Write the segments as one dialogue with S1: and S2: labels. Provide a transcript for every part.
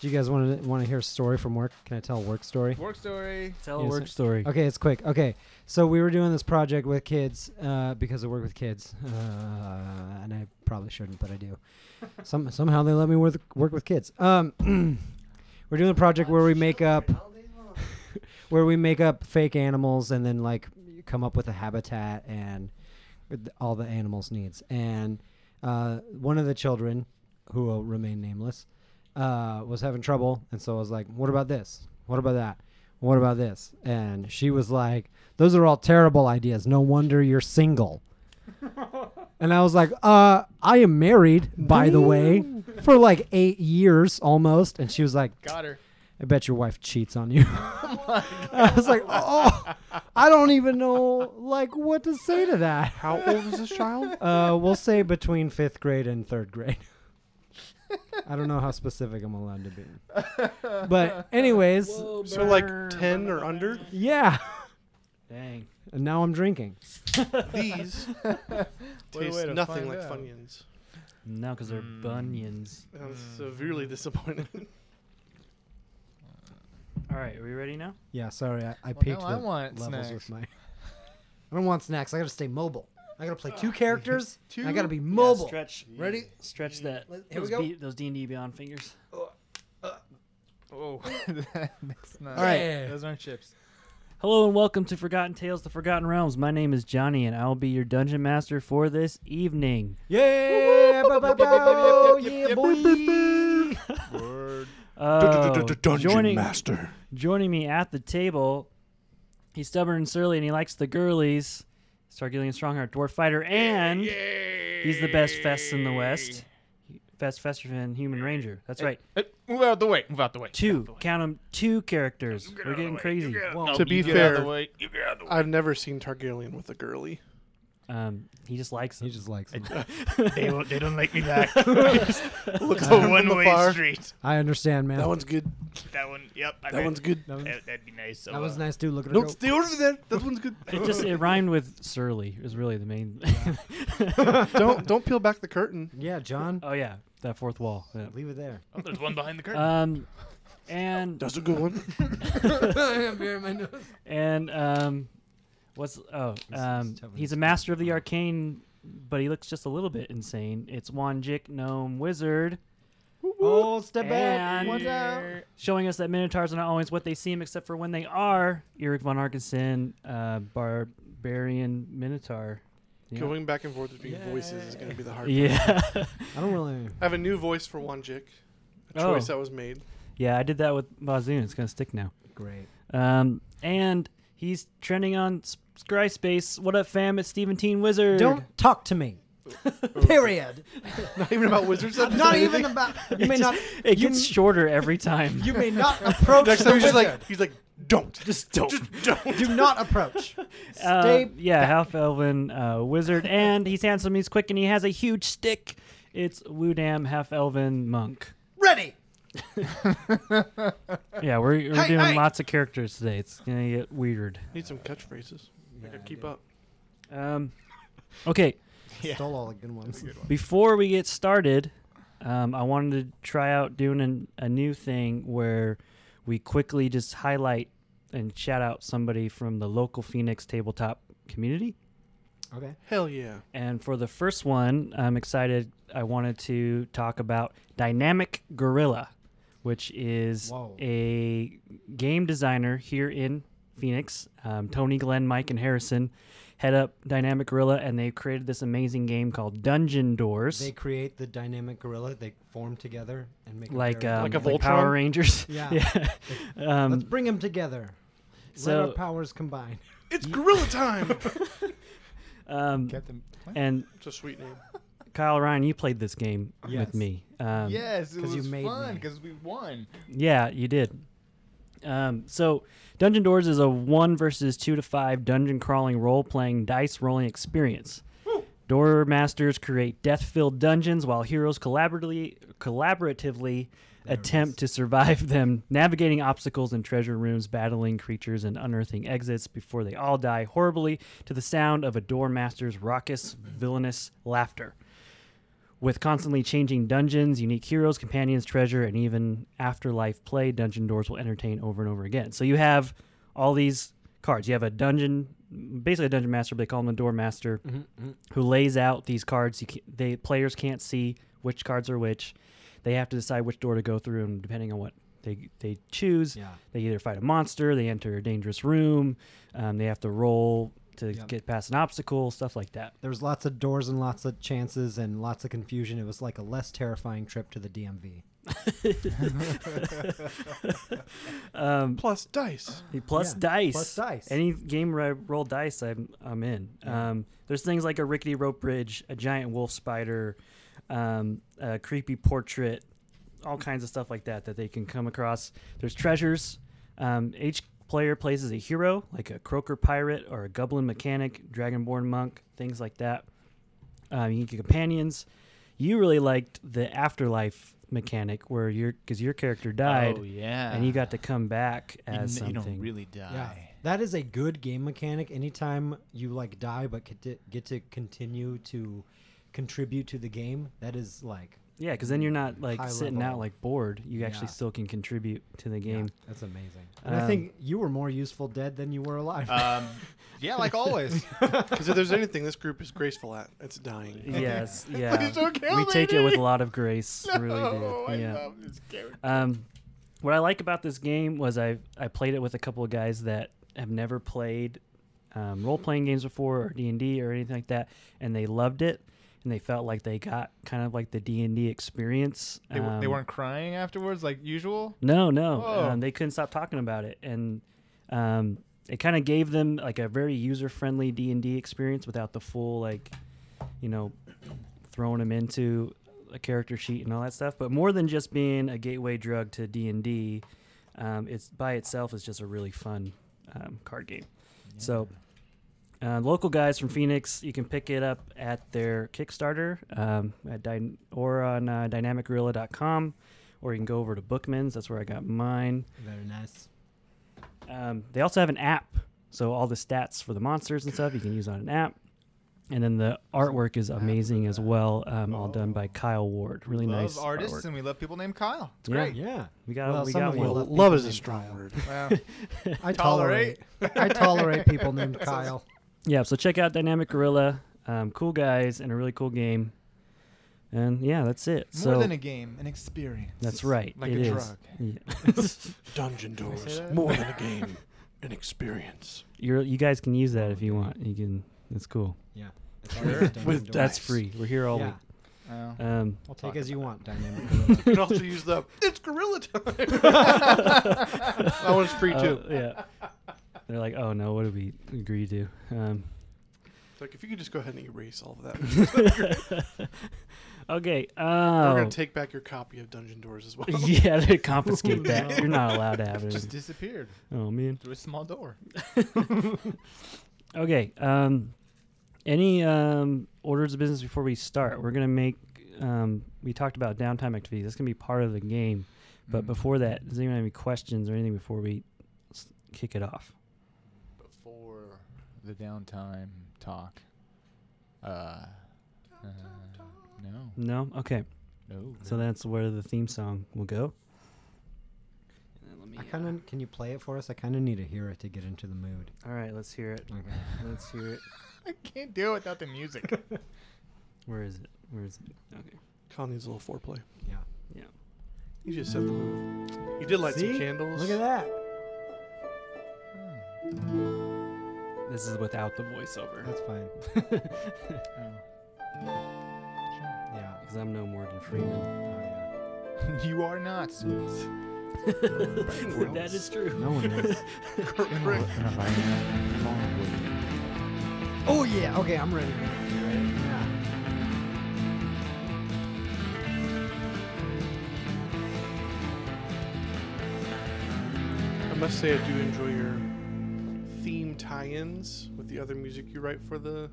S1: Do you guys want to want to hear a story from work? Can I tell a work story?
S2: Work story.
S3: Tell
S1: Yes,
S3: a work
S1: sir.
S3: story.
S1: Okay, it's quick. Okay, so we were doing this project with kids uh, because I work with kids, uh, and I probably shouldn't, but I do. Some somehow they let me work work with kids. Um, we're doing a project where we make up where we make up fake animals and then like come up with a habitat and with all the animals' needs. And uh, one of the children, who will remain nameless, uh, was having trouble, and so I was like, "What about this? What about that? What about this?" And she was like, "Those are all terrible ideas. No wonder you're single." and I was like, "Uh, I am married, by the way, for like eight years almost." And she was like,
S2: Got her.
S1: I bet your wife cheats on you. I was like, oh, I don't even know like what to say to that.
S4: How old is this child?
S1: Uh, we'll say between fifth grade and third grade. I don't know how specific I'm allowed to be. But anyways,
S4: oh. So like ten or under.
S1: yeah.
S3: Dang.
S1: And now I'm drinking.
S4: These
S2: What a way
S4: taste
S2: to
S4: nothing
S2: find
S4: like
S2: out.
S4: Funyuns.
S3: No, because they're
S2: Mm.
S3: bunions.
S4: I'm
S2: Mm.
S4: severely disappointed.
S3: All right, are we ready now?
S1: Yeah, sorry, I, I
S2: Well,
S1: peaked
S2: now I
S1: the
S2: want
S1: levels
S2: snacks.
S1: with my. I don't want snacks. I gotta stay mobile. I gotta play two characters.
S2: Two.
S1: and I gotta be mobile.
S3: stretch.
S1: Ready?
S3: Stretch that.
S1: Let- here we
S3: Those,
S1: go.
S3: B, those D&D Beyond fingers.
S2: Oh, that's not.
S1: All right.
S2: Those aren't chips.
S3: Hello and welcome to Forgotten Tales, The Forgotten Realms. My name is Johnny, and I'll be your dungeon master for this evening.
S1: Yeah, ba- ba- ba-
S2: Yep,
S1: yeah,
S2: yep,
S1: boy.
S2: Word.
S3: Uh, joining,
S4: Master.
S3: joining me at the table, he's stubborn and surly, and he likes the girlies. Stargillian Strongheart, Dwarf Fighter, and he's the best fest in the West. Fest Festerfin Human Ranger. That's right.
S2: Hey, Uh, move out of the way. Move out the way.
S3: Two, count them, two characters. We're getting crazy.
S4: To be
S2: Get out of
S4: fair,
S2: the way.
S4: I've never seen Targaryen with a girly.
S3: Um, he just likes
S1: He
S3: them.
S1: just likes. Them.
S5: They, won't, they don't like me back.
S4: Looks
S5: It's
S4: over
S5: a
S4: from
S5: one-way
S4: afar.
S5: street.
S1: I understand, man.
S4: That one's good.
S5: That one, yep. I
S4: That one's good.
S1: That was,
S5: That, would be nice. So,
S1: that was
S5: uh,
S1: nice too. Look at her.
S4: Don't
S1: go.
S4: stay over there. That one's good.
S3: It just it rhymed with surly is really the main.
S4: don't don't peel back the curtain.
S1: Yeah, John.
S3: oh yeah, that fourth wall. yeah.
S1: Leave it there.
S5: Oh, there's one behind the curtain.
S3: Um, and
S4: That's a good one.
S3: and um, what's oh
S1: This is
S3: um,
S1: telling
S3: he's a
S1: us
S3: master of the arcane, but he looks just a little bit insane. It's Wanjik gnome wizard
S1: Oh, step back.
S3: And-
S1: What's up?
S3: showing us that minotaurs are not always what they seem, except for when they are. Eric von Arkenson, uh, barbarian minotaur. Yeah.
S4: Going back and forth between voices is going to be the hard. Part.
S3: yeah.
S1: I don't really.
S4: I have a new voice for Wanjik. A
S3: Oh.
S4: choice that was made.
S3: Yeah, I did that with Bazoon. It's gonna stick now.
S1: Great.
S3: Um, and he's trending on S- Skyspace. What up, fam? It's Stephen Teen Wizard.
S1: Don't talk to me. Period.
S4: Not even about wizards. that
S1: Not
S4: doesn't
S1: even
S4: mean-
S1: about. You may not.
S3: It
S1: you
S3: gets
S1: m-
S3: shorter every time.
S1: You may not approach.
S4: Next
S1: the
S4: time he's
S1: wizard.
S4: just like he's like, don't.
S3: just don't.
S4: Just don't.
S1: Do not approach.
S3: Uh,
S1: Stay.
S3: yeah, half elven uh, wizard, and he's handsome. He's quick, and he has a huge stick. It's Wudam, half elven monk.
S1: Ready.
S3: Yeah, we're, we're
S1: Hey,
S3: doing
S1: hey.
S3: lots of characters today. It's gonna get weird.
S4: Need some catchphrases. I
S1: Yeah,
S4: gotta
S1: I
S4: keep
S1: do.
S4: up.
S3: Um, okay,
S2: Yeah.
S1: Stole all the good ones.
S3: Before we get started, um, I wanted to try out doing an, a new thing where we quickly just highlight and shout out somebody from the local Phoenix tabletop community.
S1: Okay.
S4: Hell yeah.
S3: And for the first one, I'm excited. I wanted to talk about Dynamic Gorilla, which is
S1: Whoa.
S3: a game designer here in Phoenix. Um, Tony, Glenn, Mike, and Harrison head up Dynamic Gorilla, and they've created this amazing game called Dungeon Doors.
S1: They create the dynamic gorilla. They form together and make. a
S3: like
S1: pair.
S3: um,
S4: Like
S3: like,
S4: a Voltron?
S3: Power Rangers.
S1: Yeah. Let's
S3: um,
S1: bring them together. Let
S3: so
S1: our powers combine.
S4: It's gorilla time.
S3: um,
S2: Captain.
S3: and
S4: it's a sweet name.
S3: Kyle Ryan, you played this game
S1: Yes.
S3: with me. Um,
S2: Yes, it
S1: 'cause
S2: was
S1: you made
S2: fun
S1: me.
S2: because we won.
S3: yeah, you did. Um, so Dungeon Doors is a one versus two to five dungeon crawling role playing dice rolling experience. Door masters create death filled dungeons while heroes collaboratively collaboratively attempt to survive them, navigating obstacles and treasure rooms, battling creatures and unearthing exits before they all die horribly to the sound of a door master's raucous, villainous laughter. With constantly changing dungeons, unique heroes, companions, treasure, and even afterlife play, Dungeon Doors will entertain over and over again. So you have all these cards. You have a dungeon, basically a dungeon master, but they call him the door master,
S1: Mm-hmm,
S3: who lays out these cards. You can, they players can't see which cards are which. They have to decide which door to go through, and depending on what they they choose,
S1: Yeah.
S3: they either fight a monster, they enter a dangerous room, um, they have to roll to
S1: Yep.
S3: get past an obstacle, stuff like that.
S1: There was lots of doors and lots of chances and lots of confusion. It was like a less terrifying trip to the DMV.
S3: Um,
S4: Plus dice.
S3: plus
S1: Yeah,
S3: dice,
S1: plus dice.
S3: Any game where I roll dice, I'm I'm in.
S1: Yeah.
S3: Um, there's things like a rickety rope bridge, a giant wolf spider, um, a creepy portrait, all kinds of stuff like that that they can come across. There's treasures. Um, each player plays as a hero, like a croaker pirate or a goblin mechanic, dragonborn monk, things like that. Um, you can get companions. You really liked the afterlife mechanic where your because your character died
S2: Oh yeah.
S3: and you got to come back
S2: You kn-
S3: as
S2: you,
S3: something.
S2: don't really die.
S1: Yeah, that is a good game mechanic. Anytime you like die but conti- get to continue to contribute to the game, that is like
S3: yeah, because then you're not like
S1: High
S3: sitting
S1: level.
S3: out like bored. You actually
S1: Yeah.
S3: still can contribute to the
S1: yeah,
S3: game.
S1: that's amazing. And I
S3: Um, Uh,
S1: think you were more useful dead than you were alive.
S2: Um, yeah, like always.
S4: Because if there's anything this group is graceful at, it's dying.
S3: Yes, yeah.
S2: Please don't kill
S3: we
S2: me,
S3: take it with
S2: dude.
S3: a lot of grace.
S2: No, Oh, I
S3: really do. Yeah.
S2: love this character.
S3: Um, what I like about this game was I I played it with a couple of guys that have never played um, role playing games before or D and D or anything like that, and they loved it and they felt like they got kind of like the D and D experience.
S2: They, w- they
S3: Um,
S2: weren't crying afterwards like usual.
S3: No, no,
S2: Whoa.
S3: um, they couldn't stop talking about it, and um, it kind of gave them like a very user friendly D and D experience without the full like, you know, throwing them into a character sheet and all that stuff. But more than just being a gateway drug to D and D, um, it's by itself is just a really fun um, card game. So. Uh, local guys from Phoenix, you can pick it up at their Kickstarter um, at dy- or on uh, dynamicgorilla.com, or you can go over to Bookman's. That's where I got mine.
S1: Very nice.
S3: Um, they also have an app, so all the stats for the monsters and stuff you can use on an app. And then the artwork is amazing as well, um, all done by Kyle Ward. Really
S2: love
S3: nice
S2: artists,
S3: artwork.
S2: and we love people named Kyle. It's
S3: Yeah.
S2: great.
S1: Yeah,
S3: We got
S1: Well,
S3: we
S1: some
S3: got
S1: of you
S3: one.
S1: love
S4: Love
S1: people
S4: is a
S1: named
S4: strong
S1: Kyle.
S4: word.
S2: Wow.
S1: I tolerate.
S2: Tolerate?
S1: I tolerate people named Kyle.
S3: Yeah, so check out Dynamic Gorilla. Um, cool guys and a really cool game. And yeah, that's it.
S2: More
S3: so
S2: than a game, an experience.
S3: that's right.
S2: Like
S3: it
S2: a
S3: is.
S2: drug.
S3: Yeah.
S4: Dungeon doors.
S2: that?
S4: More than a game, an experience.
S3: You're, you guys can use that if you want. You can. That's cool.
S1: Yeah,
S2: Sure.
S4: With
S3: That's
S4: Nice.
S3: free. We're here all
S1: Yeah,
S3: week.
S2: Oh.
S3: Um,
S2: We'll
S1: take
S2: talk
S1: as you want, dynamic.
S4: You could also use the it's gorilla time. that one's free too.
S3: oh, yeah. They're like, oh no, what did we agree to? Um,
S4: Like if you could just go ahead and erase all of that,
S3: okay.
S4: we're
S3: Oh.
S4: gonna take back your copy of Dungeon Doors as well.
S3: yeah, they confiscate that. You're not allowed to have it.
S2: Just disappeared
S3: oh man.
S2: through a small door.
S3: Okay. Um, any um, orders of business before we start? We're gonna make. Um, we talked about downtime activities. That's gonna be part of the game. But
S2: Mm.
S3: before that, does anyone have any questions or anything before we s- kick it off?
S2: before the downtime talk. Uh, uh, no,
S3: No. Okay.
S2: no.
S3: So that's where the theme song will go. And then let me,
S1: I kind
S3: uh,
S1: of can you play it for us? I kind of need to hear it to get into the mood.
S3: All right, let's hear it.
S1: Okay.
S3: Let's hear it.
S2: I can't do it without the music.
S3: Where is it? Where is it? Okay.
S4: Colin needs a little foreplay.
S1: Yeah.
S4: You just set the mood. You did light
S1: See?
S4: some candles.
S1: Look at that.
S4: Hmm.
S3: This is without the voiceover.
S1: That's fine.
S2: Oh. Sure.
S1: Yeah.
S3: Because I'm no Morgan Freeman.
S1: Oh, yeah.
S2: you are not.
S3: that is true.
S1: No one is.
S4: Frick.
S1: oh yeah. Okay, I'm ready. Yeah.
S4: I must say I do enjoy your theme tie-ins with the other music you write for the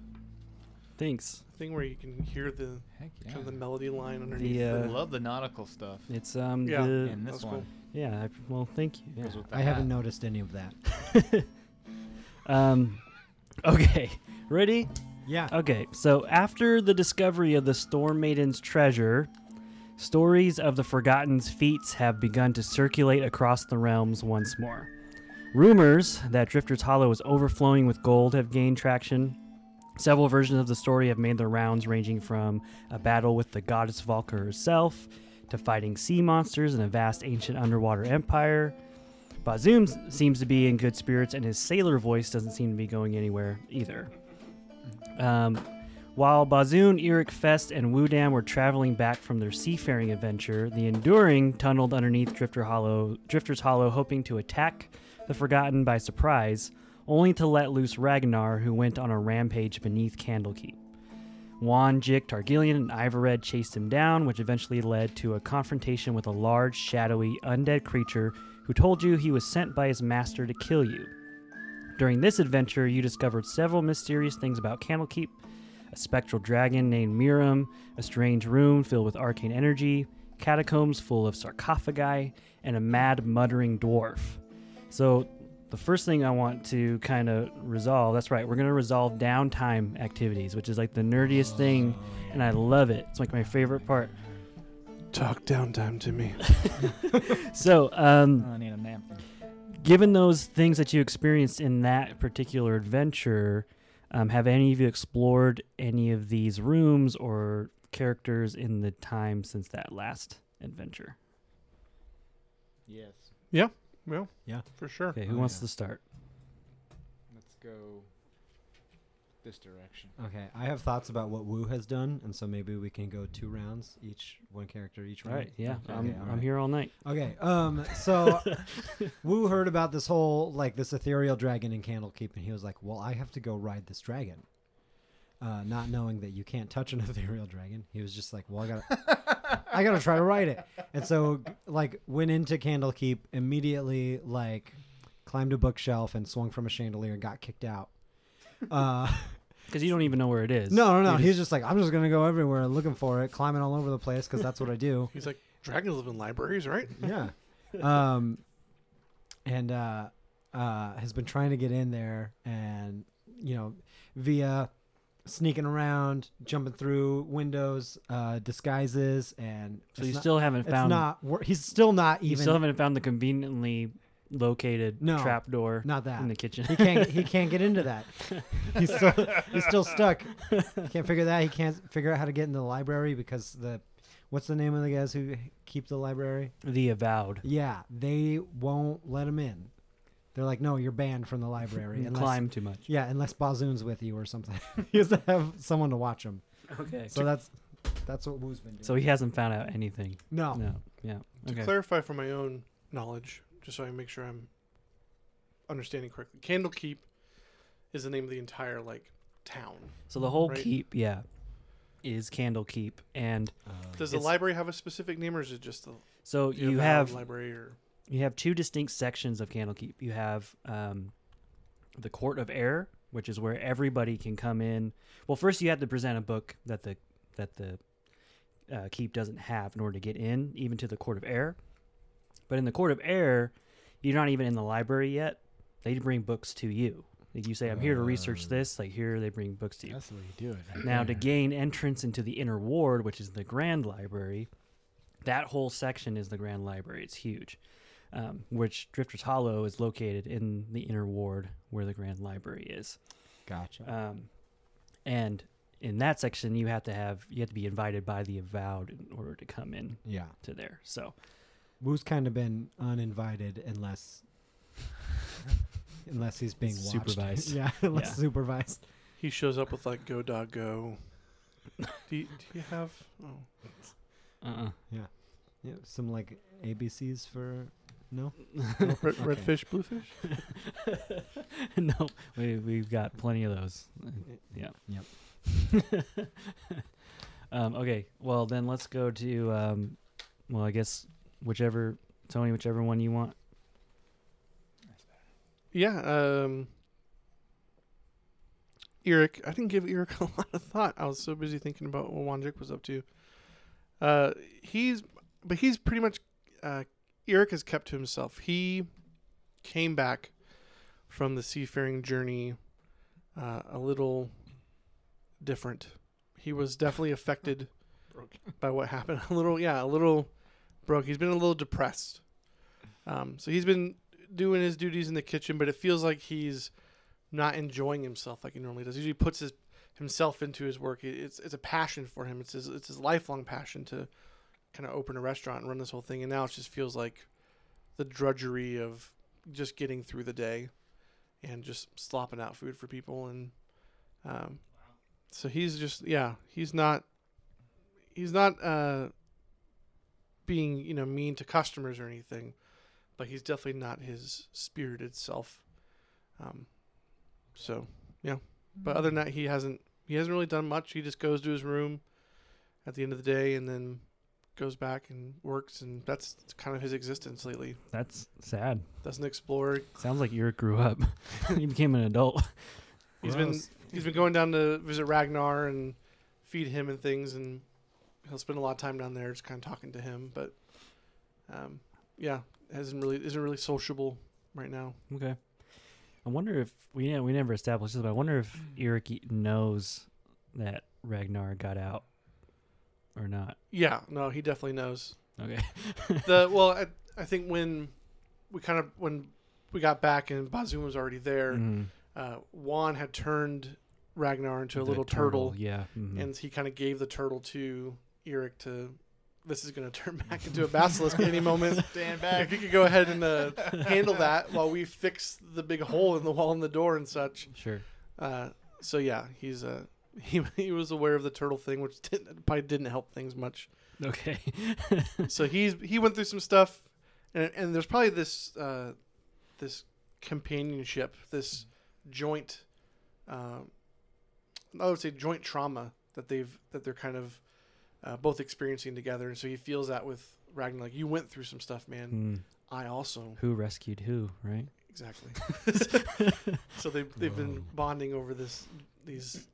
S3: Thanks.
S4: thing where you can hear the
S2: Heck
S4: kind of the
S2: yeah.
S4: melody line underneath.
S3: uh,
S2: I love the nautical stuff.
S3: It's um
S4: Yeah.
S3: the
S2: And
S4: that's
S2: this
S4: cool.
S2: one.
S3: yeah. I, well, thank you. yeah.
S2: goes with the
S1: I haven't
S2: hat.
S1: noticed any of that.
S3: um, okay. Ready?
S1: Yeah.
S3: Okay, so after the discovery of the Storm Maiden's treasure, stories of the Forgotten's feats have begun to circulate across the realms once more. Rumors that Drifter's Hollow is overflowing with gold have gained traction. Several versions of the story have made their rounds, ranging from a battle with the goddess Valka herself to fighting sea monsters in a vast ancient underwater empire. Bazoom s- seems to be in good spirits, and his sailor voice doesn't seem to be going anywhere either. Um, while Bazoon, Eric Fest, and Wudam were traveling back from their seafaring adventure, the Enduring tunneled underneath Drifter Hollow, Drifter's Hollow, hoping to attack the Forgotten by surprise, only to let loose Ragnar, who went on a rampage beneath Candlekeep. Juan, Jik, Targillion, and Ivored chased him down, which eventually led to a confrontation with a large, shadowy, undead creature who told you he was sent by his master to kill you. During this adventure, you discovered several mysterious things about Candlekeep a spectral dragon named Miram, a strange room filled with arcane energy, catacombs full of sarcophagi, and a mad muttering dwarf. So, the first thing I want to kind of resolve that's right, we're going to resolve downtime activities, which is like the nerdiest thing, and I love it. It's like my favorite part.
S4: Talk downtime to me.
S3: So, um,
S6: I need a nap.
S3: given those things that you experienced in that particular adventure, um, have any of you explored any of these rooms or characters in the time since that last adventure?
S2: Yes.
S4: Well,
S1: Yeah.
S4: for sure.
S3: Okay, who
S1: Oh,
S3: wants
S1: yeah.
S3: to start?
S2: Let's go this direction.
S1: Okay. I have thoughts about what Wu has done, and so maybe we can go two rounds, each one character each
S3: All
S1: round.
S3: right, yeah,
S1: Okay,
S3: I'm,
S1: all
S3: I'm
S1: right.
S3: here all night.
S1: Okay. Um. So, Wu heard about this whole like this ethereal dragon in Candlekeep, and he was like, "Well, I have to go ride this dragon." Uh, not knowing that you can't touch an ethereal dragon, he was just like, "Well, I gotta, I gotta try to ride it." And so, g- like, went into Candlekeep immediately, like, climbed a bookshelf and swung from a chandelier and got kicked out. Uh,
S3: Because you don't even know where it is.
S1: no, no, no.
S3: You
S1: He's just like, "I'm just gonna go everywhere looking for it, climbing all over the place because that's what I do."
S4: He's like, dragons live in libraries, right?
S1: yeah. Um, and uh, uh, has been trying to get in there, and you know, via sneaking around, jumping through windows, uh, disguises, and
S3: so
S1: it's
S3: you
S1: not-
S3: still haven't
S1: it's
S3: found.
S1: not wor- he's still not
S3: you
S1: even
S3: still haven't found the conveniently located
S1: No,
S3: trap door
S1: not that
S3: in the kitchen.
S1: he can't he can't get into that. He's still, he's still stuck. He can't figure that. He can't figure out how to get into the library because the what's the name of the guys who keep the library?
S3: the avowed.
S1: Yeah, they won't let him in. They're like, no, you're banned from the library.
S3: You
S1: unless,
S3: climb too much.
S1: Yeah, unless Bazoon's with you or something. he has to have someone to watch him.
S3: Okay.
S1: So that's that's what Wu's been doing.
S3: So he hasn't found out anything.
S1: no,
S3: No. Yeah.
S4: To
S3: Okay.
S4: clarify for my own knowledge, just so I make sure I'm understanding correctly, Candlekeep is the name of the entire like town.
S3: So the whole
S4: Right.
S3: keep, yeah, is Candle Keep, and
S2: Uh,
S4: Does the
S3: It's-
S4: library have a specific name, or is it just the
S3: so
S4: the
S3: you
S4: avowed
S3: have
S4: library? Or
S3: you have two distinct sections of Candle Keep. You have um, the Court of Air, which is where everybody can come in. Well, first you have to present a book that the that the uh, keep doesn't have in order to get in, even to the Court of Air. But in the Court of Air, you're not even in the library yet. They bring books to you. Like you say, I'm here to research
S1: Oh.
S3: this. Like here, they bring books to you.
S2: That's the way you do it. right
S3: Now, to
S2: there.
S3: gain entrance into the inner ward, which is the Grand Library, that whole section is the Grand Library. It's huge, um, which Drifter's Hollow is located in the inner ward where the Grand Library is.
S1: gotcha.
S3: Um, and in that section, you have to have you have to be invited by the avowed in order to come in
S1: yeah,
S3: to there. So
S1: Wu's kind of been uninvited unless unless he's being watched.
S3: Supervised.
S1: yeah, unless
S3: Yeah.
S1: supervised.
S4: he shows up with like go dog go. do, you, do you have? Oh,
S3: uh-uh.
S1: Yeah, some like ABCs for no.
S4: red,
S1: Okay.
S4: redfish, bluefish.
S3: no, we we've got plenty of those. Yeah.
S1: Yep.
S3: um, okay. Well, then let's go to. Um, well, I guess whichever Tony, whichever one you want.
S4: Yeah. Um, Eric, I didn't give Eric a lot of thought. I was so busy thinking about what Wanjik was up to. Uh, he's, but he's pretty much, uh, Eric has kept to himself. He came back from the seafaring journey uh, a little different. He was definitely affected by what happened. A little, yeah, a little broke. He's been a little depressed. Um, so he's been doing his duties in the kitchen, but it feels like he's not enjoying himself like he normally does. He usually puts his himself into his work. It- It's it's a passion for him. It's his it's his lifelong passion to kind of open a restaurant and run this whole thing. And now it just feels like the drudgery of just getting through the day and just slopping out food for people and um, so he's just yeah he's not he's not uh, being you know mean to customers or anything but he's definitely not his spirited self um, so yeah but other than that he hasn't he hasn't really done much he just goes to his room at the end of the day and then goes back and works and that's kind of his existence lately
S3: That's sad.
S4: doesn't explore
S3: Sounds like Yurik grew up. he became an adult.
S4: He's been
S1: Gross.
S4: he's been going down to visit Ragnar and feed him and things, and he'll spend a lot of time down there just kind of talking to him. But um, yeah, hasn't really isn't really sociable right now.
S3: Okay. I wonder if we yeah, we never established this, but I wonder if Eric e- knows that Ragnar got out or not.
S4: Yeah, no, he definitely knows
S3: Okay.
S4: the. Well, I, I think when we kind of when we got back and Bazoom was already there,
S3: Mm.
S4: uh, Juan had turned Ragnar into a
S3: The
S4: little turtle,
S3: Yeah. mhm.
S4: and he kind of gave the turtle to Eric to. This is going to turn back into a basilisk at any moment.
S2: Stand
S4: if you could go ahead and uh, handle that while we fix the big hole in the wall and the door and such.
S3: sure.
S4: Uh, so yeah, he's uh, he he was aware of the turtle thing, which didn't, probably didn't help things much.
S3: Okay.
S4: So he's he went through some stuff, and, and there's probably this uh, this companionship, this joint, uh, I would say joint trauma that they've that they're kind of uh, both experiencing together. And so he feels that with Ragnar, like you went through some stuff, man.
S3: Mm.
S4: I also
S3: Who rescued who? Right.
S4: exactly. so they they've been
S1: Whoa.
S4: bonding over this these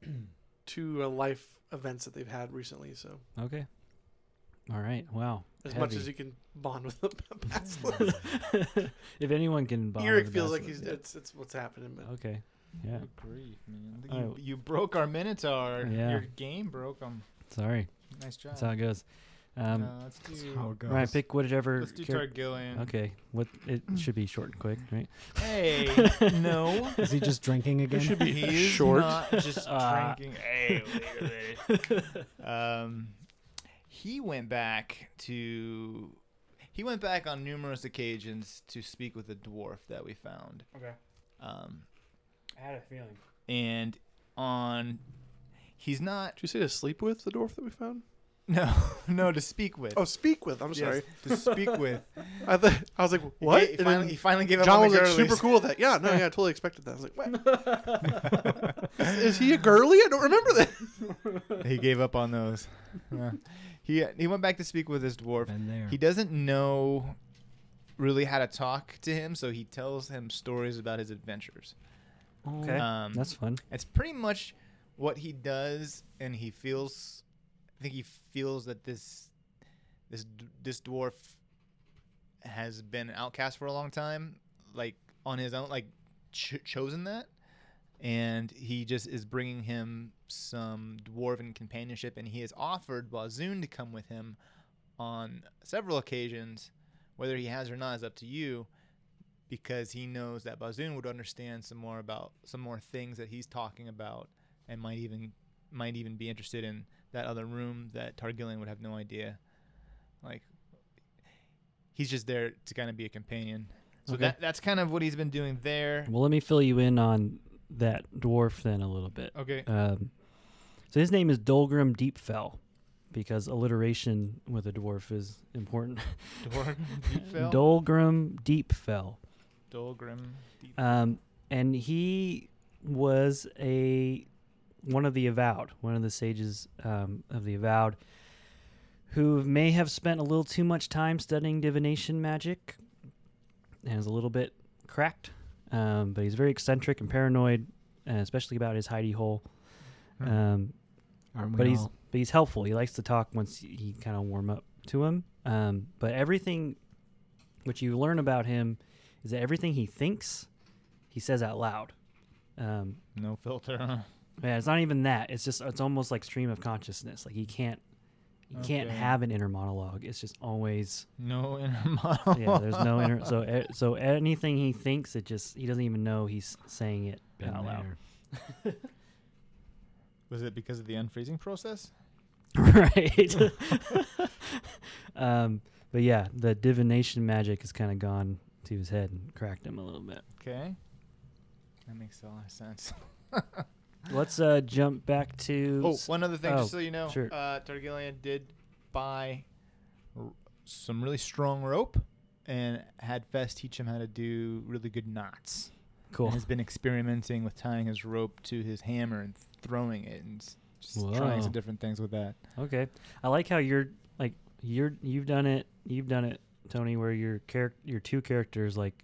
S4: two uh, life events that they've had recently. So
S3: Okay. All right. Wow.
S4: as much as
S3: Heavy.
S4: you can bond with them,
S3: if anyone can bond
S4: Eric
S3: with
S4: feels
S3: us,
S4: like he's
S3: yeah.
S4: it's it's what's happening. But
S3: Okay. Yeah.
S2: Grief, man.
S3: All
S2: You,
S3: right.
S2: you broke our Minotaur.
S3: Yeah.
S2: Your game broke him.
S3: Sorry.
S2: Nice job.
S3: That's how it goes. Um,
S2: uh, let's do,
S1: how it goes.
S3: Right. Pick whichever.
S2: let's do
S3: char-
S2: Targillian.
S3: okay. What it should be short and quick, right?
S2: Hey, no.
S1: Is he just drinking again?
S2: should be he is
S4: short.
S2: not just
S3: Ah.
S2: drinking. Hey, wait a minute. Um, he went back to. He went back on numerous occasions to speak with a dwarf that we found.
S3: Okay.
S2: Um,
S3: I had a feeling.
S2: and on, he's not.
S4: did you say to sleep with the dwarf that we found?
S2: No, no, to speak with.
S4: Oh, speak with. I'm
S2: Yes,
S4: sorry.
S2: to speak with.
S4: I thought I was like,
S2: He
S4: what?
S2: ga- He,
S4: And
S2: finally,
S4: then
S2: he finally gave up
S4: John
S2: on
S4: was
S2: the
S4: like super
S2: girlies.
S4: cool with that. Yeah, no, yeah, I totally expected that. I was like, what? is, is he a girly? I don't remember that.
S2: He gave up on those. Yeah. He he went back to speak with this dwarf.
S1: Been there.
S2: He doesn't know really how to talk to him, so he tells him stories about his adventures.
S3: Okay.
S2: Um,
S3: That's fun.
S2: it's pretty much what he does, and he feels. I think he feels that this this d- this dwarf has been an outcast for a long time, like on his own, like ch- chosen that, and he just is bringing him some dwarven companionship, and he has offered Bazoon to come with him on several occasions. Whether he has or not is up to you, because he knows that Bazoon would understand some more about some more things that he's talking about, and might even might even be interested in that other room that Targillian would have no idea. Like he's just there to kind of be a companion. So
S3: Okay.
S2: that that's kind of what he's been doing there.
S3: Well, let me fill you in on that dwarf then a little bit.
S2: Okay.
S3: Um, so his name is Dolgrim Deepfell, because alliteration with a dwarf is important.
S2: Dwarf Deepfell.
S3: Dolgrim Deepfell,
S2: Dolgrim.
S3: um, and he was a one of the avowed, one of the sages um, of the avowed, who may have spent a little too much time studying divination magic, and is a little bit cracked. Um, but he's very eccentric and paranoid, uh, especially about his hidey hole.
S2: Hmm.
S3: Um,
S1: Aren't we
S3: but he's
S1: all?
S3: but he's helpful. He likes to talk once he- he kind of warm up to him. Um, but everything what you learn about him is that everything he thinks, he says out loud. Um,
S2: No filter. Huh?
S3: Yeah, it's not even that. It's just it's almost like stream of consciousness. Like you can't you can't
S2: Okay.
S3: have an inner monologue. It's just always
S2: No inner model.
S3: yeah. There's no inner so e- so anything he thinks it just he doesn't even know he's saying it
S1: Been
S3: out loud.
S1: there.
S2: Was it because of the unfreezing process?
S3: right. um, but yeah, the divination magic has kind of gone to his head and cracked him a little bit.
S2: Okay. That makes a lot of sense.
S3: Let's uh, jump back to
S2: Oh,
S3: s-
S2: one other thing,
S3: oh,
S2: just so you know,
S3: sure.
S2: uh, Targaryen did buy r- some really strong rope, and had Fest teach him how to do really good knots.
S3: cool.
S2: and has been experimenting with tying his rope to his hammer and throwing it and s- just trying
S3: Whoa.
S2: some different things with that.
S3: Okay, I like how you're like you're you've done it. You've done it, Tony, where your character your two characters like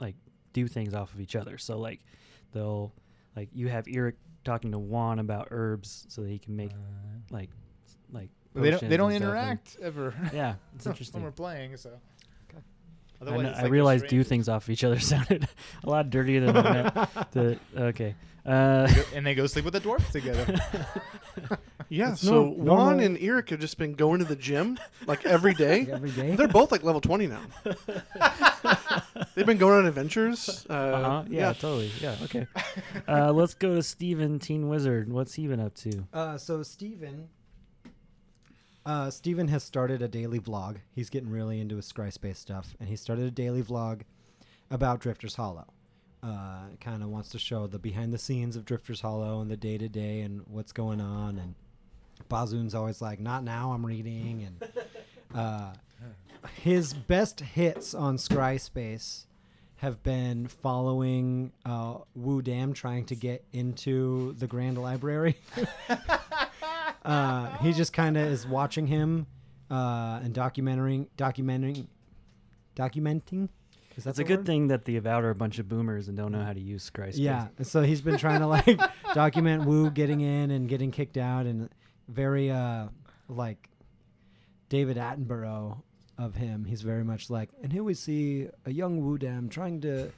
S3: like do things off of each other. So like they'll like you have Eric talking to Juan about herbs so that he can make like s- like
S2: Uh, they don't
S3: potions
S2: they don't
S3: and stuff, and-
S2: interact ever.
S3: yeah, it's
S2: when we're
S3: interesting.
S2: playing, so.
S1: Okay.
S3: I,
S2: Otherwise,
S3: know-
S2: it's like
S3: I
S2: you're
S3: realized do
S2: strangers.
S3: things off of each other sounded a lot dirtier than I meant. to- okay. Uh,
S2: They go- and they go sleep with the dwarf together.
S4: Yeah,
S1: It's
S4: so
S1: nor-
S4: Juan
S1: normal.
S4: and Eric have just been going to the gym like every day.
S1: Every day.
S4: They're both like level 20 now. They've been going on adventures. Uh,
S3: uh-huh, yeah,
S4: yeah.
S3: totally. Yeah, okay. Uh, let's go to Steven, Teen Wizard. What's he been up to?
S1: Uh, so Steven uh, Steven has started a daily vlog. He's getting really into his Scryspace stuff, and he started a daily vlog about Drifter's Hollow. Uh, kind of wants to show the behind the scenes of Drifter's Hollow and the day to day and what's going on. And Bazoon's always like, "Not now, I'm reading." And uh, his best hits on Scryspace have been following uh, Wu Dam trying to get into the Grand Library. uh, he just kind of is watching him uh, and documenting, documenting, documenting. Is that
S3: It's a
S1: the
S3: good
S1: word?
S3: thing that the Avowed are a bunch of boomers and don't know how to use Christ.
S1: Yeah, and so he's been trying to like document Wu getting in and getting kicked out, and very uh like David Attenborough of him. He's very much like, and here we see a young Wu Dam trying to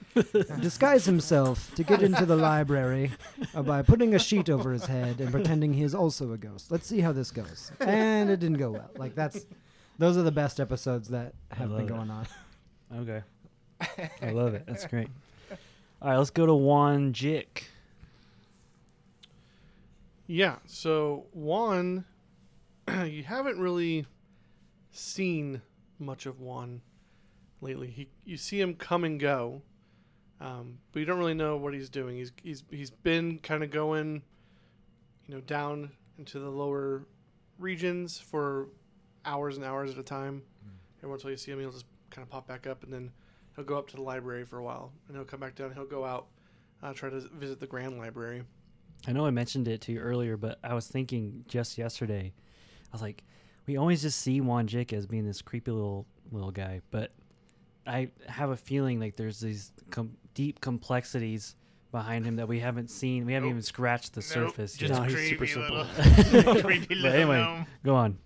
S1: disguise himself to get into the library uh, by putting a sheet over his head and pretending he is also a ghost. Let's see how this goes, and it didn't go well. Like that's. Those are the best episodes that have
S3: love
S1: been
S3: it.
S1: going on.
S3: Okay. I love it. That's great. All right, let's go to Juan Jick.
S4: Yeah, so Juan, you haven't really seen much of Juan lately. He, you see him come and go, um, but you don't really know what he's doing. He's he's he's been kind of going, you know, down into the lower regions for hours and hours at a time. And once while you see him, he'll just kind of pop back up, and then he'll go up to the library for a while, and he'll come back down. He'll go out, uh, try to visit the Grand Library.
S3: I know I mentioned it to you earlier, but I was thinking just yesterday, I was like, we always just see Juan Jick as being this creepy little little guy, but I have a feeling like there's these com- deep complexities behind him that we haven't seen. We haven't
S5: Nope.
S3: even scratched the surface.
S5: Just
S3: yet.
S4: No, he's
S5: creepy
S4: super
S5: little, creepy
S3: But
S5: little
S3: anyway.
S5: gnome.
S3: Go on.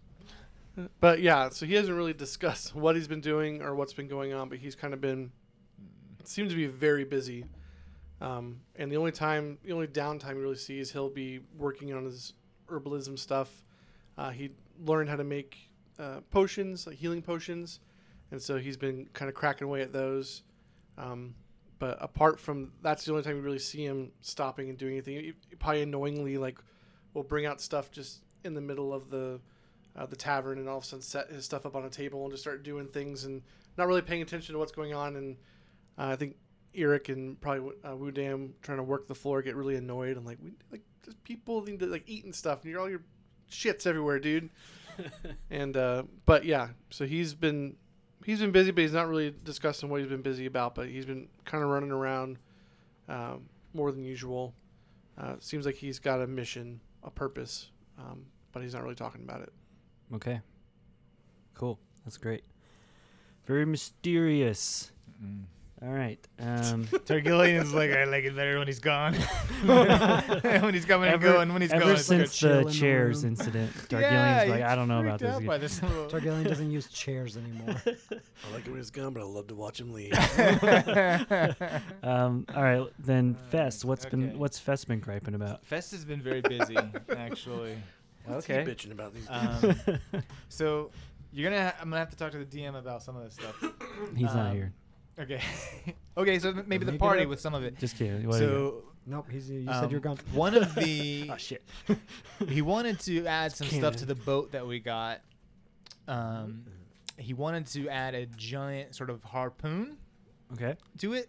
S4: But yeah, so he hasn't really discussed what he's been doing or what's been going on, but he's kind of been seems to be very busy. Um, and the only time, the only downtime you really see is he'll be working on his herbalism stuff. Uh, he learned how to make uh, potions, like healing potions, and so he's been kind of cracking away at those. Um, but apart from that's the only time you really see him stopping and doing anything. He, he probably annoyingly like will bring out stuff just in the middle of the uh, the tavern and all of a sudden set his stuff up on a table and just start doing things and not really paying attention to what's going on. And uh, I think Eric and probably uh, Wu Dam trying to work the floor get really annoyed and like, we, like just people need to like eat and stuff and you're all your shits everywhere, dude. and uh, but yeah, so he's been he's been busy, but he's not really discussing what he's been busy about. But he's been kind of running around um, more than usual. Uh, seems like he's got a mission, a purpose, um, but he's not really talking about it.
S3: Okay. Cool. That's great. Very mysterious. All right. Um,
S2: Tergillian's Mm. like, I like it better when he's gone. when he's coming
S3: ever
S2: and going, when he's
S3: ever
S2: going.
S3: since
S1: chill
S3: the
S1: in the
S3: chairs
S1: room.
S3: incident, Dargillian's
S2: yeah,
S3: like,
S2: he's
S3: I don't know about
S2: freaked
S3: this.
S2: out
S3: again."
S2: by this. little-
S1: Targaryen doesn't use chairs anymore.
S4: I like him when he's gone, but I love to watch him leave.
S3: Um, all right, then Fest. What's
S2: okay.
S3: been what's Fest been griping about?
S2: Fest has been very busy, actually.
S4: Keep bitching about these.
S2: Um, so you're gonna, ha- I'm gonna have to talk to the DM about some of this stuff.
S3: he's not
S2: um,
S3: here.
S2: Okay, okay. So m- maybe
S1: Make
S2: the
S1: it
S2: party
S1: up.
S2: with some of it.
S3: Just kidding. What do you
S2: so
S1: nope, he's, you said you're
S2: um,
S1: gone.
S2: One of the
S3: got? oh shit.
S2: he wanted to add some stuff to
S4: canon.
S2: the boat that we got. Um,
S3: Mm-hmm.
S2: he wanted to add a giant sort of harpoon
S3: Okay.
S2: to it,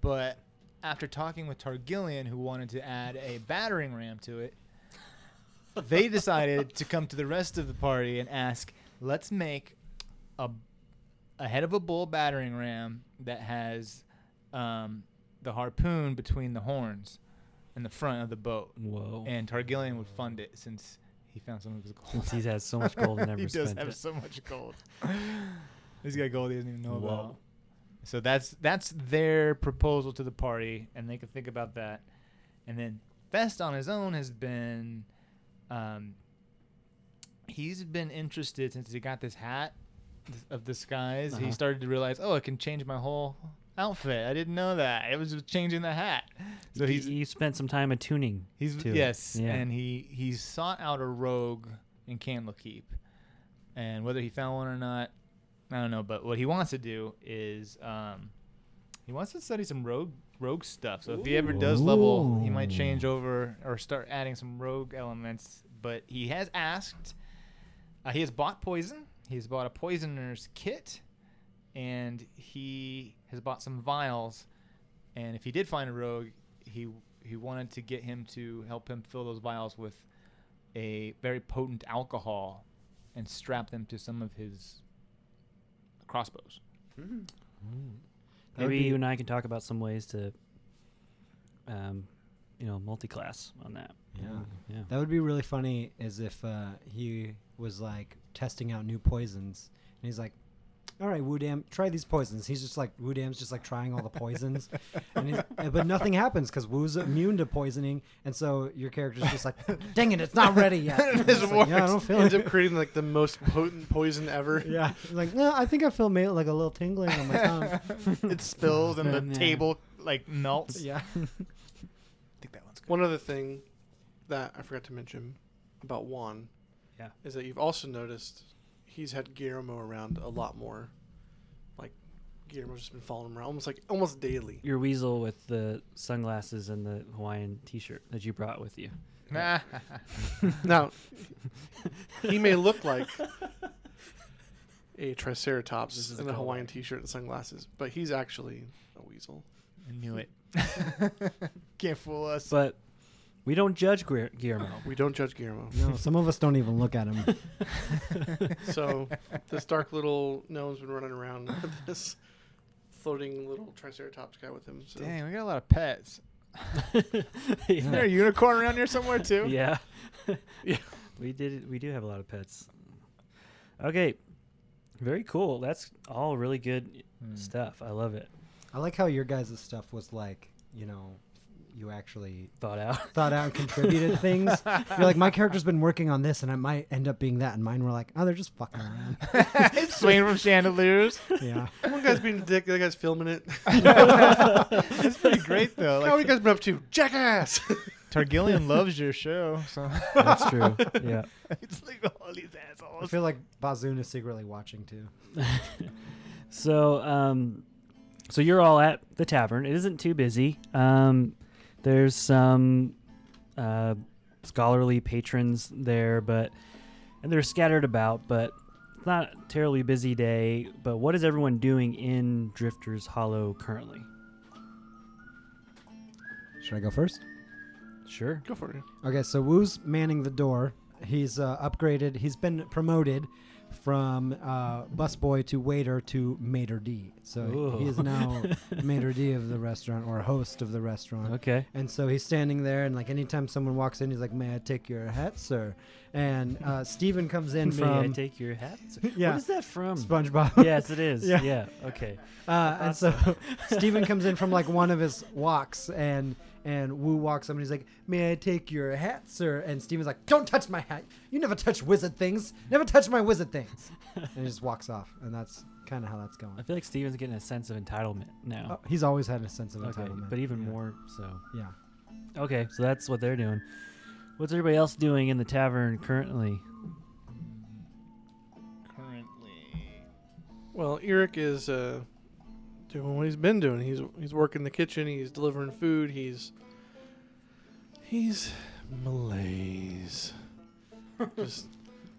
S2: but after talking with Targillian, who wanted to add a battering ram to it, they decided to come to the rest of the party and ask, "Let's make a a head of a bull battering ram that has um, the harpoon between the horns in the front of the boat."
S3: Whoa.
S2: and Targillian would fund it since he found some of his gold.
S3: Since he's had so much gold and never
S2: he does
S3: spent
S2: have
S3: it.
S2: so much gold. He's got gold he doesn't even know
S3: Whoa.
S2: about. So that's that's their proposal to the party, and they can think about that. And then Fest on his own has been, um, he's been interested since he got this hat of disguise. He
S3: Uh-huh.
S2: started to realize, oh, it can change my whole outfit. I didn't know that. It was just changing the hat. So
S3: Y-
S2: he's
S3: you spent some time attuning.
S2: He's
S3: to it.
S2: yes,
S3: Yeah.
S2: and he he sought out a rogue in Candlekeep, and whether he found one or not, I don't know. But what he wants to do is um, he wants to study some rogue rogue stuff. So if he ever does level, he might
S3: Ooh.
S2: change over or start adding some rogue elements. But he has asked, uh, he has bought poison. He has bought a poisoner's kit, and he has bought some vials and if he did find a rogue, he he wanted to get him to help him fill those vials with a very potent alcohol and strap them to some of his crossbows.
S1: That would
S3: Maybe
S1: be-
S3: you and I can talk about some ways to, um, you know, multi-class on that.
S1: Yeah.
S3: Yeah.
S1: That would be really funny is if uh, he was like testing out new poisons and he's like, all right, Wudam, try these poisons. He's just like, Wudam's just like trying all the poisons. and he's, uh, but nothing happens because Wu's immune to poisoning. And so your character's just like, dang it, it's not ready yet.
S2: This
S1: It's like, yeah, I
S2: works.
S1: don't feel
S4: ends
S1: it.
S4: up creating like the most potent poison ever.
S1: Yeah. He's like, no, I think I feel ma- like a little tingling on my tongue.
S2: it spills and the
S1: Yeah.
S2: table like melts.
S1: yeah.
S2: I think that one's good.
S4: One other thing that I forgot to mention about Juan,
S3: Yeah.
S4: is that you've also noticed he's had Guillermo around a lot more. Like Guillermo's just been following him around almost like almost daily.
S3: Your weasel with the sunglasses and the Hawaiian T-shirt that you brought with you.
S2: Nah.
S4: Now, he may look like a triceratops
S2: This is
S4: in
S2: a
S4: a Hawaiian
S2: callback.
S4: t-shirt and sunglasses, but he's actually a weasel.
S2: I knew it. Can't fool us.
S3: But we don't judge Guer- Guillermo.
S4: We don't judge Guillermo.
S1: No, some of us don't even look at him.
S4: So this dark little gnome's been running around with this floating little triceratops guy with him. So
S2: Dang, we got a lot of pets. Is there
S3: yeah.
S2: a unicorn around here somewhere too?
S3: Yeah.
S4: Yeah.
S3: We did. We do have a lot of pets. Okay. Very cool. That's all really good
S2: Hmm.
S3: stuff. I love it.
S1: I like how your guys' stuff was like, you know, you actually
S3: Thought out.
S1: thought out and contributed things. You're like, my character's been working on this, and it might end up being that. And mine were like, oh, they're just fucking around.
S2: Swinging from chandeliers.
S1: yeah.
S4: one guy's being a dick, the other guy's filming it.
S2: That's pretty great though.
S4: How have you
S2: Like,
S4: guys been up to? Jackass!
S2: Targillian loves your show, so
S3: That's true. Yeah.
S2: it's like all these
S1: I
S2: assholes.
S1: feel like Bazoon is secretly watching too.
S3: So, um, so you're all at the tavern. It isn't too busy. Um, there's some uh, scholarly patrons there, but and they're scattered about, but it's not a terribly busy day. But what is everyone doing in Drifter's Hollow currently?
S1: Should I go first?
S3: Sure.
S4: Go for it.
S1: Okay, so Wu's manning the door. He's uh, upgraded. He's been promoted from uh, busboy to waiter to maitre d. So
S3: Ooh.
S1: he is now maitre d of the restaurant or host of the restaurant.
S3: Okay.
S1: And so he's standing there, and like anytime someone walks in, he's like, "May I take your hat, sir?" And uh, Steven comes in
S3: May I
S1: from
S3: take your hat?
S1: Yeah.
S3: What is that from?
S1: SpongeBob.
S3: yes, it is.
S1: Yeah.
S3: Yeah. Okay.
S1: Uh, and so Steven comes in from like one of his walks and and Wu walks up and he's like, May I take your hat, sir? And Steven's like, Don't touch my hat. You never touch wizard things. Never touch my wizard things. And he just walks off. And that's kind of how that's
S3: I
S1: going.
S3: feel like Steven's getting a sense of entitlement now.
S1: Oh, he's always had a sense of
S3: okay.
S1: Oh, entitlement.
S3: But even
S1: yeah.
S3: more so.
S1: Yeah.
S3: Okay, so that's what they're doing. What's everybody else doing in the tavern currently?
S2: Currently,
S6: Well, Eric is uh, doing what he's been doing. He's he's working the kitchen. He's delivering food. He's he's malaise, just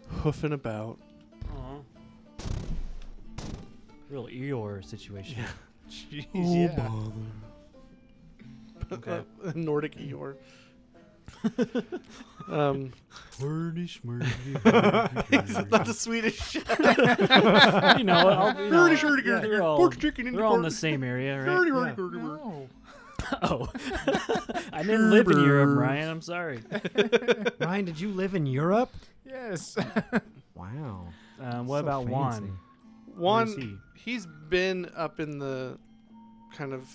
S6: hoofing about.
S3: Real Eeyore situation.
S2: jeez,
S6: Oh
S2: yeah.
S6: bother! A Nordic Eeyore. um, it's not the Swedish. shit.
S3: you know, what, I'll, you know
S6: Hurdy, hurdy,
S3: yeah,
S6: hurdy,
S3: they're all,
S6: pork chicken in the
S3: they're all in the
S6: garden.
S3: same area, right?
S6: Hurdy, hurdy,
S1: Yeah.
S6: hurdy, hurdy.
S3: Oh, I didn't live in Europe,
S6: Hubers.
S3: Ryan. I'm sorry.
S1: Ryan, did you live in Europe?
S2: Yes.
S1: Wow.
S3: Um, what
S1: So
S3: about
S1: fancy.
S3: Juan? Where is
S6: One,
S3: he?
S6: he's been up in the kind of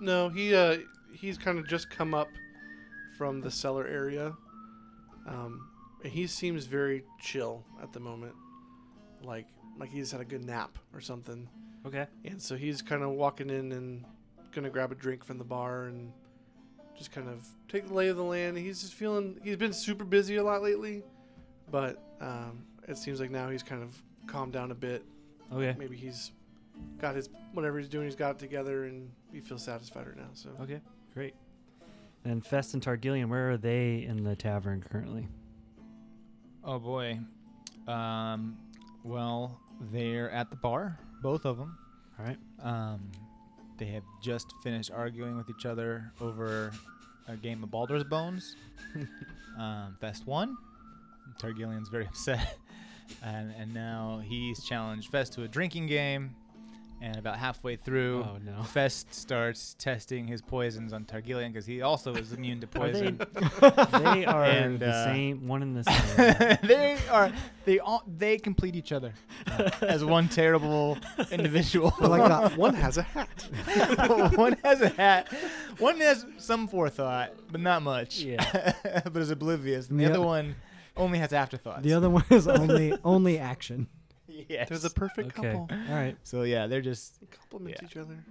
S6: no he uh he's kind of just come up from the cellar area um and he seems very chill at the moment like like he's had a good nap or something
S3: Okay.
S6: and so he's kind of walking in and gonna grab a drink from the bar and just kind of take the lay of the land. He's just feeling he's been super busy a lot lately, but um, it seems like now he's kind of calmed down a bit.
S3: Okay.
S6: Maybe he's got his whatever he's doing, he's got it together, and he feels satisfied right now. So
S3: Okay. Great. And Fest and Targillian, where are they in the tavern currently?
S2: oh boy. Um. Well, they're at the bar, both of them.
S3: All right.
S2: Um, they have just finished arguing with each other over a game of Baldur's Bones. um, Fest won. Targillian's very upset, and and now he's challenged Fest to a drinking game. And about halfway through,
S3: Oh, no.
S2: Fest starts testing his poisons on Targillian because he also is immune to
S3: Are they,
S2: poison.
S3: they are
S2: And,
S3: the
S2: uh,
S3: same, one and the same.
S2: they are they all they complete each other as one terrible individual.
S1: But like the,
S6: one has a hat.
S2: one has a hat. One has some forethought, but not much.
S3: Yeah.
S2: but is oblivious.
S1: And
S2: And the,
S1: the
S2: other
S1: oth-
S2: one only has afterthoughts.
S1: the other one is only only action.
S2: Yes.
S6: They're the perfect
S3: Okay.
S6: couple.
S3: All right.
S2: so yeah, they're just
S6: They complement
S2: Yeah.
S6: each other.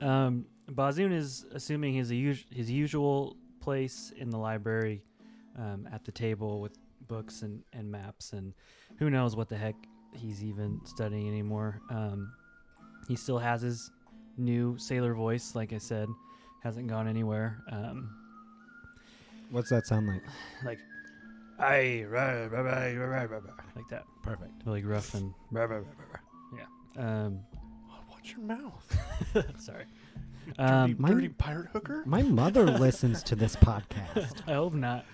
S3: Um, Bazoon is assuming his us- his usual place in the library, um, at the table with books and, and maps and who knows what the heck he's even studying anymore. Um, he still has his new sailor voice, like I said, hasn't gone anywhere. Um,
S1: What's that sound like?
S3: like I like that,
S1: Perfect.
S3: really gruff and yeah. Um,
S6: Oh, Watch your mouth,
S3: sorry. Um,
S1: My-
S6: dirty pirate hooker.
S1: My mother listens to this podcast.
S3: I hope not.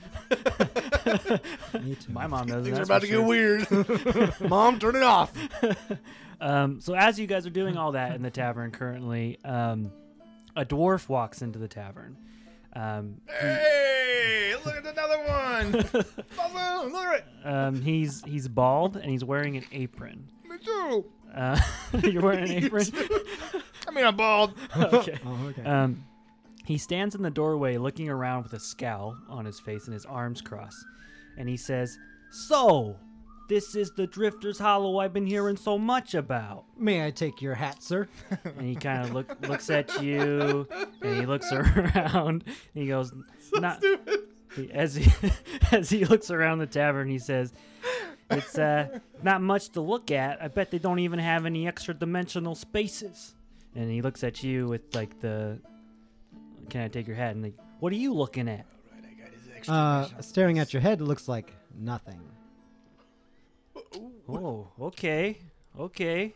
S1: Me too.
S3: My mom doesn't.
S6: Things are
S3: that's
S6: about
S3: for
S6: to
S3: sure.
S6: get weird. Mom, turn it off.
S3: um, so as you guys are doing all that in the tavern currently, um, a dwarf walks into the tavern. Um,
S2: Hey, look at another one. Baboon, look at it.
S3: um, he's he's bald and he's wearing an apron.
S2: Me too.
S3: Uh, you're wearing an apron.
S2: I mean, I'm bald.
S3: okay.
S1: Oh, okay.
S3: Um, he stands in the doorway looking around with a scowl on his face and his arms crossed. And he says, So, this is the Drifter's Hollow I've been hearing so much about.
S1: May I take your hat, sir?
S3: and he kind of look looks at you and he looks around and he goes not He- as he as he looks around the tavern he says it's uh not much to look at i bet they don't even have any extra dimensional spaces and he looks at you with like the can i take your hat and like what are you looking at
S1: Uh, staring at your head looks like nothing.
S3: oh okay okay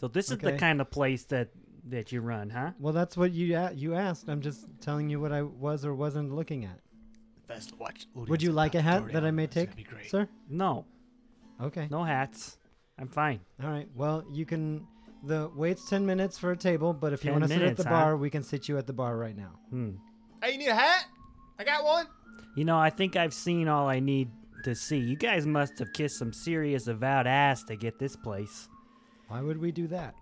S3: so this is the
S1: Okay.
S3: kind of place that that you run huh
S1: Well, that's what you a- you asked. I'm just telling you what I was or wasn't looking at.
S7: Best watch.
S1: Would you like a hat that I may take, sir?
S3: no
S1: Okay.
S3: No hats. I'm fine.
S1: All right. Well, you can. The wait's ten minutes for a table, but if you
S3: 10
S1: want to sit at
S3: minutes,
S1: the
S3: huh?
S1: bar, we can sit you at the bar right now.
S3: Hmm.
S2: Hey, you need a hat? I got one.
S3: You know, I think I've seen all I need to see. You guys must have kissed some serious avowed ass to get this place.
S1: Why would we do that?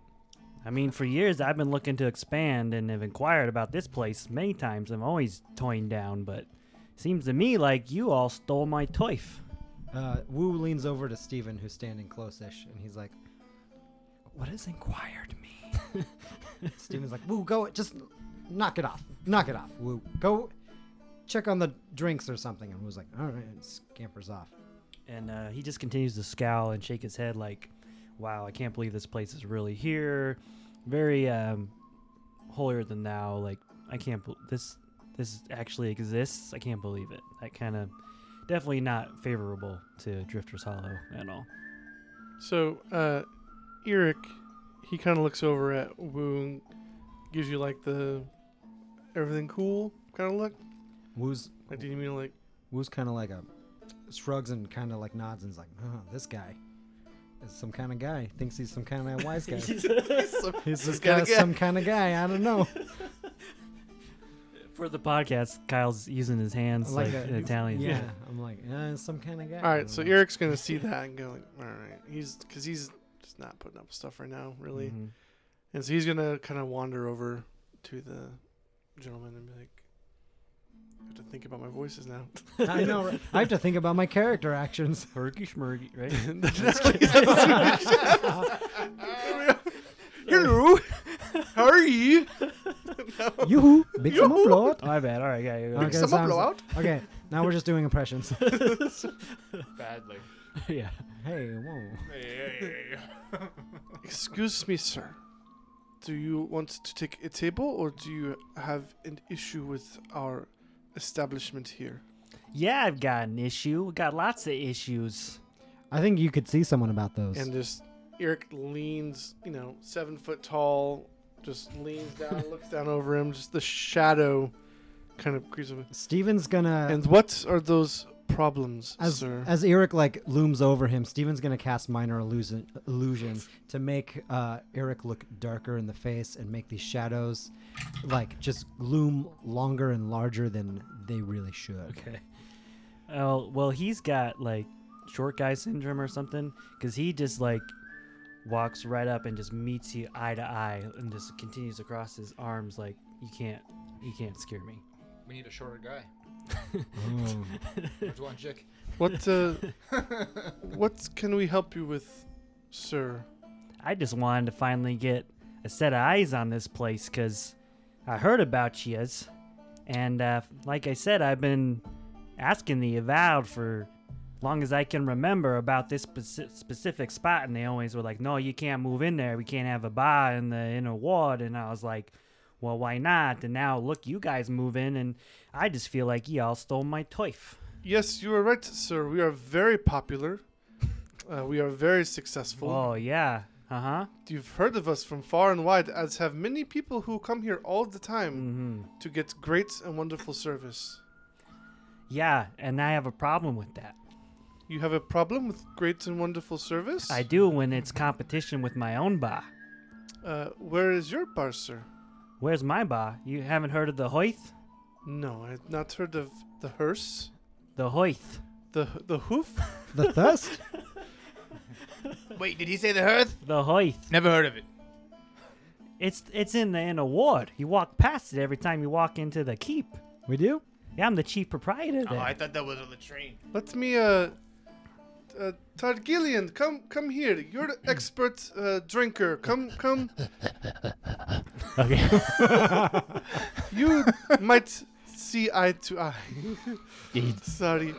S3: I mean, for years I've been looking to expand and have inquired about this place many times. I'm always toying down, but seems to me like you all stole my toif.
S1: Uh, Wu leans over to Steven, who's standing close-ish, and he's like, "What does inquired mean?" Steven's like, "Woo, go just knock it off, knock it off. Woo, go check on the drinks or something." And Wu's like, "All right," and scampers off.
S3: And uh, he just continues to scowl and shake his head, like, "Wow, I can't believe this place is really here." Very um, holier than thou. Like, I can't. bel this this actually exists. I can't believe it. That kind of definitely not favorable to Drifter's Hollow at all.
S4: So, uh, Eric, he kind of looks over at Wu and gives you like the everything cool kind of look.
S1: Wu's
S4: Like, do you mean like,
S1: Wu's kind of like a shrugs and kind of like nods and's like, "Oh, this guy is some kind of guy. Thinks he's some kind of wise guy. he's just
S2: kinda
S1: got
S2: guy."
S1: some kind of guy. I don't know."
S3: For the podcast, Kyle's using his hands like,
S1: a-
S3: in Italian.
S1: Yeah, I'm like, uh, some kind of guy.
S4: all
S1: I
S4: right,
S1: don't
S4: so
S1: know.
S4: Eric's gonna see that and go like, all right, he's because he's just not putting up stuff right now, really.
S3: Mhm.
S4: And so he's gonna kind of wander over to the gentleman and be like, I have to think about my voices now.
S1: I know. right? I have to think about my character actions.
S3: Hergy schmergy, right?
S4: Hello, how are you?
S1: Yoo-hoo! Big summer blowout.
S3: oh, my bad. All right, yeah, yeah,
S1: Okay,
S4: Summer
S1: sounds-
S4: blowout.
S1: Okay, now we're just doing impressions.
S5: Badly.
S3: yeah. yeah.
S1: hey, whoa.
S4: Excuse me, sir. Do you want to take a table or do you have an issue with our establishment here?
S3: Yeah, I've got an issue. We got lots of issues.
S1: I think you could see someone about those.
S4: And just Eric leans, you know, seven foot tall, just leans down, looks down over him, just the shadow kind of creeps over.
S1: Steven's gonna
S4: And what are those problems,
S1: as
S4: sir?
S1: as Eric like looms over him. Steven's gonna cast minor illusion illusion to make uh, Eric look darker in the face and make these shadows like just loom longer and larger than they really should.
S3: Okay. Oh, well, he's got like short guy syndrome or something because he just like walks right up and just meets you eye to eye and just continues across his arms like you can't you can't scare me.
S2: We need a shorter guy.
S1: Oh.
S2: There's one chick.
S4: What uh, what can we help you with, sir?
S3: I just wanted to finally get a set of eyes on this place because I heard about yous. And uh, like I said, I've been asking the avowed for long as I can remember about this speci- specific spot. And they always were like, no, you can't move in there. We can't have a bar in the inner ward. And I was like, well, why not? And now look, you guys move in. And I just feel like y'all stole my toif.
S4: Yes, you are right, sir. We are very popular. Uh, we are very successful.
S3: Oh, yeah. Uh huh.
S4: You've heard of us from far and wide, as have many people who come here all the time
S3: hmm.
S4: to get great and wonderful service.
S3: Yeah. And I have a problem with that.
S4: You have a problem with great and wonderful service?
S3: I do when it's competition with my own bar.
S4: Uh, where is your bar, sir?
S3: Where's my bar? You haven't heard of the Hoith?
S4: No, I have not heard of the hearse,
S3: The Hoith.
S4: the the hoof.
S1: the thirst.
S2: Wait, did he say the hearth?
S3: The Hoith.
S2: Never heard of it.
S3: It's it's in the in a ward. You walk past it every time you walk into the keep.
S1: We do.
S3: Yeah, I'm the chief proprietor
S5: Oh,
S3: there.
S5: I thought that was a latrine.
S4: Let me, uh, uh, Targillian, come, come here. You're the expert uh, drinker. Come, come.
S5: Okay.
S4: You might see eye to eye. Sorry,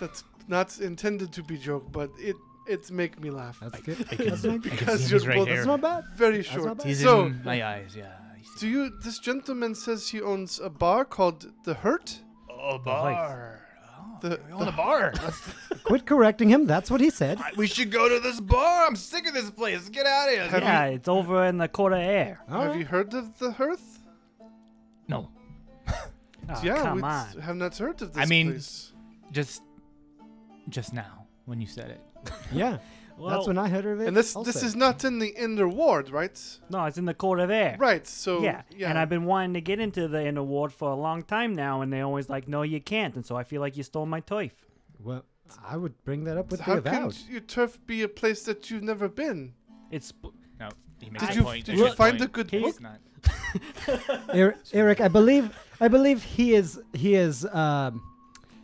S4: that's not intended to be joke, but it it make me laugh
S1: That's good.
S5: can-
S1: That's, not,
S5: I
S1: good.
S5: can
S4: because
S5: see
S4: you're
S5: he's right
S4: both
S5: here.
S1: that's not bad.
S4: very
S1: not
S4: short.
S1: bad.
S5: He's
S4: So,
S5: in my eyes, yeah. I see.
S4: do you? This gentleman says he owns a bar called the Hurt.
S5: Oh, bar. Oh,
S4: The-
S5: we own a bar. Let's-
S1: Quit correcting him. That's what he said.
S2: I- we should go to this bar. I'm sick of this place. Get out of here.
S4: Have
S3: yeah, it's over in the quarter air.
S1: All
S4: have
S1: right.
S4: you heard of the Hearth?
S5: no.
S3: Oh,
S4: yeah,
S3: come
S4: we t-
S3: on.
S4: have not heard of
S2: I
S4: this
S2: mean-
S4: place.
S2: Just, just now when you said it.
S1: yeah, that's when I heard of it.
S4: And this this
S1: also.
S4: is not in the Ender Ward, right?
S3: no, it's in the court of air.
S4: Right. So
S3: yeah.
S4: yeah,
S3: and I've been wanting to get into the inner ward for a long time now, and they're always like, "No, you can't." And so I feel like you stole my toy.
S1: Well, I would bring that up with
S4: How
S1: the
S4: can
S1: avowed.
S4: your turf be a place that you've never been?
S3: It's
S2: No, he makes
S4: Did
S2: a
S4: you
S2: point.
S4: did
S2: He
S4: you
S2: makes a
S4: find a
S2: point.
S4: good
S3: He's-
S4: book?
S2: It's not.
S1: Er- Eric, I believe, I believe he is, he is, um,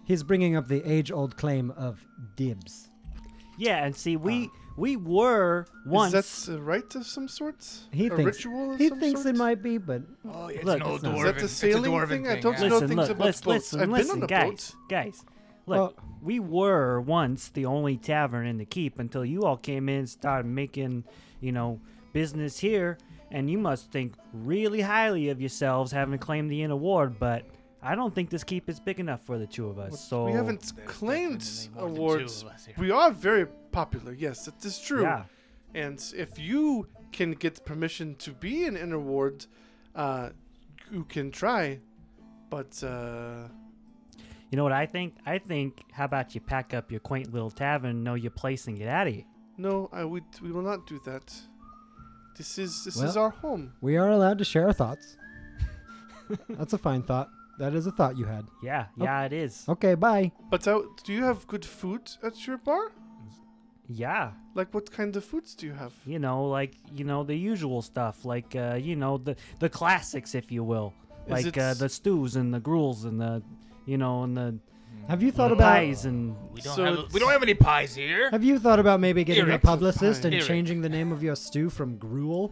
S1: he's bringing up the age-old claim of dibs.
S3: yeah. And see, we we were once.
S4: Ah. Is that a rite of some sort?
S1: He
S4: a
S1: thinks
S4: ritual of
S1: he
S4: some
S1: thinks
S4: sort?
S1: it might be, but
S2: Oh, yeah, it's
S3: Look,
S2: an old
S1: it's not-
S2: dwarven.
S1: Is
S4: that the
S2: it's a
S4: sailing
S2: dwarven
S4: thing?
S2: thing.
S4: I don't
S2: yeah.
S4: know.
S3: listen,
S4: things
S3: look,
S4: about
S3: listen,
S4: boats.
S3: listen,
S4: I've been
S3: listen,
S4: on a
S3: guys,
S4: boat.
S3: guys. Look, we were once the only tavern in the keep until you all came in and started making, you know, business here, and you must think really highly of yourselves having claimed the inn award, but I don't think this keep is big enough for the two of us. So
S4: we haven't
S2: There's
S4: claimed
S2: definitely more than two
S4: awards.
S2: of us here.
S4: We are very popular. Yes, that is true.
S3: Yeah.
S4: And if you can get permission to be an inner ward, uh, you can try. But uh,
S3: You know what I think? I think how about you pack up your quaint little tavern, know your place, and get out of here.
S4: no, I would. We will not do that. This is this is
S1: Well-
S4: our home.
S1: we are allowed to share our thoughts. That's a fine thought. That is a thought you had.
S3: Yeah,
S1: Oh.
S3: yeah, it is.
S1: Okay, bye.
S4: But uh, do you have good food at your bar?
S3: Yeah,
S4: Like what kind of foods do you have?
S3: you know, like you know the usual stuff, like uh, you know the the classics, if you will,
S4: Is
S3: like uh,
S4: it-
S3: the stews and the gruels and the you know and the
S1: Have you thought about?
S3: pies and
S5: We don't
S4: So
S5: have we
S4: it's-
S5: don't have any pies here.
S1: Have you thought about maybe getting
S5: Eric.
S1: a publicist and
S5: Eric.
S1: changing the name of your stew from gruel?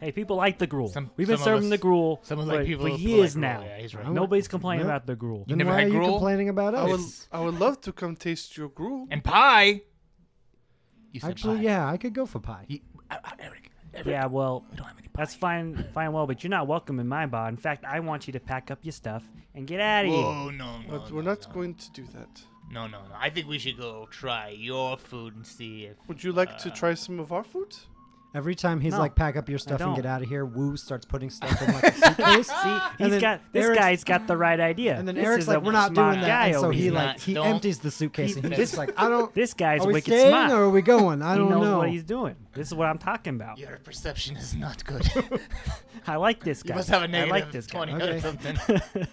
S3: hey, people like the gruel.
S5: Some-
S3: We've been
S5: some of
S3: serving
S5: us-
S3: the gruel
S5: some of
S3: for,
S5: like people
S3: for
S5: like
S3: years
S5: gruel.
S3: now.
S5: Yeah, he's right.
S1: I would-
S3: Nobody's complaining
S1: Yeah.
S3: about the gruel.
S1: Then
S2: never
S1: why
S2: had
S1: are you
S2: gruel?
S1: complaining about
S4: I
S1: us?
S4: would I would love to come taste your gruel.
S5: And pie. You said
S1: Actually,
S5: pie.
S1: yeah, I could go for pie.
S5: He-
S2: Uh,
S5: I- I- Eric, Eric,
S3: Yeah, well,
S5: we don't have any pie.
S3: that's fine, fine, well, but you're not welcome in my bar. In fact, I want you to pack up your stuff and get out of here.
S5: Whoa, no, no,
S4: But we're
S5: no,
S4: not
S5: no.
S4: going to do that.
S5: No, no, no. I think we should go try your food and see if.
S4: Would you like to
S5: uh,
S4: try some of our food?
S1: Every time he's
S3: No,
S1: like, "Pack up your stuff and
S3: don't.
S1: get out of here," Woo starts putting stuff in like a suitcase.
S3: See,
S1: And
S3: he's
S1: then
S3: got this
S1: Eric's-
S3: guy's got the right idea.
S1: And then
S3: This
S1: Eric's
S3: is a
S1: like, "We're not doing
S3: smart
S1: that,"
S3: guy
S1: and so
S3: over
S1: he
S3: here.
S5: He's
S1: like
S5: not-
S1: he
S5: don't-
S1: empties the suitcase and he's
S5: this-
S1: just like, "I don't."
S3: this guy's
S1: are we
S3: wicked
S1: staying
S3: smart.
S1: or are we going? I don't
S3: he knows
S1: know.
S3: what he's doing. This is what I'm talking about.
S5: Your perception is not good.
S3: I like this guy.
S5: you must have a negative
S3: I like this
S5: 20
S3: guy.
S1: Okay.
S5: or something.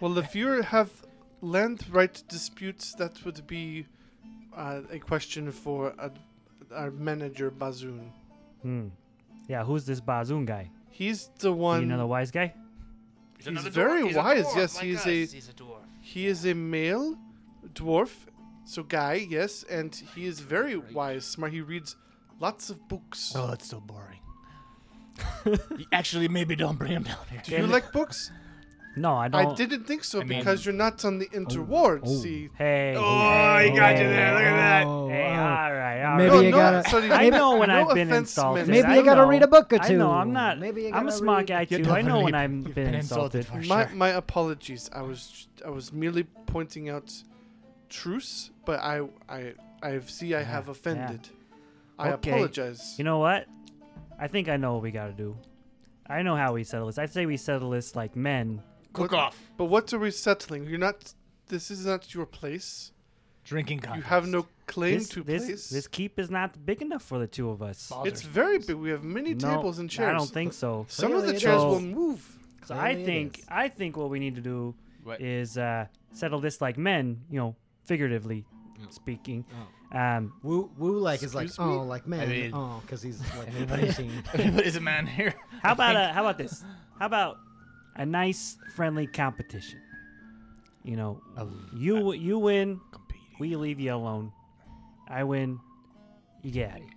S4: Well, if you have land right disputes, that would be uh, a question for uh our manager Bazoon.
S3: Hmm. Yeah, who's this Bazoon guy?
S4: He's the one.
S3: You know the wise guy?
S4: He's very wise, yes, he's a-
S5: He's a dwarf.
S4: he is a male dwarf, so guy, yes, and he is very wise, smart. He reads lots of books.
S5: Oh, it's so boring. Actually, maybe don't bring him down here.
S4: Do you like books?
S3: No, I don't.
S4: I didn't think so
S5: I mean-
S4: because you're not on the interward.
S1: oh.
S4: See,
S3: Hey.
S5: Oh,
S3: hey,
S5: I got you
S3: hey,
S5: there. Look at that.
S1: Oh,
S3: Hey,
S1: oh.
S3: all right, all
S1: Maybe
S3: right.
S1: you
S4: no,
S1: gotta-
S4: sorry,
S3: I know when
S4: no
S3: I've been
S4: offense
S3: insulted.
S4: meant.
S1: Maybe
S3: I
S1: you gotta
S3: know.
S1: read a book or
S3: I
S1: two.
S3: know. I'm not.
S1: Maybe you
S3: I'm
S1: gotta
S3: a smart
S1: read-
S3: guy
S5: You
S3: too. I know
S5: definitely-
S3: when I've
S5: you've
S3: been, insulted.
S5: for
S4: My,
S5: sure.
S4: my apologies. I was I was merely pointing out truths, but I I I see I have offended. I
S3: Okay.
S4: apologize.
S3: You know what? I think I know what we gotta do. I know how we settle this. I say we settle this like men.
S5: Cook off.
S4: but what are we settling? You're not. This is not your place.
S5: Drinking contest.
S4: You have no claim
S3: This,
S4: to
S3: this,
S4: place.
S3: this keep is not big enough for the two of us.
S4: it's very big. We have many
S3: No,
S4: tables and chairs.
S3: I don't think so.
S4: some of
S1: Clearly
S4: the
S1: it
S4: chairs
S3: is.
S4: will move.
S3: So I
S1: Clearly it
S3: think
S1: is.
S3: I think what we need to do
S2: What?
S3: is uh, settle this like men, you know, figuratively speaking. Um,
S1: Woo, woo, like is like
S4: Excuse me?
S1: oh, like man,
S5: mean-
S1: oh, because he's like
S5: Anybody-
S1: 13.
S5: Everybody's a man here.
S3: how about uh, how about this? How about a nice friendly competition? You know, you w- you win,
S5: Competing.
S3: we leave you alone. I win, you get out of here.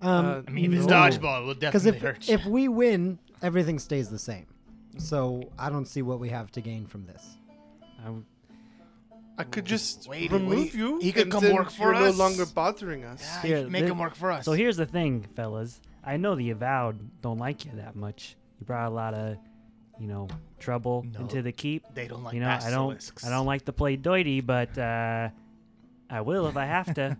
S1: Um,
S4: Uh,
S5: I mean, if it's
S1: No.
S5: dodgeball, it will
S1: because
S5: definitely
S1: if
S5: hurt. you.
S1: if we win, everything stays the same. So I don't see what we have to gain from this.
S3: I w-
S4: I could just
S5: Wait,
S4: remove
S5: wait.
S4: you.
S5: He could
S4: and
S5: come
S4: then
S5: work for
S4: you're
S5: us.
S4: no longer bothering us.
S5: Yeah,
S3: Here,
S5: you make
S3: thi-
S5: him work for us.
S3: So here's the thing, fellas. I know the avowed don't like you that much. You brought a lot of, you know, trouble
S5: No.
S3: into the keep.
S5: they don't like
S3: you know, I don't,
S5: basilisks.
S3: I don't like to play doity, but uh, I will if I have to.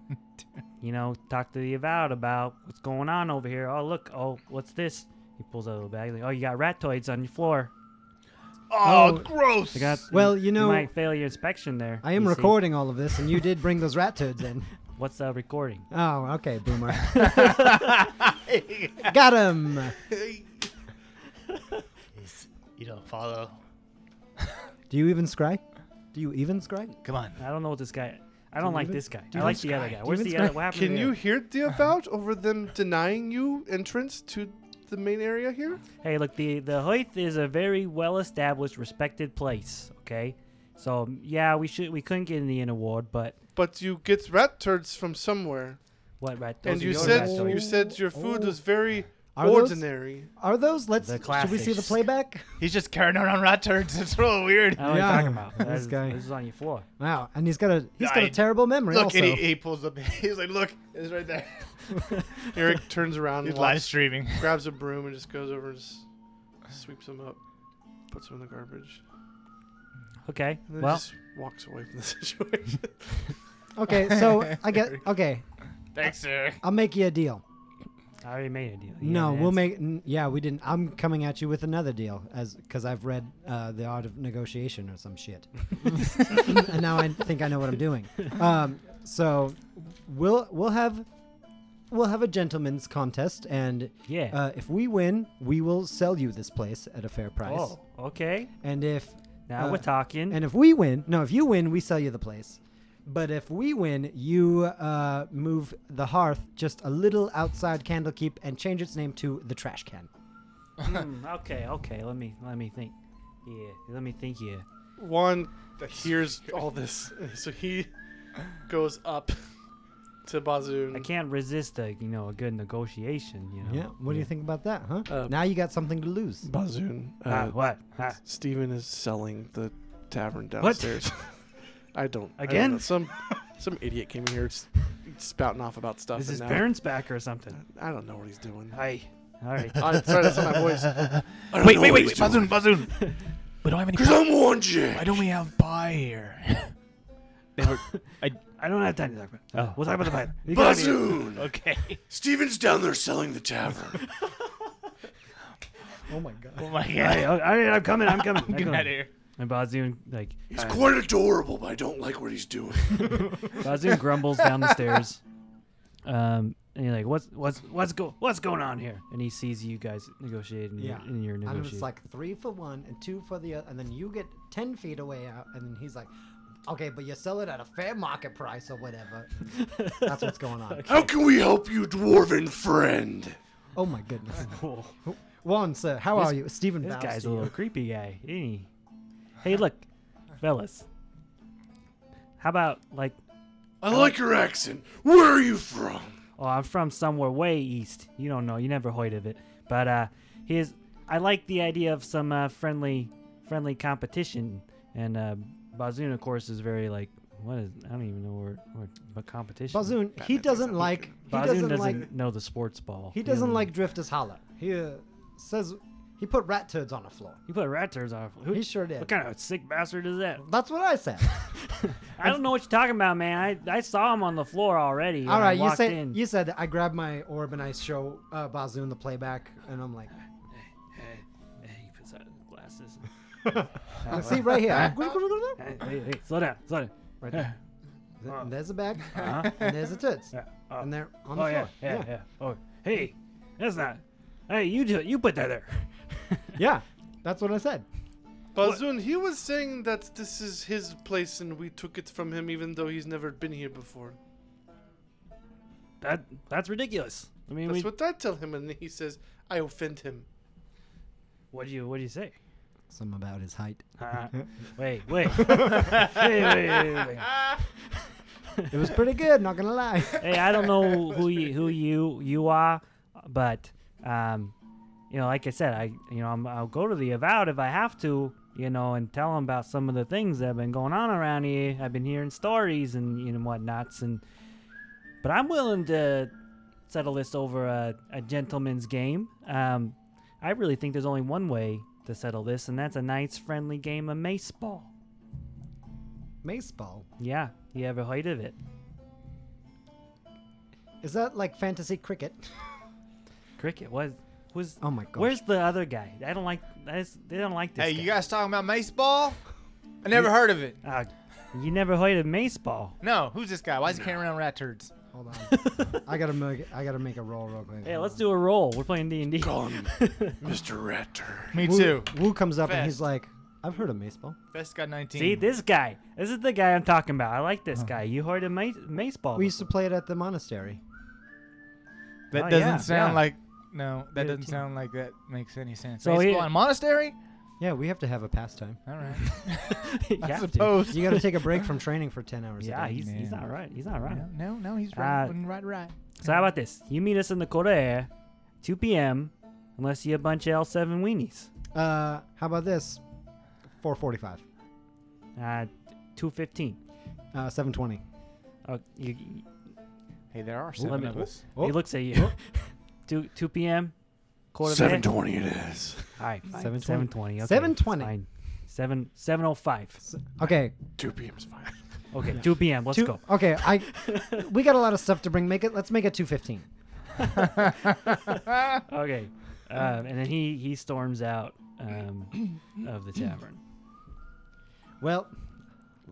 S3: you know, talk to the avowed about what's going on over here. Oh, look, oh, what's this? He pulls out a little bag. Like, oh, you got ratoids on your floor.
S5: Oh,
S1: Oh,
S5: gross.
S3: You got
S1: Well, you know-
S3: might fail your inspection there.
S1: I am
S3: you see.
S1: recording all of this, and you did bring those rat turds in.
S3: What's that recording?
S1: Oh, okay, boomer. Got him.
S5: You don't follow.
S1: Do you even scry? Do you even scry?
S2: Come on.
S3: I don't know what this guy. I don't like
S1: even-
S3: this guy.
S1: do
S3: I
S1: you
S3: like
S1: even
S3: the other
S1: Skype?
S3: guy.
S1: Do you
S3: Where's
S1: even
S3: the other?
S1: Skype?
S3: What happened
S4: Can
S3: to
S4: you
S3: him?
S4: hear the about over them denying you entrance to the main area here?
S3: Hey, look. The the Hoyt is a very well established, respected place. Okay. So yeah, we should we couldn't get any an award, but
S4: But you get rat turds from somewhere,
S3: what right?
S4: and
S3: those are
S4: you
S3: your
S4: said
S3: bad
S1: rat turds.
S4: you
S3: stories.
S4: said your food was very
S1: Are those-
S4: ordinary.
S1: Are those? Let's.
S3: The
S1: should we see the
S3: classics.
S1: playback?
S2: He's just carrying around rat turds. It's real weird.
S3: I don't
S1: Yeah,
S3: know what you're talking about.
S1: this
S3: That's-
S1: guy.
S3: This is on your floor.
S1: Wow, and he's got a he's got a
S2: I-
S1: terrible memory.
S2: Look,
S1: also.
S2: and he, he pulls up. He's like, look, it's right there.
S4: Eric turns around,
S2: He's
S4: and
S2: live
S4: walks,
S2: streaming.
S4: grabs a broom, and just goes over and s sweeps them up, puts them in the garbage,
S3: Okay.
S4: and then
S3: well,
S4: just walks away from the situation.
S1: Okay, so I get. Okay,
S2: Thanks, sir.
S1: I'll make you a deal.
S3: I already made a deal. You
S1: no,
S3: haven't
S1: we'll
S3: answered.
S1: make. n- Yeah, we didn't. I'm coming at you with another deal, as because I've read uh, the Art of Negotiation or some shit, and now I think I know what I'm doing. Um, so we'll we'll have we'll have a gentleman's contest, and
S3: Yeah. Oh,
S1: uh, if we win, we will sell you this place at a fair price.
S3: oh, okay.
S1: And if
S3: Now
S1: Uh,
S3: we're talking.
S1: And if we win, no, if you win, we sell you the place. But if we win, you uh, move the hearth just a little outside Candlekeep and change its name to the Trash Can.
S3: Mm, okay, okay. Let me let me think. Yeah, let me think. Yeah.
S4: Juan hears all this, so he goes up to Bazoon.
S3: I can't resist a you know a good negotiation. You know.
S1: Yeah. What do you think about that, huh?
S4: Uh,
S1: now you got something to lose.
S4: Bazoon. Uh,
S3: Ah, what? Ah,
S4: Steven is selling the tavern downstairs. I don't I don't
S3: Again?
S4: know. some some idiot came in here s- spouting off about stuff.
S3: is
S4: and
S3: his
S4: now-
S3: parents back or something?
S4: I don't know what he's doing.
S3: Hi. All right.
S4: I, sorry, that's not my voice.
S2: Wait, wait, wait, wait, Bazoon, Bazoon. we don't have any.
S4: I'm Juan
S2: Why don't we have pie here?
S3: I don't have time to talk about. It.
S2: Oh.
S3: We'll talk about the vibe. You gotta be-
S4: Bazoon.
S5: Okay.
S4: Steven's down there selling the tavern.
S1: Oh my god.
S5: Oh my
S3: Hey,
S5: god.
S3: all right, I'm coming. I'm coming. I'm
S5: Get
S3: coming.
S5: out of here.
S3: And Bazoon like
S4: He's quite adorable, but I don't like what he's doing.
S3: Bazoon grumbles down the stairs. Um, and you're like, what's what's what's go what's going on here? And he sees you guys negotiating.
S1: Yeah.
S3: Yeah. In your
S1: And it's
S3: negotiation.
S1: like three for one and two for the other, and then you get ten feet away out, and then he's like, "Okay, but you sell it at a fair market price or whatever." That's what's going on.
S6: How can we help you, dwarven friend?
S1: Oh my goodness.
S3: Whoa.
S1: Juan, sir, how
S3: This-
S1: are you? Stephen,
S3: This
S1: bows
S3: guy's
S1: to
S3: a
S1: you.
S3: little creepy guy, isn't he? Hey, look, fellas. How about like?
S6: I like your accent. Where are you from?
S3: Oh, I'm from somewhere way east. You don't know. You never heard of it. But uh, here's. I like the idea of some uh, friendly, friendly competition. And uh, Bazoon, of course, is very like. What is? I don't even know where. where what competition?
S1: Bazoon, he doesn't like. He
S3: Bazoon
S1: doesn't,
S3: doesn't,
S1: like.
S3: know the sports ball.
S1: He doesn't like Drifter's Holler. He uh, says he put rat turds on the floor.
S3: You put rat turds on. Who,
S1: He sure did.
S3: What kind of sick bastard is that?
S1: That's what I said.
S3: I don't know what you're talking about, man. I, I saw him on the floor already.
S1: All
S3: when I
S1: right, you
S3: walked
S1: said
S3: in.
S1: you said I grabbed my orb and I show uh, Bazoon the playback, and I'm like,
S3: Hey, hey, he puts out his glasses.
S1: see right here,
S3: Hey, hey, hey, slow down, slow down.
S1: right there. Th-
S3: Uh.
S1: there's a bag,
S3: Uh-huh.
S1: and there's the tits,
S3: Yeah. Oh,
S1: and they're on the
S3: oh
S1: floor.
S3: yeah, yeah, yeah, Oh, hey, that's not. Hey, you do, you put that there.
S1: Yeah, that's what I said.
S4: Bazoon, he was saying that this is his place and we took it from him even though he's never been here before.
S3: That that's ridiculous. I mean,
S4: That's
S3: we, what,
S4: what I tell him, and he says, I offend him.
S3: do you what do you say?
S1: Some about his height.
S3: Uh, wait, wait, wait, wait, wait, wait, wait.
S1: It was pretty good, not gonna lie.
S3: Hey, I don't know who you who you you are, but um, you know, like I said, I you know I'm, I'll go to the avowed if I have to, you know, and tell them about some of the things that have been going on around here. I've been hearing stories and you know whatnots, and but I'm willing to settle this over a, a gentleman's game. Um, I really think there's only one way to settle this, and that's a nice, friendly game of mace ball.
S1: Mace ball.
S3: Yeah, you ever heard of it?
S1: Is that like fantasy cricket?
S3: Cricket was was
S1: Oh my god.
S3: Where's the other guy? I don't like. I just, they don't like this.
S2: Hey,
S3: guy.
S2: you guys talking about mace ball? I never heard of it.
S3: Ah, You never played a mace ball.
S2: No, who's this guy? Why is he carrying around rat turds?
S1: Hold on. I gotta make I gotta make a roll real quick.
S3: Hey, let's do a roll. We're playing D and D.
S6: Call him Mr. Raptor.
S2: Me
S1: Wu,
S2: too.
S1: Wu comes up and
S2: Fast.
S1: he's like, "I've heard of mace ball."
S2: Best got 19.
S3: See this guy. This is the guy I'm talking about. I like this guy. You heard a mace, mace ball.
S1: We used to play it at the monastery.
S2: that
S3: Oh,
S2: doesn't
S3: yeah,
S2: sound
S3: yeah.
S2: like. No, that doesn't
S3: 15.
S2: sound like that makes any sense.
S3: So
S2: So
S3: he-
S2: Baseball and monastery?
S1: Yeah, we have to have a pastime.
S2: All right.
S3: You have to.
S2: suppose.
S1: You gotta take a break from training for ten hours.
S3: Yeah,
S1: a day.
S3: he's, he's
S2: man.
S3: not right. He's not right.
S2: No, no, no, he's
S3: Uh,
S2: right, right, right.
S3: So how about this? You meet us in the Korea, 2 p.m. Unless you a bunch of L7 weenies.
S1: Uh, how about this? Four forty-five.
S3: Uh, 215.
S1: Uh, seven twenty.
S3: Oh, you,
S2: Hey, there are seven
S3: me-
S2: of us.
S1: Oh.
S3: he looks at you. 2 2 p.m. Quarter
S6: Seven twenty it is.
S3: All right, fine.
S1: 7:20.
S3: 720. Okay,
S1: 7:20.
S3: Fine. 7 705.
S1: Okay.
S6: Two PM's fine.
S3: Okay, 2 p.m. Let's
S1: two,
S3: go.
S1: Okay, I. we got a lot of stuff to bring. Make it. Let's make it two fifteen.
S3: Okay. Um, and then he he storms out um, of the tavern.
S1: Well,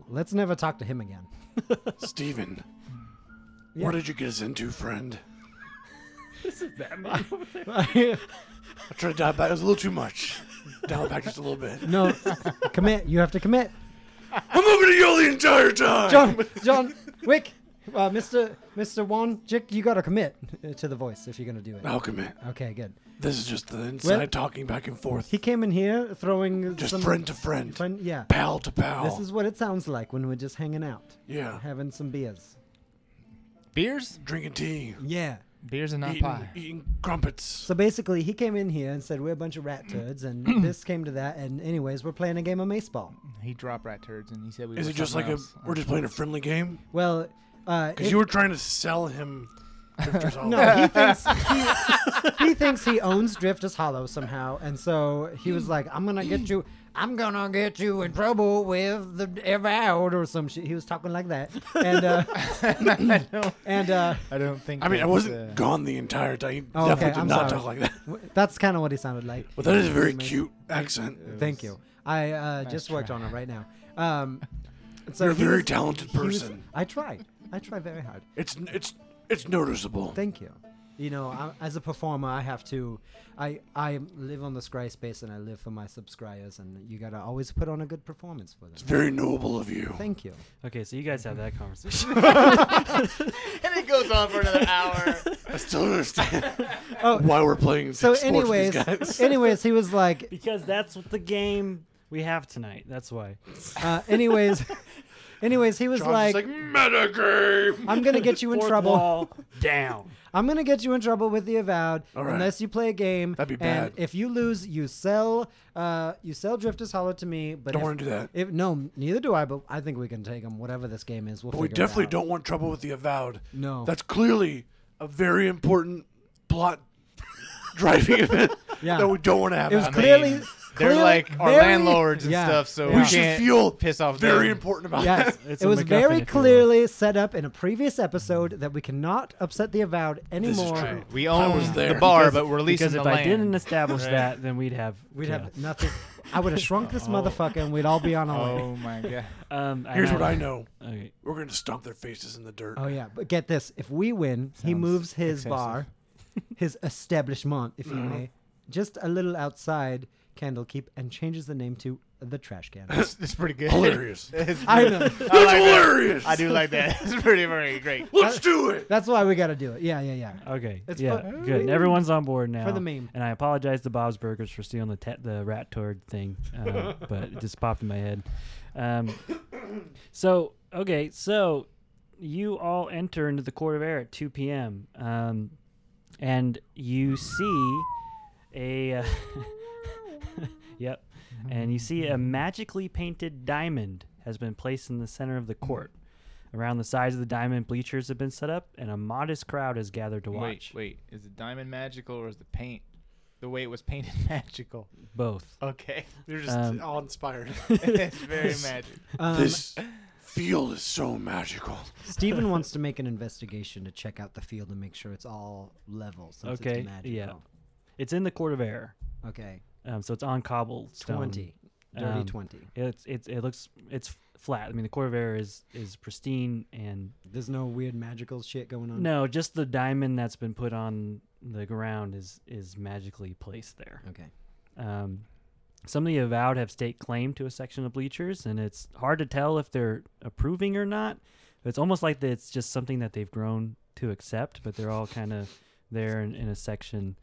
S1: let's never talk to him again.
S6: Steven,
S1: Yeah.
S6: what did you get us into, friend?
S3: This is Batman.
S6: I tried to dial back. It was a little too much. dial back just a little bit.
S1: no, commit. You have to commit.
S6: I'm over to yell the entire time.
S1: John, John, Wick, uh, Mr. Mr. Wan, Jick, you gotta commit uh, to the voice if you're gonna do it.
S6: I'll commit.
S1: Okay, good.
S6: This is just the inside
S1: Well-
S6: talking back and forth.
S1: He came in here throwing
S6: Just
S1: some
S6: friend Oh. to friend.
S1: friend- yeah.
S6: Pal to pal.
S1: This is what it sounds like when we're just hanging out,
S6: yeah.
S1: having some beers.
S2: Beers?
S6: Drinking tea.
S1: Yeah.
S2: Beers and not
S6: Eating,
S2: pie.
S6: eating crumpets.
S1: So basically, he came in here and said we're a bunch of
S6: Mm.
S1: rat turds, and this came to that. And anyways, we're playing a game of mace ball.
S2: He dropped rat turds and he said we
S6: Is
S2: were
S6: it just like
S2: something
S6: a?
S2: else.
S6: We're just playing a friendly game?
S1: Well, uh,
S6: Because
S1: if-
S6: you were trying to sell him. Drifter's Hollow.
S1: no, he thinks he, he thinks he owns Drifter's Hollow somehow, and so he was like, "I'm gonna get you, I'm gonna get you in trouble with the avowed or some shit." He was talking like that, and uh, and uh,
S2: I don't think.
S6: I mean, I
S2: that's,
S6: wasn't
S2: uh,
S6: gone the entire time. He
S1: Oh,
S6: definitely
S1: okay,
S6: did
S1: I'm
S6: not
S1: sorry.
S6: talk like that.
S1: w- that's kind of what he sounded like.
S6: But that is a very
S1: Amazing.
S6: cute accent.
S1: Thank you. I uh, just worked on it right now. Um, so
S6: You're a
S1: he
S6: very
S1: was-
S6: talented
S1: he was-
S6: person.
S1: I try. I try very hard.
S6: It's it's it's noticeable.
S1: Thank you. You know, I, as a performer, I have to. I I live on the scry space, and I live for my subscribers, and you gotta always put on a good performance for
S6: It's
S1: them.
S6: very noble of you.
S1: Thank you.
S3: Okay, so you guys have that conversation.
S2: And it goes on for another hour.
S6: I still don't understand
S1: Oh,
S6: why we're playing
S1: so
S6: sports with these
S1: anyways,
S6: guys.
S1: anyways, he was like,
S3: because that's what the game we have tonight. That's why.
S1: uh, anyways, anyways, he was
S6: John's
S1: like,
S6: just like meta game.
S1: I'm gonna get you in
S3: Fourth
S1: trouble.
S3: wall down.
S1: I'm gonna get you in trouble with the avowed
S6: All right.
S1: unless you play a game.
S6: That'd be
S1: and
S6: bad.
S1: if you lose, you sell. Uh, you sell Drifter's Hollow to me. But
S6: Don't
S1: if-
S6: wanna do that.
S1: If no, neither do I. But I think we can take them. Whatever this game is, we'll.
S6: But we
S1: figure it
S6: definitely
S1: out.
S6: don't want trouble with the avowed.
S1: No.
S6: That's clearly a very important plot driving event
S1: Yeah.
S6: that we don't want to have.
S1: It was
S6: happen.
S1: clearly.
S2: They're
S1: clearly
S2: like our
S1: very-
S2: landlords and
S1: yeah,
S2: stuff, so
S1: yeah.
S6: we
S2: we
S6: should
S2: can't
S6: feel
S2: piss off
S6: very
S2: them.
S6: important about
S1: Yes,
S6: that.
S3: It's
S1: it
S3: a
S1: was
S3: MacGuffin, if you
S1: very
S3: will.
S1: clearly set up in a previous episode that we cannot upset the avowed
S6: This is
S1: anymore.
S6: true.
S2: We
S6: I was
S2: own
S6: there.
S2: the bar,
S3: Because-
S2: but we're leasing
S3: Because if
S2: the
S3: I
S2: land.
S3: didn't establish that, then we'd have
S1: We'd
S3: yeah.
S1: have nothing. I would have shrunk this motherfucker, and we'd all be on our way.
S2: Oh my god!
S3: Um,
S6: Here's what I know:
S3: Okay.
S6: we're going to stomp their faces in the dirt.
S1: Oh yeah, but get this: if we win, he
S2: Sounds
S1: moves his
S2: excessive.
S1: bar, his establishment, if you may, just a little outside Candlekeep, and changes the name to the Trash Can.
S2: It's, it's pretty good.
S6: Hilarious! It's
S2: It's
S1: I know.
S2: I like that.
S6: hilarious!
S2: I do like that. It's pretty, very great.
S6: Let's do it.
S1: That's why we got to do it. Yeah, yeah, yeah.
S3: Okay.
S1: It's
S3: yeah.
S1: fu-
S3: Good. Everyone's on board now.
S1: the meme.
S3: And I apologize to Bob's Burgers for stealing the te- the rat turd thing, uh, but it just popped in my head. Um, so okay, so you all enter into the court of air at 2 p.m. Um, and you see a. Uh, Yep. And you see a magically painted diamond has been placed in the center of the
S2: Hmm.
S3: court. Around the sides of the diamond, bleachers have been set up, and a modest crowd has gathered to watch.
S2: Wait, wait. Is the diamond magical or is the paint, the way it was painted, magical?
S3: Both.
S2: Okay,
S4: You're just
S3: Um,
S4: all inspired.
S2: it's very magic.
S1: Um,
S6: this field is so magical.
S1: Steven wants to make an investigation to check out the field and make sure it's all level. Since
S3: Okay,
S1: It's magical.
S3: yeah. It's in the court of air,
S1: Okay.
S3: um, so it's on cobblestone.
S1: Twenty. Dirty
S3: Um,
S1: twenty.
S3: It's it's it looks it's flat. I mean, the Corvair is is pristine and
S1: There's no weird magical shit going
S2: Hmm.
S1: on.
S3: no, just the diamond that's been put on the ground is is magically placed there.
S1: Okay.
S3: Um, some of the avowed have staked claim to a section of bleachers, and it's hard to tell if they're approving or not. It's almost like that it's just something that they've grown to accept, but they're all kind of there in, in a section.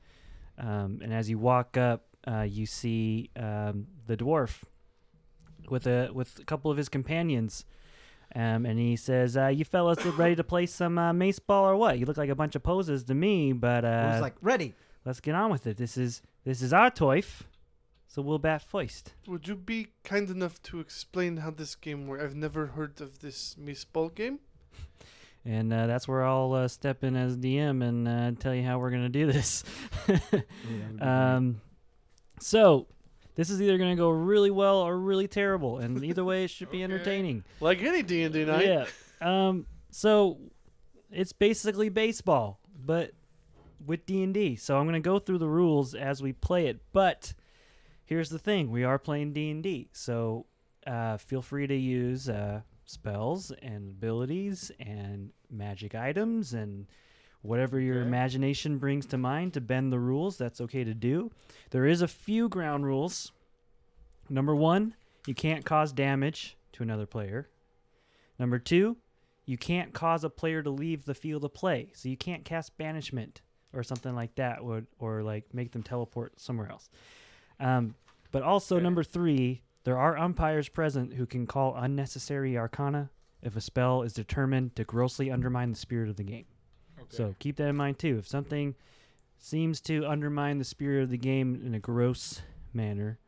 S3: Um, and as you walk up, uh, you see um, the dwarf with a with a couple of his companions. Um, and he says, uh, "You fellas are ready to play some uh, mace ball or what? You look like a bunch of poses to me, but uh,
S1: I was like, ready.
S3: let's get on with it. This is this is our Teuf, so we'll bat first.
S4: Would you be kind enough to explain how this game works? I've never heard of this baseball game.
S3: And uh, that's where I'll uh, step in as DM and uh, tell you how we're gonna do this. um, so this is either gonna go really well or really terrible, and either way, it should be entertaining.
S4: Like any D and D night.
S3: Yeah. Um, so it's basically baseball, but with D and D. So I'm gonna go through the rules as we play it. But here's the thing: we are playing D and D, so uh, feel free to use uh, spells and abilities and magic items and whatever your imagination brings to mind to bend the rules. That's okay to do. There is a few ground rules. Number one, you can't cause damage to another player. Number two, you can't cause a player to leave the field of play. So you can't cast banishment or something like that, would or like make them teleport somewhere else. Um, but also number three, there are umpires present who can call unnecessary arcana if a spell is determined to grossly undermine the spirit of the game. So keep that in mind too. If something seems to undermine the spirit of the game in a gross manner,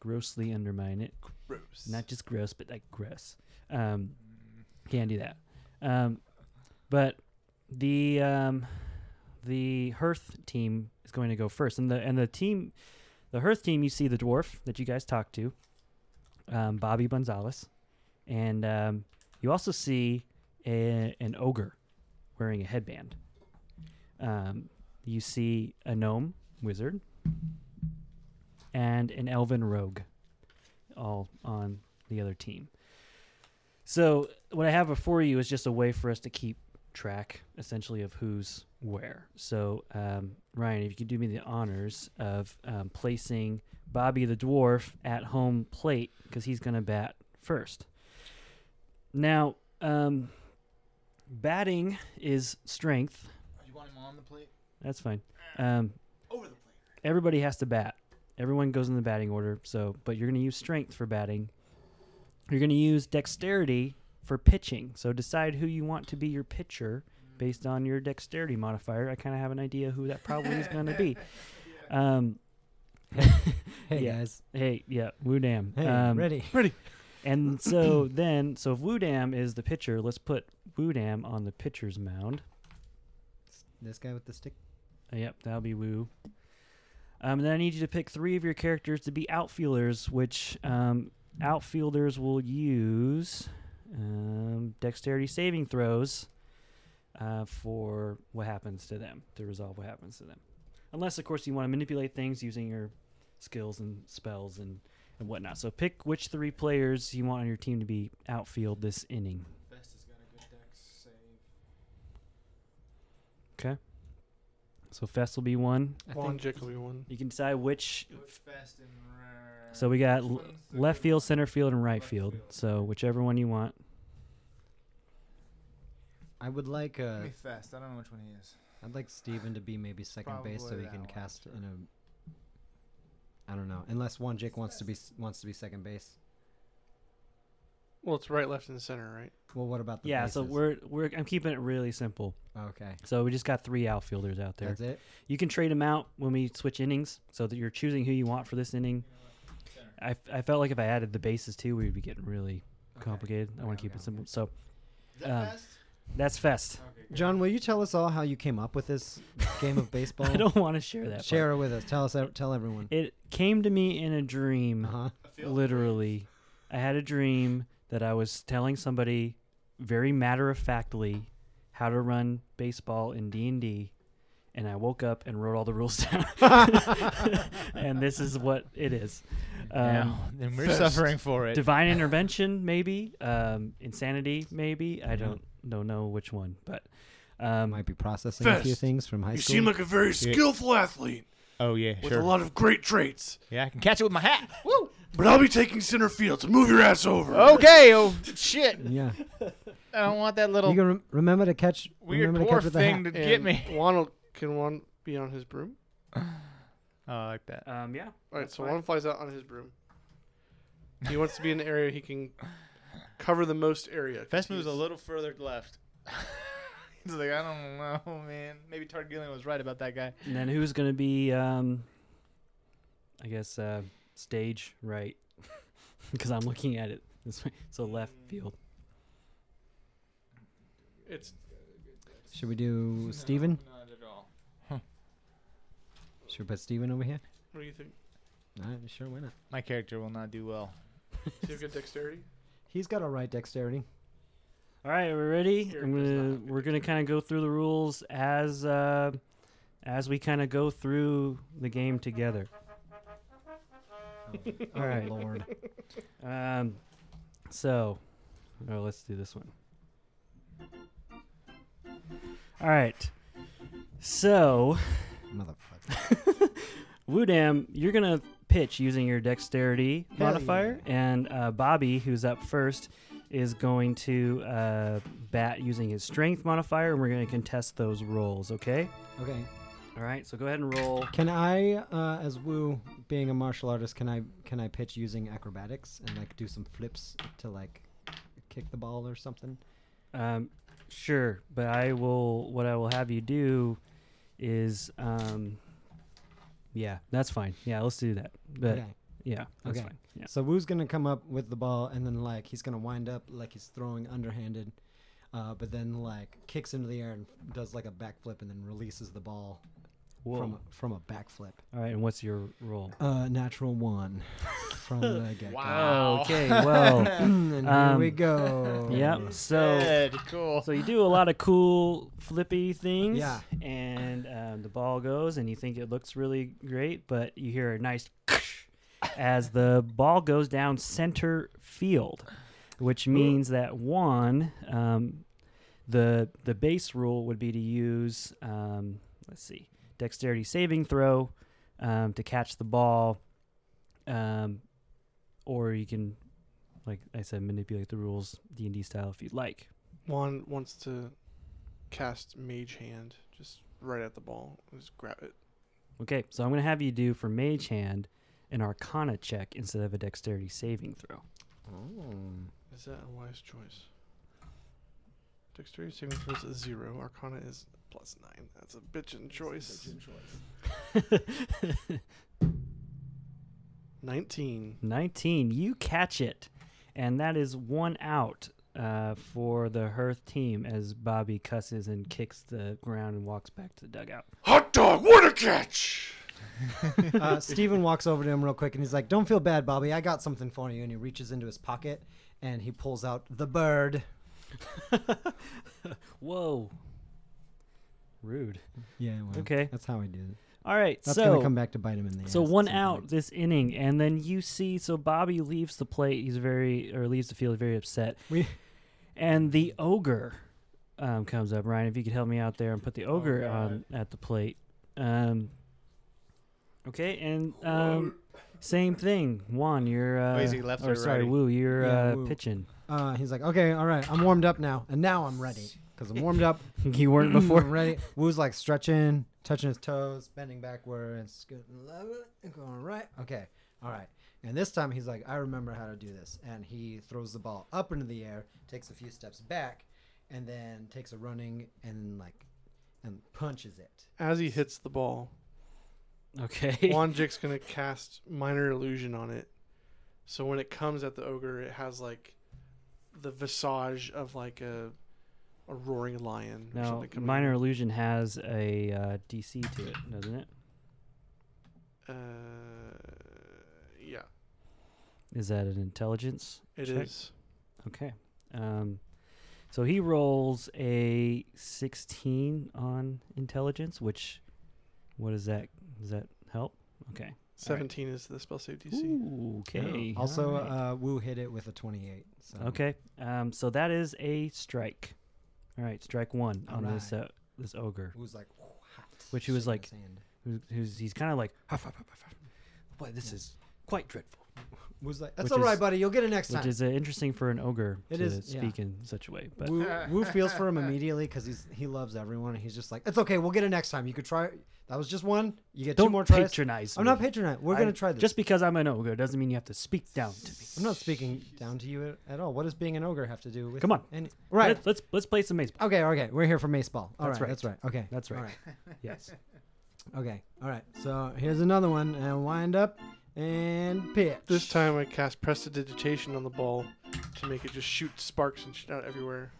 S3: grossly undermine it,
S4: Gross.
S3: not just gross, but like gross. Um, can't do that. Um, but the um, the Hearth team is going to go first, and the and the team, the Hearth team, you see the dwarf that you guys talked to, um, Bobby Gonzalez, and um, you also see a, an ogre wearing a headband. Um, you see a gnome wizard and an elven rogue all on the other team. So what I have before you is just a way for us to keep track, essentially, of who's where. So um, Ryan, if you could do me the honors of um, placing Bobby the dwarf at home plate because he's going to bat first. Now, um, batting is strength.
S2: You want him on the plate?
S3: That's fine. Um, everybody has to bat. Everyone goes in the batting order. So, but you're going to use strength for batting. You're going to use dexterity for pitching. So decide who you want to be your pitcher based on your dexterity modifier. I kind of have an idea who that probably is going to be. Um,
S1: Hey
S3: Yeah.
S1: guys.
S3: hey, yeah, Woo Dam.
S1: Hey,
S3: um,
S1: ready.
S3: And so then, so if Woo Dam is the pitcher, let's put Woo Dam on the pitcher's mound.
S1: This guy with the stick.
S3: Uh, Yep, that'll be woo. Um, then I need you to pick three of your characters to be outfielders, which um, outfielders will use um, dexterity saving throws uh, for what happens to them to resolve what happens to them. Unless, of course, you want to manipulate things using your skills and spells and, and whatnot. So pick which three players you want on your team to be outfield this inning.
S2: Best has got a good dex save.
S3: So Fest will be one.
S4: Juan Jacoby one.
S3: You can decide which
S2: Put Fest in
S3: So we got l- left field, center field, and right field. So whichever one you want.
S1: I would like uh,
S2: Give me Fest. I don't know which one he is.
S1: I'd like Steven to be maybe second base so
S2: Probably
S1: he
S2: that
S1: can
S2: one,
S1: cast
S2: sure.
S1: in a. I don't know. Unless Juan Jake wants to be s- wants to be second base.
S4: Well, it's right, left, and center, right?
S1: Well, what about the
S3: Yeah. So
S1: bases?
S3: we're we're I'm keeping it really simple.
S1: okay.
S3: So we just got three outfielders out there.
S1: That's it.
S3: You can trade them out when we switch innings, so that you're choosing who you want for this inning. I, f- I felt like if I added the bases too, we'd be getting really complicated. I want
S1: Okay,
S3: to keep
S1: okay,
S3: it simple. So
S2: Is that
S3: Um,
S2: Fest?
S3: that's Fest.
S1: John, will you tell us all how you came up with this game of baseball?
S3: I don't want to share that. part.
S1: Share it with us. Tell us. Tell everyone.
S3: It came to me in a dream.
S1: Uh huh.
S3: literally i had a dream that i was telling somebody very matter-of-factly how to run baseball in d&d and I woke up and wrote all the rules down. and this is what it is. Um,
S2: now, and we're
S4: First.
S2: suffering for it.
S3: divine intervention maybe um insanity maybe i don't don't know which one but um
S1: Might be processing a few
S6: Fist.
S1: things from high
S6: You
S1: school.
S6: seem like a very skillful athlete
S2: oh yeah,
S6: with
S2: sure.
S6: a lot of great traits.
S2: yeah, I can catch it with my hat. Woo!
S6: But I'll be taking center field, so move your ass over.
S2: Okay, oh shit!
S1: yeah,
S2: I don't want that
S1: you
S2: little
S1: can rem- remember to catch.
S2: weird
S1: remember to catch
S2: dwarf
S1: with the hat.
S2: thing to get
S4: And
S2: me.
S4: Juan will- can Juan be on his broom?
S2: Oh, I like that.
S3: um yeah
S4: All right,
S3: That's
S4: so
S3: fine.
S4: Juan flies out on his broom. He wants to be in an area he can cover the most area. 'cause
S2: Fest moves a
S4: he's-
S2: little further left. He's like, I don't know, man. Maybe Todd Gillian was right about that guy.
S3: and then who's gonna be um i guess uh stage right because i'm looking at it this way so left field
S4: It's
S1: Should we do Steven?
S2: Not at all.
S1: Should we put Steven over here?
S4: what do you think?
S1: Nah, sure, why not?
S2: My character will not do well.
S4: Do you have good dexterity?
S1: He's got all right dexterity.
S3: all right we're ready
S4: Here,
S3: I'm
S4: it's not
S3: gonna,
S4: gonna
S3: we're gonna kind of go through the rules as uh as we kind of go through the game together
S1: Oh,
S3: All right.
S1: Lord.
S3: um so oh let's do this one all right so
S1: Motherfucker.
S3: Wudam, you're gonna pitch using your dexterity
S1: Hell
S3: modifier, and uh, Bobby, who's up first, is going to uh, bat using his strength modifier, and we're gonna contest those rolls. Okay.
S1: Okay.
S3: All right. So go ahead and roll.
S1: Can I, uh, as Wu, being a martial artist, can I can I pitch using acrobatics and like do some flips to like kick the ball or something?
S3: Um, sure, but I will. What I will have you do is, um, yeah, that's fine. Yeah, let's do that. But
S1: okay.
S3: yeah, that's
S1: Okay.
S3: fine. Yeah.
S1: So Wu's gonna come up with the ball and then like he's gonna wind up like he's throwing underhanded, uh, but then like kicks into the air and does like a backflip and then releases the ball
S3: Whoa.
S1: from a, from a backflip.
S3: All right. And what's your roll?
S1: Uh, natural one from the get
S2: Wow.
S3: Okay. Whoa.
S1: and here we
S3: Um,
S1: go.
S3: yep. So.
S2: Good, cool.
S3: So you do a lot of cool flippy things,
S1: Yeah.
S3: And um, the ball goes, and you think it looks really great, but you hear a nice as the ball goes down center field, which means that one, um, the the base rule would be to use um, let's see, dexterity saving throw um, to catch the ball, um, or you can, like I said, manipulate the rules D and D style if you'd like.
S4: Juan wants to cast Mage Hand just right at the ball. Just grab it.
S3: Okay, so I'm going to have you do for Mage Hand an Arcana check instead of a Dexterity saving throw.
S1: Oh.
S4: Is that a wise choice? Dexterity saving throw is zero. Arcana is plus nine. That's a bitchin' choice. Nineteen.
S3: 19, you catch it, and that is one out uh, for the Hearth team as Bobby cusses and kicks the ground and walks back to the dugout.
S6: Hot dog, what a catch!
S1: uh, Steven walks over to him real quick and he's like, Don't feel bad, Bobby. I got something for you. And he reaches into his pocket and he pulls out the bird.
S3: Whoa. Rude.
S1: Yeah, well,
S3: Okay.
S1: That's how I do it.
S3: All right,
S1: That's
S3: so.
S1: going to come back to bite him in the ass.
S3: So
S1: at
S3: one
S1: some
S3: out
S1: point.
S3: this inning, and then you see. So Bobby leaves the plate. He's very or leaves the field very upset.
S1: We-
S3: and the ogre um, comes up. Ryan, if you could help me out there and put the ogre
S2: Oh, God.
S3: on at the plate. Um, okay, and um, same thing. Juan, you're uh,
S2: Oh, is he left
S3: or
S2: or
S3: sorry,
S2: righty?
S3: Woo, you're
S1: Yeah,
S3: uh,
S1: Wu.
S3: pitching.
S1: Uh, he's like, Okay, all right. I'm warmed up now. And now I'm ready. Because I'm warmed up.
S3: you weren't
S2: Mm.
S1: I'm
S3: before.
S1: ready. Woo's like stretching, touching his toes, bending backwards, scooting left, and going right. Okay, all right. And this time he's like, I remember how to do this, and he throws the ball up into the air, takes a few steps back, and then takes a running and like, and punches it.
S4: As he hits the ball,
S3: Okay.
S4: Wanjik's gonna cast Minor Illusion on it. So when it comes at the ogre, it has like the visage of like a a roaring lion. or
S3: Now,
S4: something coming
S3: minor
S4: out.
S3: illusion has a uh, DC to it, doesn't it?
S4: Uh, yeah,
S3: Is that an intelligence?
S4: it is.
S3: Check. Okay. Um, so he rolls a 16 on intelligence, which What is that? Does that help? Okay.
S4: Seventeen is the spell save DC.
S3: Ooh, okay.
S1: Also,
S3: Alright.
S1: uh, Wu hit it with a 28. So.
S3: Okay. Um, so that is a strike. All right, strike one on this uh, this ogre,
S1: Wu's like, "Ooh, hot,"
S3: Which he was
S1: shaking
S3: like-
S1: his hand.
S3: who, who's he's kind of like, huff, huff, huff, huff, huff. boy, this is quite dreadful.
S1: Wu's like, that's
S3: which
S1: all right,
S3: is-
S1: buddy. You'll get it next
S3: Which
S1: time.
S3: is uh, interesting for an ogre
S1: It
S3: to
S1: is, yeah.
S3: speak in such a way. But
S1: Wu, Wu feels for him immediately because he's he loves everyone. And he's just like, it's okay. We'll get it next time. You could try. That was just one. You get
S3: don't
S1: two more tries.
S3: patronize.
S1: I'm
S3: me.
S1: not patronizing. We're
S3: I-
S1: gonna try this.
S3: Just because I'm an ogre doesn't mean you have to speak down to me.
S1: I'm not speaking down to you at, at all. What does being an ogre have to do with?
S3: Come on.
S1: any- right.
S3: Let's let's, let's play some maze. ball.
S1: Okay. Okay. We're here for mace ball. All
S3: That's
S1: right,
S3: right.
S1: That's right. Okay.
S3: That's
S1: all
S3: right. Yes.
S1: Okay. All right. So here's another one, and wind up and pitch.
S4: This time I cast prestidigitation on the ball to make it just shoot sparks and shit out everywhere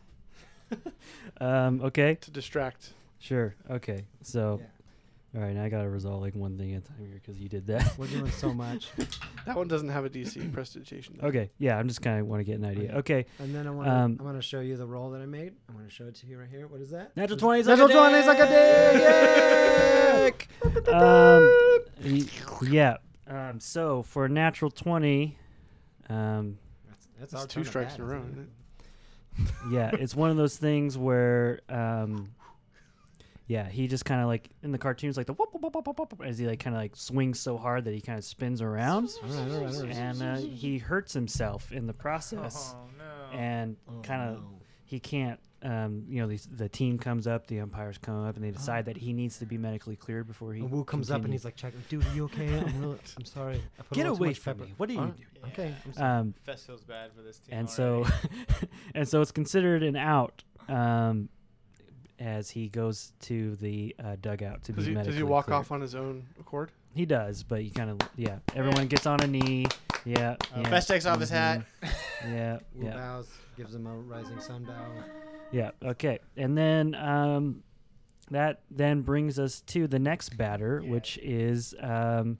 S3: Um, okay.
S4: to distract.
S3: Sure. Okay. So.
S1: Yeah.
S3: All right, now I gotta resolve like one thing at a time here because you did that.
S1: We're doing so much,
S4: That one doesn't have a DC. prestidigitation. does.
S3: Okay, yeah, I'm just kind of want to get an idea. Okay,
S1: and then I want to
S3: Um,
S1: I want to show you the roll that I made. I want to show it to you right here. What is that?
S3: natural
S1: It's-
S3: twenty.
S1: Natural twenty is like a dick.
S3: um, y- yeah. Um, so for a natural twenty, um,
S1: That's, that's
S4: That's
S1: our
S4: two
S1: turn at
S4: strikes
S1: bat,
S4: in a row.
S1: isn't
S4: Isn't
S1: it?
S4: it?
S3: yeah, it's one of those things where, um, yeah, he just kind of like in the cartoons, like the whoop, whoop, whoop, whoop, whoop, whoop, as he like kind of like swings so hard that he kind of spins around,
S1: All right, all right, all right.
S3: and uh, he hurts himself in the process,
S2: Oh no.
S3: and
S1: Oh,
S3: kind of
S1: no.
S3: he can't um, you know the, the team comes up the umpires come up and they decide that he needs to be medically cleared before he
S1: And Wu comes up and he's like, checking, dude, are you okay? I'm, really, I'm sorry. I put a
S3: get
S1: little too
S3: away
S1: much
S3: from
S1: pepper."
S3: me what are you
S1: Huh?
S3: doing
S1: Okay. I'm sorry.
S3: um,
S2: Fest feels bad for this team.
S3: and so
S2: already.
S3: and so it's considered an out um, as he goes to the uh, dugout to
S4: Does
S3: be
S4: he,
S3: medically
S4: does he walk
S3: cleared.
S4: off on his own accord?
S3: he does but you kind of yeah everyone gets on a knee yeah,
S2: Uh,
S3: yeah
S2: Fest takes off his hat.
S3: mhm, yeah
S1: Wu
S3: yeah
S1: bows, gives him a rising sun bow.
S3: Yeah. Okay. And then um, that then brings us to the next batter,
S2: Yeah.
S3: which is um,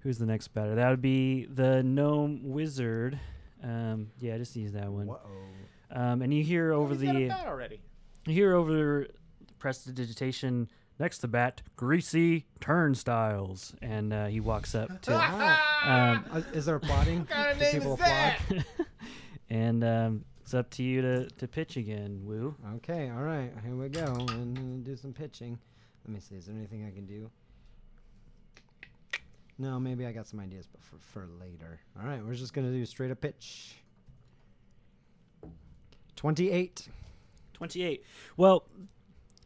S3: who's the next batter? That would be the gnome wizard. Um, yeah, just use that one.
S1: Whoa.
S3: Um, and you hear over
S2: He's got a
S3: the
S2: bat already.
S3: you hear over prestidigitation next to bat greasy turnstiles, and uh, he walks up to
S1: Wow.
S3: um,
S1: Uh, Is there plotting? what
S2: Ah, kind of name is that?
S3: and um, it's up to you to to pitch again, Woo.
S1: Okay, all right, here we go, and uh, do some pitching. Let me see, is there anything I can do? No, maybe I got some ideas, but for, for later. All right, we're just gonna do straight up pitch. Twenty-eight.
S3: 28. Well,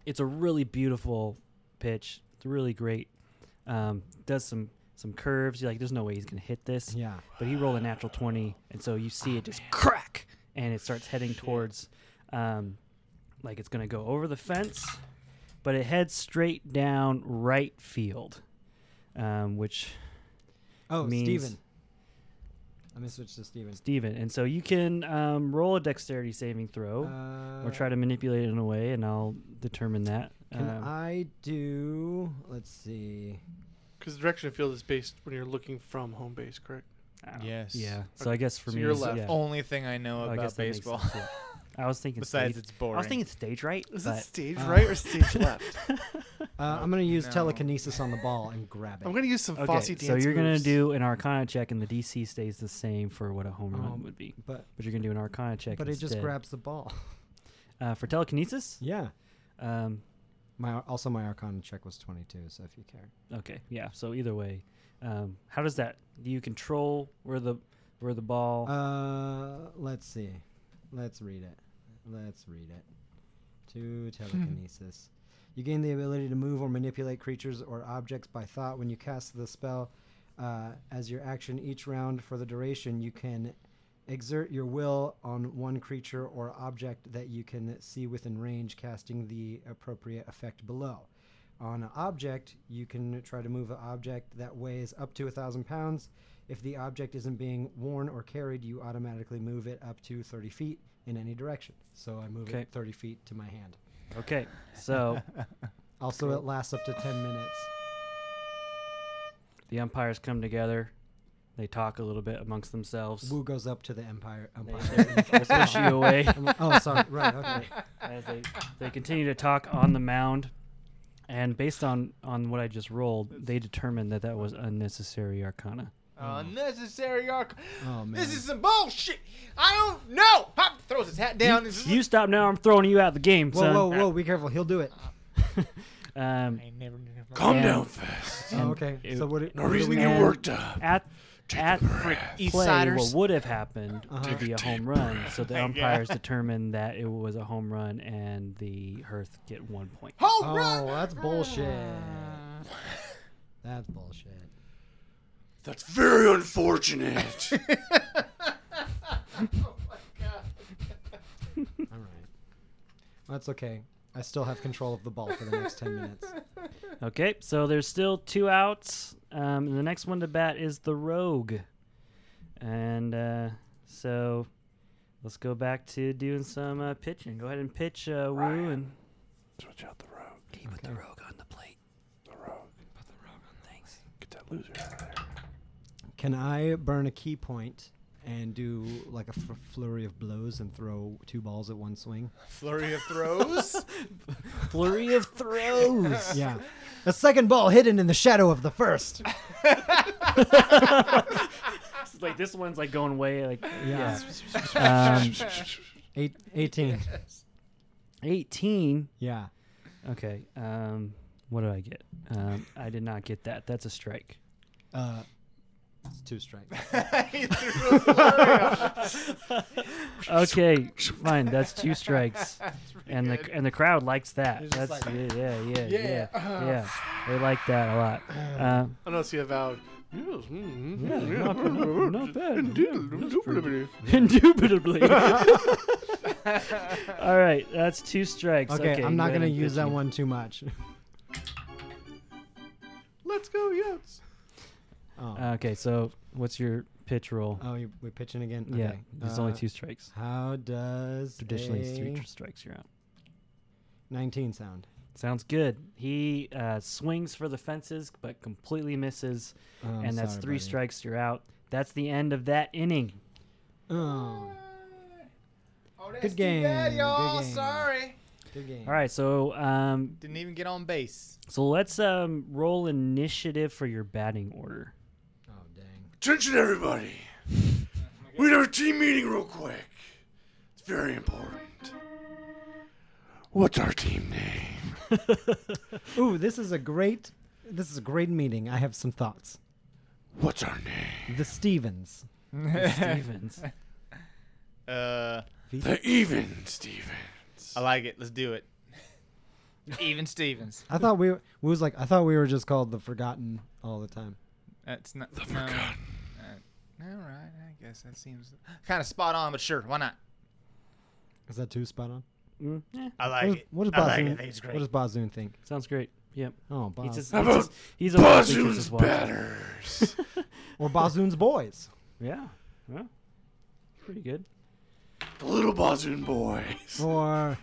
S3: it's a really beautiful pitch. It's really great. Um, does some some curves. You're like, there's no way he's gonna hit this,
S1: Yeah.
S3: but he rolled a natural 20, and so you see it just crack, and it starts heading towards, um, like it's gonna go over the fence, but it heads straight down right field, um, which
S1: Oh,
S3: means
S1: Steven. Let me switch to Steven.
S3: Steven. And so you can um, roll a dexterity saving throw.
S1: Uh,
S3: or oh, try to manipulate it in a way, and I'll determine that.
S1: Can
S3: Um,
S1: I do? Let's see.
S4: Because the direction of field is based when you're looking from home base, correct?
S3: I don't-
S2: Yes.
S3: Yeah. So I guess for
S4: So
S3: me,
S4: you're
S3: it's-
S4: left.
S3: yeah.
S2: Only thing I know
S3: Oh, I
S2: about
S3: guess that makes
S2: baseball.
S3: sense, yeah. I was thinking.
S2: Besides,
S3: stage,
S2: it's boring.
S3: I was thinking stage right.
S4: Is
S3: but
S4: it stage
S1: uh,
S4: right or stage left?
S1: Uh, I'm gonna use
S2: No.
S1: telekinesis on the ball and grab it.
S4: I'm gonna use some
S3: okay,
S4: Fosse
S3: so
S4: dance.
S3: you're gonna
S4: moves.
S3: do an Arcana check, and the DC stays the same for what a home
S1: Um,
S3: run would be.
S1: but
S3: But you're gonna do an Arcana check.
S1: but it just
S3: instead.
S1: grabs the ball.
S3: uh, for telekinesis.
S1: yeah.
S3: Um,
S1: My also my arcana check was 22, so if you care.
S3: okay, yeah. So either way, um, how does that? Do you control where the where the ball?
S1: Uh, let's see. Let's read it. Let's read it. To telekinesis. you gain the ability to move or manipulate creatures or objects by thought when you cast the spell. Uh, as your action each round for the duration, you can exert your will on one creature or object that you can see within range, casting the appropriate effect below. On an object, you can try to move an object that weighs up to a thousand pounds. If the object isn't being worn or carried, you automatically move it up to 30 feet in any direction. So I move
S3: Okay.
S1: it 30 feet to my hand.
S3: okay, so
S1: Also, it lasts up to 10 minutes.
S3: the umpires come together. They talk a little bit amongst themselves.
S1: Wu goes up to the Empire.
S3: They-
S1: umpire.
S3: they push you away
S1: I'm like, oh, sorry. Right. Okay.
S3: as they, they continue to talk on the mound. And based on on what I just rolled, they determined that that was unnecessary arcana.
S2: Uh, Unnecessary arc.
S1: Oh man.
S2: This is some bullshit. I don't know. Hop throws his hat down. and
S3: You stop now. I'm throwing you out the game,
S1: whoa,
S3: son.
S1: whoa, whoa! Be careful. He'll do it.
S3: Um,
S2: I never knew.
S6: Calm
S3: Yeah.
S6: down fast.
S1: Oh, okay.
S3: it-
S1: so what?
S6: No reason to
S3: And-
S6: get worked up.
S3: at at
S2: East
S3: play,
S2: Siders.
S3: what would have happened
S1: Uh-huh.
S3: to be a home run. So the
S2: Yeah.
S3: umpires determined that it was a home run, and the Hearth get one point.
S2: Home
S1: Oh,
S2: run.
S1: that's bullshit. That's bullshit.
S6: That's very unfortunate.
S1: All right. That's okay. I still have control of the ball for the next ten minutes.
S3: Okay, so there's still two outs. Um, and the next one to bat is the Rogue, and uh, so let's go back to doing some uh, pitching. Go ahead and pitch uh, Woo and
S6: Switch out the rogue.
S3: put the Rogue on the plate.
S6: The rogue. Put the rogue on. Thanks. Get that loser out of there.
S1: Can I burn a key point and do like a f- flurry of blows and throw two balls at one swing?
S2: Flurry of throws.
S3: Flurry of throws.
S1: yeah. The second ball hidden in the shadow of the first.
S3: It's like this one's like going way like
S1: Yeah.
S3: yeah. Um,
S1: Eight, 18.
S3: 18.
S1: Yeah.
S3: Okay. Um, what did I get? Um, I did not get that. That's a strike.
S1: Uh, it's two strikes.
S2: he threw a flurry of-
S3: Okay, fine. That's two strikes, and the and the crowd likes that.
S1: just
S3: That's yeah, yeah, yeah, yeah, yeah. They like that a lot. Uh,
S4: Unless you have Val.
S3: yeah, not, bad, not bad.
S4: That's
S3: Indubitably. All right, that's two strikes.
S1: Okay,
S3: Okay,
S1: I'm not
S3: go ahead
S1: going to
S3: and
S1: use
S3: pitch
S1: that
S3: me.
S1: one too much.
S4: Let's go, yes.
S1: Oh,
S3: Okay, so what's your pitch roll?
S1: oh you, we're pitching again?
S3: Yeah,
S1: Okay.
S3: it's only
S1: Uh,
S3: two strikes.
S1: How does
S3: Traditionally, it's three
S1: a
S3: tr- strikes. You're out.
S1: 19 sound?
S3: Sounds good. He uh, swings for the fences, but completely misses,
S1: Oh, I'm
S3: Um, and that's
S1: sorry,
S3: three
S1: buddy.
S3: strikes. You're out. That's the end of that inning.
S1: Oh,
S2: Oh, that's
S1: Good
S2: too
S1: game,
S2: Bad,
S1: good
S2: y'all.
S1: game.
S2: Sorry.
S1: good game.
S3: All right, so um,
S2: Didn't even get on base.
S3: so let's um, roll initiative for your batting order.
S1: Oh, dang.
S6: Attention, everybody. We need our team meeting real quick. It's very important. What's our team name?
S1: Ooh, this is a great. This is a great meeting. I have some thoughts.
S6: What's our name?
S1: The Stevens.
S3: Stevens.
S2: Uh,
S6: The Even Stevens.
S2: I like it. Let's do it. Even Stevens.
S1: I thought we, we was like I thought we were just called the Forgotten all the time.
S2: That's not.
S6: The
S2: no.
S6: Forgotten.
S2: All right, I guess that seems kind of spot on, but sure, why not?
S1: Is that too spot on?
S3: Mm, yeah,
S2: I like
S1: What does- what does
S2: it. I like
S1: Bazoon?
S2: it. I think it's great.
S1: What does Bazoon think?
S3: sounds great. Yep.
S1: Oh,
S3: He
S1: Baz.
S3: just,
S6: How
S3: he
S6: about
S3: just, he's a he
S6: Bazoon's
S3: just watches.
S6: batters.
S1: or Bazoon's boys.
S3: Yeah. Well, pretty good.
S6: the little Bazoon boys.
S1: Or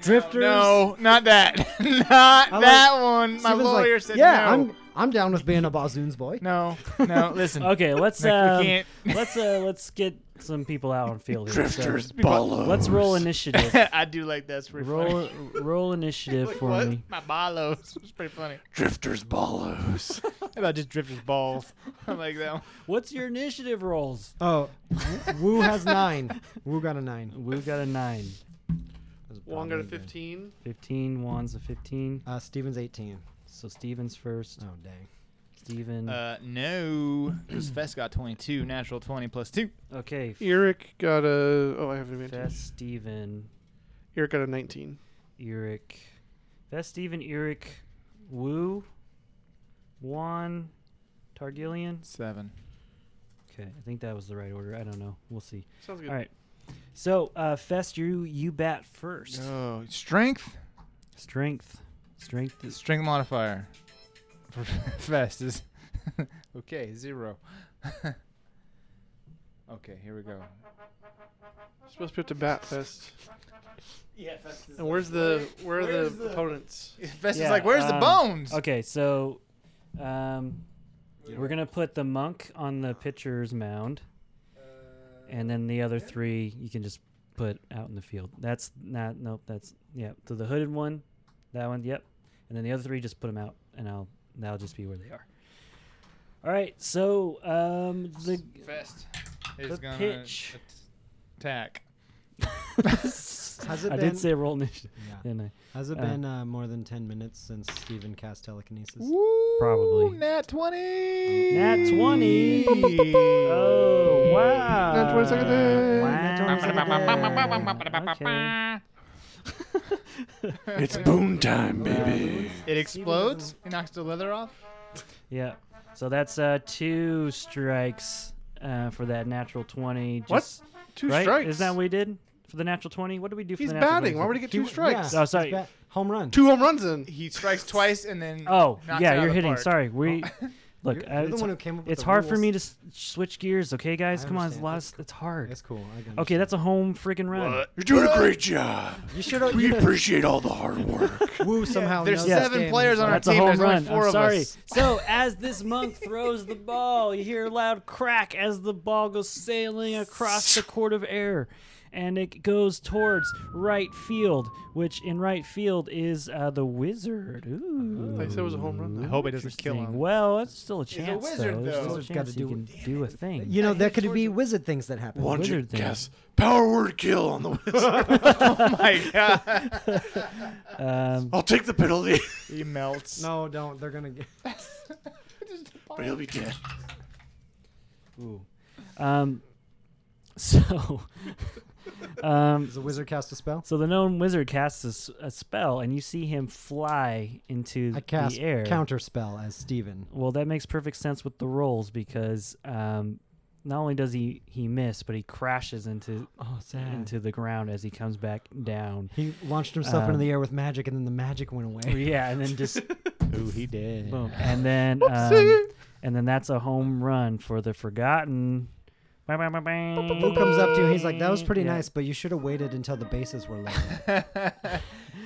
S1: Drifters.
S2: Drifters. No, not that. not
S1: like-
S2: that one. My
S1: Steven's like,
S2: lawyer said
S1: yeah,
S2: no.
S1: I'm I'm down with being a Bazoon's boy.
S2: No, no. Listen.
S3: Okay, let's
S2: Nick, we
S3: um,
S2: can't.
S3: let's uh, let's get some people out on
S4: uh,
S3: field here. So
S6: Drifters, Balos.
S3: let's roll initiative.
S2: I do like that. It's pretty funny.
S3: roll roll initiative for
S2: what?
S3: me.
S2: My balos. It's pretty funny.
S6: Drifters, Balos.
S2: How about just drifters balls? I like that one.
S3: What's your initiative rolls?
S1: Oh, W- Wu has nine. Wu got a nine.
S3: We've got a 9.
S1: That's
S4: Wong got
S1: probably good.
S4: a 15.
S3: 15, Juan's a 15.
S1: Uh, Steven's eighteen.
S3: So Steven's first.
S1: Oh dang.
S3: Steven.
S2: Uh, no, because Fest got 22, natural 20 plus two.
S3: okay. F-
S4: Eric got a. Oh, I have an advantage.
S3: Fest, Steven,
S4: Eric got a 19.
S3: Eric. Fest, Steven, Eric, Wu, Juan, Targillian.
S2: Seven.
S3: Okay, I think that was the right order. I don't know. We'll see.
S4: Sounds good.
S3: All right. So, uh, Fest, you you bat first.
S2: Oh, strength.
S3: Strength. Strength is
S2: Strength modifier for Fest is okay. Zero. okay, here we go.
S4: Supposed to be up to bat fest.
S2: Yeah, Fest is.
S4: And where's the where are the, opponents?
S2: Fest
S3: Yeah,
S2: is like, where's the
S3: um,
S2: bones?
S3: Okay, so um, we're gonna put the monk on the pitcher's mound,
S1: Uh,
S3: and then the other three you can just put out in the field. That's not nope. That's yeah. So the hooded one, that one, yep, and then the other three just put them out, and I'll that'll just be where they are. All right, so um, the
S2: Fest is
S3: the
S2: gonna
S3: pitch.
S2: attack.
S1: Has it
S3: I
S1: been?
S3: did say roll initiative,
S1: yeah.
S3: didn't I?
S1: Has it
S3: uh,
S1: been uh, more than ten minutes since Steven cast telekinesis?
S3: Probably.
S2: Nat twenty.
S3: Nat 20. Oh, wow.
S4: Nat 20 second day.
S1: Nat
S3: 20 second day. Okay.
S6: It's boom time,
S1: Uh,
S6: baby.
S2: It explodes. It knocks the leather off.
S3: Yeah. So that's uh, two strikes uh, for that natural 20.
S4: What?
S3: Just,
S4: Two
S3: right?
S4: strikes.
S3: Isn't that what we did for the natural 20? What did we do for
S4: He's
S3: the natural
S4: batting.
S3: 20?
S4: Why would he get two
S1: He-
S4: strikes?
S1: yeah,
S3: Oh, sorry.
S1: he's bat- Home run.
S4: Two home runs in.
S2: He strikes twice and then.
S3: Oh,
S2: knocks it out
S3: yeah,
S2: of
S3: you're
S2: the
S3: hitting.
S2: park.
S3: Sorry. We Look,
S1: You're,
S3: uh,
S1: you're the
S3: it's,
S1: one who came up with
S3: it's
S1: the
S3: hard for me to
S1: rules.
S3: s- switch gears, okay, guys? Come on, it's, a
S1: understand.
S3: lot
S1: That's
S3: of- it's hard.
S1: That's cool. I can
S3: Okay, that's a home freaking run.
S6: You're doing a great job.
S1: You should have.
S6: We
S1: You should've-
S6: appreciate all the hard work.
S1: Woo somehow.
S2: There's
S1: knows this
S2: seven
S1: game.
S2: players
S1: He's
S2: on
S1: like,
S2: our
S3: That's a
S2: team,
S3: home
S2: there's only
S3: run.
S2: four
S3: I'm
S2: of
S3: sorry.
S2: us.
S3: So as this monk throws the ball, you hear a loud crack as the ball goes sailing across the court of air, and it goes towards right field, which in right field is uh, the wizard. Ooh.
S4: They said it was a home run. though.
S2: I hope it doesn't kill
S3: Interesting.
S2: him.
S3: Well, it's still a
S2: a
S3: chance.
S2: wizard,
S3: though. There's
S2: though.
S3: still a
S1: Wizard's
S3: chance
S1: gotta
S3: you
S1: do
S3: can do a thing.
S1: You know that could be wizard things that happen.
S6: One
S3: Wizard
S6: should
S3: thing.
S6: guess. Power word kill on the wizard.
S2: Oh my god.
S3: Um,
S6: I'll take the penalty,
S2: he melts.
S1: No, don't. They're gonna get.
S6: but he'll be dead.
S3: ooh. Um, so. um,
S1: Does the wizard cast a spell?
S3: So the known wizard casts a s- a, spell, and you see him fly into
S1: I cast
S3: the air.
S1: counter spell as Steven.
S3: Well, that makes perfect sense with the rolls because um, not only does he he miss, but he crashes into
S1: Oh,
S3: into the ground as he comes back down.
S1: He launched himself into
S3: Um,
S1: the air with magic, and then the magic went away.
S3: yeah, and then just
S2: Ooh, he did.
S3: boom, and then um, and then that's a home run for the forgotten. Bang, bang, bang, bang.
S1: Who comes up to you? He's like, "That was pretty
S3: Yeah.
S1: nice, but you should have waited until the bases were loaded."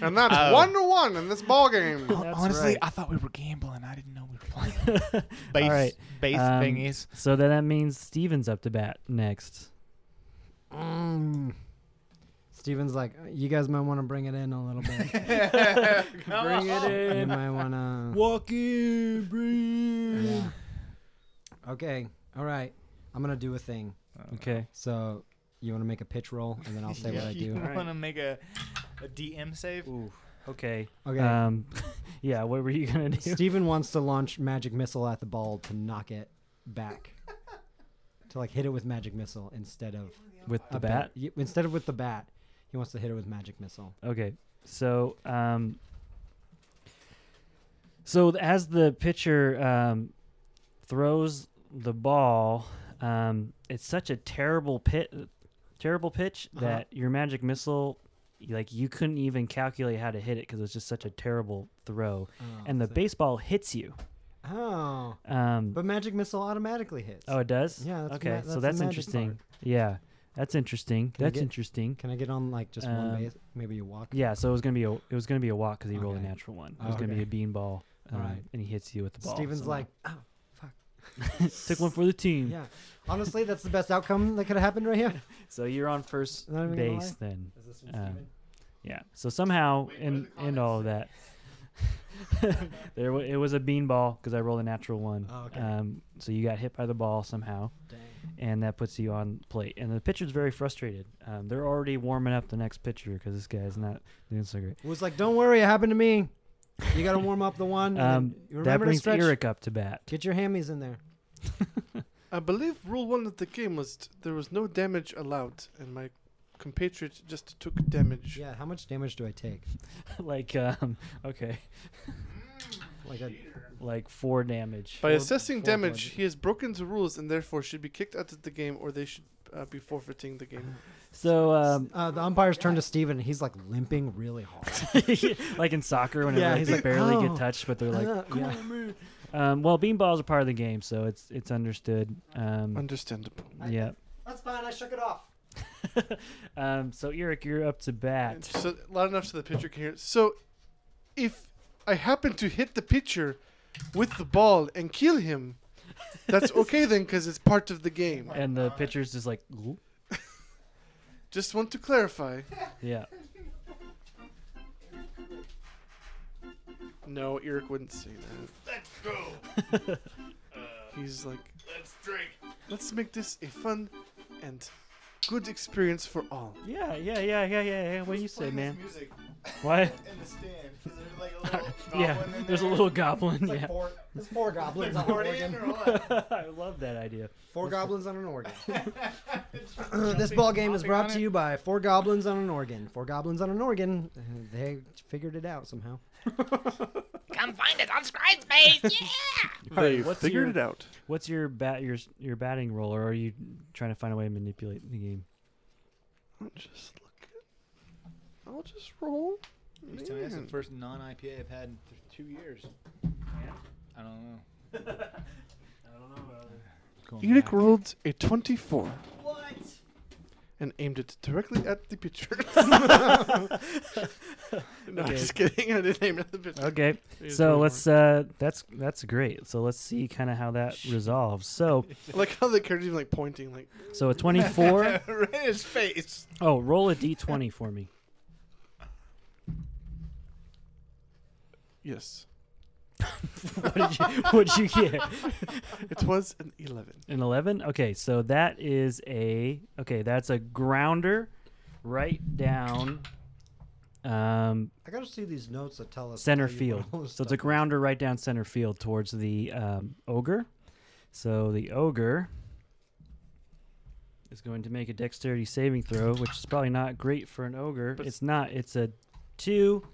S4: And that's
S2: Oh.
S4: one to one in this ball game.
S3: That's
S2: Honestly,
S3: right.
S2: I thought we were gambling. I didn't know we were playing. base,
S3: right,
S2: base
S3: um,
S2: thingies.
S3: So then that means Steven's up to bat next.
S1: Mm.
S3: Um.
S1: Steven's like, "You guys might want to bring it in a little bit.
S3: Bring it
S1: you
S3: in.
S1: might want to."
S3: Walk in, bring.
S1: Yeah. Okay. All right. I'm gonna do a thing.
S3: Okay.
S1: So you want to make a pitch roll, and then I'll say what I
S2: You
S1: do.
S3: Alright.
S2: want to make a, a DM save?
S3: Ooh. Okay.
S1: Okay.
S3: Um. yeah. What were you gonna do?
S1: Steven wants to launch magic missile at the ball to knock it back. to like hit it with magic missile instead of
S3: With the
S1: a ba-
S3: bat.
S1: y- instead of with the bat, he wants to hit it with magic missile.
S3: Okay. So um. So th- as the pitcher um, throws the ball, um, it's such a terrible pit, terrible pitch
S1: Uh-huh.
S3: that your magic missile, y- like you couldn't even calculate how to hit it because it was just such a terrible throw,
S1: Oh,
S3: and the
S1: so-
S3: baseball hits you.
S1: Oh,
S3: Um,
S1: but magic missile automatically hits.
S3: oh, it does.
S1: Yeah, that's ma-
S3: okay, so
S1: that's the
S3: that's
S1: magic
S3: interesting.
S1: part.
S3: Yeah, that's interesting.
S1: Can I
S3: that's
S1: get-
S3: interesting.
S1: Can I get on like just
S3: Um,
S1: one base? Maybe you walk.
S3: Yeah, so it was gonna be a it was gonna be a walk because he rolled a
S1: Okay. Oh,
S3: natural one. It was gonna be
S1: Okay.
S3: a bean ball, um,
S1: All right.
S3: and he hits you with the ball.
S1: Steven's
S3: somehow.
S1: like, oh fuck.
S3: took one for the team.
S1: Yeah. Honestly, that's the best outcome that could have happened right here.
S3: So you're on first
S1: Not even gonna lie.
S3: base then.
S1: Is this from
S3: Um,
S1: Steven?
S3: Yeah. So somehow in in all of that, there w- it was a bean ball because I rolled a natural one.
S1: Oh, okay.
S3: Um, so you got hit by the ball somehow,
S1: Dang.
S3: and that puts you on plate. And the pitcher's very frustrated. Um, they're already warming up the next pitcher because this guy's not doing so great.
S1: It was like, don't worry, it happened to me. You got to warm up the one.
S3: Um,
S1: and you
S3: that
S1: remember to
S3: brings
S1: stretch.
S3: Eric up to bat.
S1: Get your hammies in there.
S4: I believe rule one of the game was t- there was no damage allowed, and my compatriot just took damage.
S1: Yeah, how much damage do I take?
S3: like um, okay,
S1: Like a,
S3: like Mm. four damage.
S4: By
S1: Four-
S4: assessing
S1: four
S4: damage,
S1: bludgeon-
S4: he has broken the rules and therefore should be kicked out of the game, or they should uh, be forfeiting the game.
S3: So um,
S1: uh, the umpire's turned to Steven and he's like limping really hard.
S3: like in soccer, whenever
S1: Yeah,
S3: like,
S1: he's
S3: they
S1: like,
S3: barely
S1: "Oh,
S3: get touched, but they're like,
S1: Uh,
S3: "Come
S1: yeah.
S3: on, man." Um, well, beanballs are part of the game, so it's it's understood. Um,
S4: Understandable.
S3: yeah.
S1: That's fine, I shook it off.
S3: Um, so Eric, you're up to bat.
S4: So loud enough so the pitcher can hear. it. So, if I happen to hit the pitcher with the ball and kill him, that's okay then, because it's part of the game.
S3: And the pitcher's just like, "Ooh."
S4: Just want to clarify.
S3: yeah.
S4: No, Eric wouldn't say that.
S6: Let's go.
S2: Uh,
S4: He's like,
S6: Let's drink.
S4: let's make this a fun and good experience for all.
S3: Yeah, yeah, yeah, yeah, yeah. yeah. What do you say, man?
S2: Music
S3: Why?
S2: in the stand. Is there like a little
S3: Yeah,
S2: goblin in
S3: there's a
S2: there?
S3: little goblin.
S1: It's like
S3: Yeah,
S1: four, there's four goblins on an
S2: accordion
S1: organ.
S2: or what?
S3: I love that idea.
S1: Four goblins on an organ. this ball game is brought to you by Four Goblins on an Organ. Four goblins on an organ. Uh, they figured it out somehow.
S5: Come find us on Scribespace. Yeah.
S4: They
S3: what's
S4: figured
S3: your-
S4: it out.
S3: What's your bat your your batting roll, or are you trying to find a way to manipulate the game?
S4: I'll just look. at- I'll just roll.
S2: He's telling me That's the
S4: Man.
S2: first non-IPA I've had in th- two years. I don't know. It's going
S4: Eric
S2: back.
S4: rolled a 24. What? And aimed it directly at the pitcher. no, I'm
S3: Okay.
S4: just kidding. I didn't aim it at the pitcher.
S3: Okay,
S4: It was
S3: so
S4: really
S3: let's uh, that's that's great. So let's see kind of how that resolves. So
S4: boring. I like how the character's even like pointing, like
S3: so a twenty four.
S2: right in his face.
S3: Oh, roll a d twenty for me.
S4: yes.
S3: What did you what did you get?
S4: It was an eleven.
S3: An eleven. Okay, so that is a okay. That's a grounder, right down. Um,
S1: I gotta see these notes that tell us
S3: center
S1: how you
S3: field.
S1: roll
S3: So it's a
S1: stuff.
S3: grounder right down center field towards the um, ogre. So the ogre is going to make a dexterity saving throw, which is probably not great for an ogre.
S4: But-
S3: it's not. It's a two.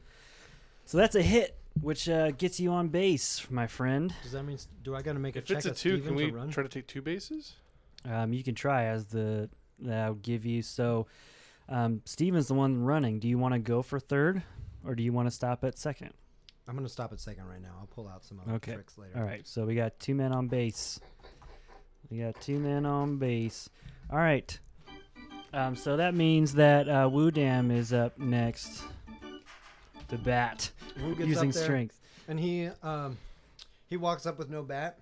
S3: So that's a hit, which uh, gets you on base, my friend.
S1: Does that mean s- do I gotta make a
S4: If
S1: check
S4: it's a
S1: at
S4: two,
S1: Steven
S4: can we
S1: to run?
S4: try to take two bases?
S3: Um, you can try as the that'll give you. So um, Steven's the one running. Do you want to go for third, or do you want to stop at second?
S1: I'm gonna stop at second right now. I'll pull out some other
S3: Okay.
S1: tricks later.
S3: All right, so we got two men on base. We got two men on base. All right. Um, so that means that uh, Wu Dam is up next. The bat
S1: Who gets
S3: using
S1: up there?
S3: strength.
S1: And he um, he walks up with no bat,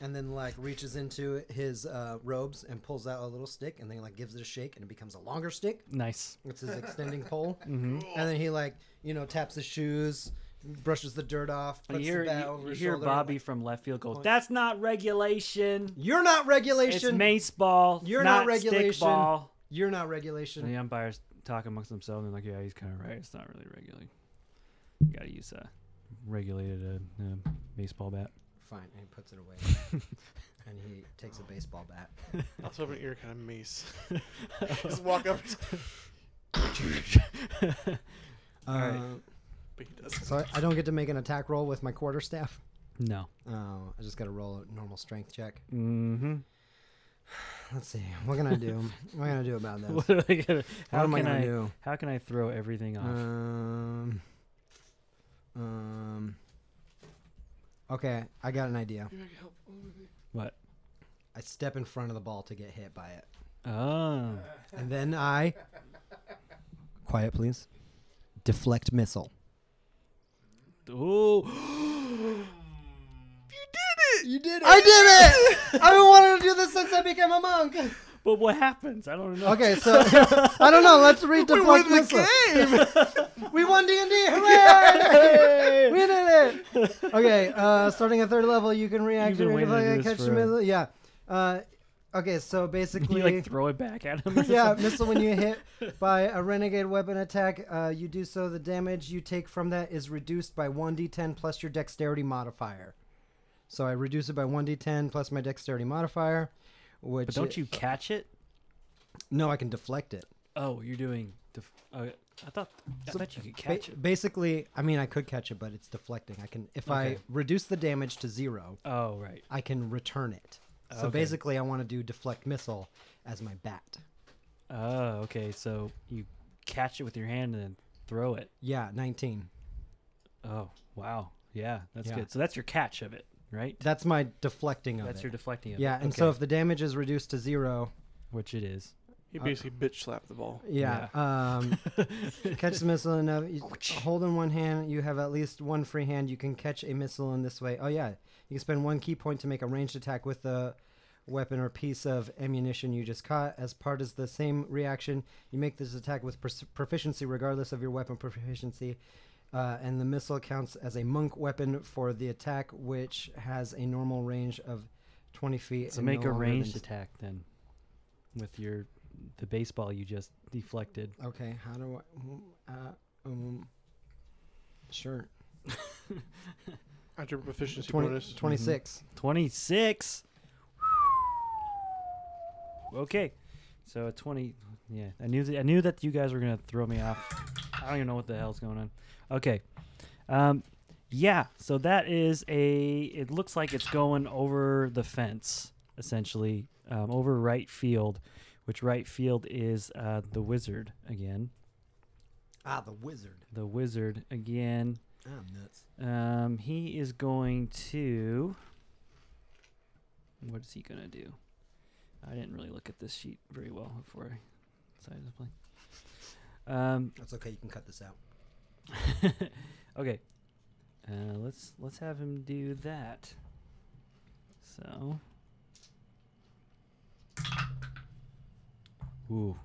S1: and then like reaches into his uh, robes and pulls out a little stick, and then like gives it a shake, and it becomes a longer stick.
S3: Nice.
S1: It's his extending pole,
S3: Mm-hmm.
S1: and then he like you know taps his shoes, brushes the dirt off,
S3: You
S1: puts
S3: hear,
S1: the bat
S3: you-
S1: over
S3: you
S1: his
S3: hear
S1: shoulder,
S3: Bobby
S1: like,
S3: from left field go,
S1: Point.
S3: "That's not regulation.
S1: You're not
S3: It's
S1: regulation.
S3: mace ball.
S1: You're
S3: not,
S1: not regulation."
S3: Stick ball."
S1: You're not
S3: And
S1: regulation.
S3: the umpires talk amongst themselves and they're like, "Yeah, he's kind of right. It's not really regulated. You gotta use a regulated uh, uh, baseball bat."
S1: Fine, and he puts it away, and he takes a baseball bat.
S4: I was hoping Eric had a mace.
S2: Just walk up.
S1: Uh,
S4: But he doesn't.
S1: So I, I don't get to make an attack roll with my quarter staff.
S3: No.
S1: Oh, I just got to roll a normal strength check.
S3: Mm-hmm.
S1: Let's see. What can I do? what can I do about this?
S3: What am I gonna,
S1: What
S3: how
S1: am I
S3: can
S1: gonna
S3: I,
S1: do? Uh,
S3: how can I throw everything off?
S1: Um, um. Okay, I got an idea.
S3: what?
S1: I step in front of the ball to get hit by it,
S3: Oh,
S1: and then I. Quiet, please. Deflect missile.
S3: Ooh.
S1: You did it! I did it! I've been wanting to do this since I became a monk.
S3: but what happens? I don't know.
S1: Okay, so I don't know. Let's read deflect missile. We won D and D! Hooray! we did it! Okay, uh, starting at third level, you can react.
S3: You've been waiting to do
S1: and
S3: this
S1: catch the
S3: forever.
S1: missile. Yeah. Uh, okay, so
S3: You
S1: basically,
S3: like throw it back at him. or
S1: yeah,
S3: something?
S1: missile when you hit by a renegade weapon attack, uh, you do so. The damage you take from that is reduced by one d10 plus your dexterity modifier. So I reduce it by one d10 plus my dexterity modifier. Which
S3: But don't you catch it?
S1: No, I can deflect it.
S3: Oh, you're doing. Def- uh, I thought I thought you could catch
S1: Ba-
S3: it.
S1: basically, I mean, I could catch it, but it's deflecting. I can if I
S3: Okay.
S1: reduce the damage to zero,
S3: Oh right.
S1: I can return it. So
S3: Okay.
S1: basically, I want to do deflect missile as my bat.
S3: Oh okay. So you catch it with your hand and then throw it.
S1: Yeah, 19.
S3: Oh wow. Yeah, that's
S1: Yeah.
S3: good. So that's your catch of it, right?
S1: That's my deflecting of
S3: That's
S1: it.
S3: your deflecting of it.
S1: yeah, and
S3: Okay.
S1: so if the damage is reduced to zero,
S3: which it is.
S4: He basically bitch slapped the ball.
S1: yeah, Um, catch the missile enough. You hold in one hand, you have at least one free hand. You can catch a missile in this way. Oh yeah, you can spend one key point to make a ranged attack with the weapon or piece of ammunition you just caught. As part of the same reaction, you make this attack with pers- proficiency, regardless of your weapon proficiency. Uh, and the missile counts as a monk weapon for the attack, which has a normal range of 20 feet.
S3: So
S1: and
S3: make
S1: no
S3: a
S1: longer
S3: ranged
S1: than-
S3: attack then, with your the baseball you just deflected.
S1: Okay, how do I? Uh, um, sure.
S4: At your proficiency
S1: 20
S4: bonus.
S1: 26.
S3: Twenty six. Okay, so a twenty. Yeah, I knew that, I knew that you guys were gonna throw me off. I don't even know what the hell's going on. Okay, um, yeah. So that is a. It looks like it's going over the fence essentially, um, over right field, which right field is uh, the wizard again.
S1: Ah, the wizard.
S3: The wizard again.
S1: I'm nuts.
S3: Um, he is going to. What is he gonna do? I didn't really look at this sheet very well before I decided to play. Um,
S1: That's okay. You can cut this out.
S3: okay. Uh, let's let's have him do that. So. Ooh.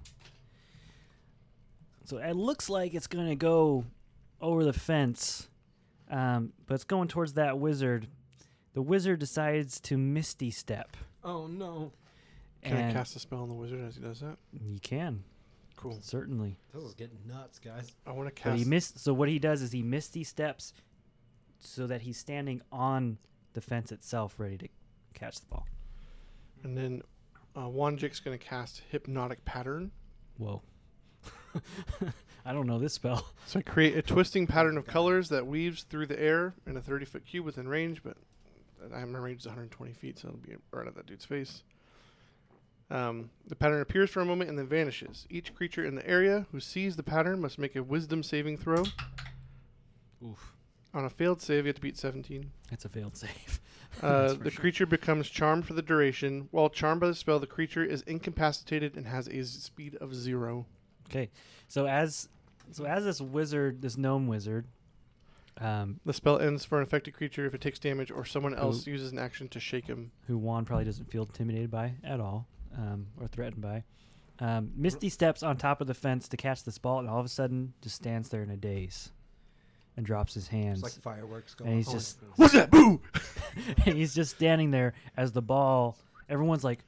S3: So it looks like it's gonna go over the fence, um, but it's going towards that wizard. The wizard decides to misty step,
S1: Oh no.
S4: Can I
S3: and
S4: cast a spell on the wizard as he does that?
S3: you can
S4: Cool.
S3: certainly.
S1: This is getting nuts, guys.
S4: I want to
S3: So he
S4: cast.
S3: missed. So what he does is he misty steps, so that he's standing on the fence itself, ready to catch the ball.
S4: and then uh, Wanjik's going to cast Hypnotic Pattern.
S3: Whoa! I don't know this spell.
S4: So I create a twisting pattern of colors that weaves through the air in a 30 foot cube within range, but I- my range is 120 feet, so it'll be right at that dude's face. Um, the pattern appears for a moment and then vanishes. Each creature in the area who sees the pattern must make a wisdom saving throw.
S3: Oof!
S4: On a failed save, you have to beat 17.
S3: That's a failed save.
S4: Uh,
S3: That's for
S4: the
S3: sure.
S4: creature becomes charmed for the duration. While charmed by the spell, the creature is incapacitated and has a s- speed of zero.
S3: Okay, so as so as this wizard, this gnome wizard, um,
S4: The spell ends for an affected creature if it takes damage or someone else uses an action to shake him.
S3: who Juan probably doesn't feel intimidated by at all um, or threatened by. Um, Misty steps on top of the fence to catch this ball, and all of a sudden just stands there in a daze, and drops his hands.
S1: It's like fireworks going.
S3: and he's
S1: off.
S3: just
S4: What's that? Boo!
S3: and he's just standing there as the ball. Everyone's like,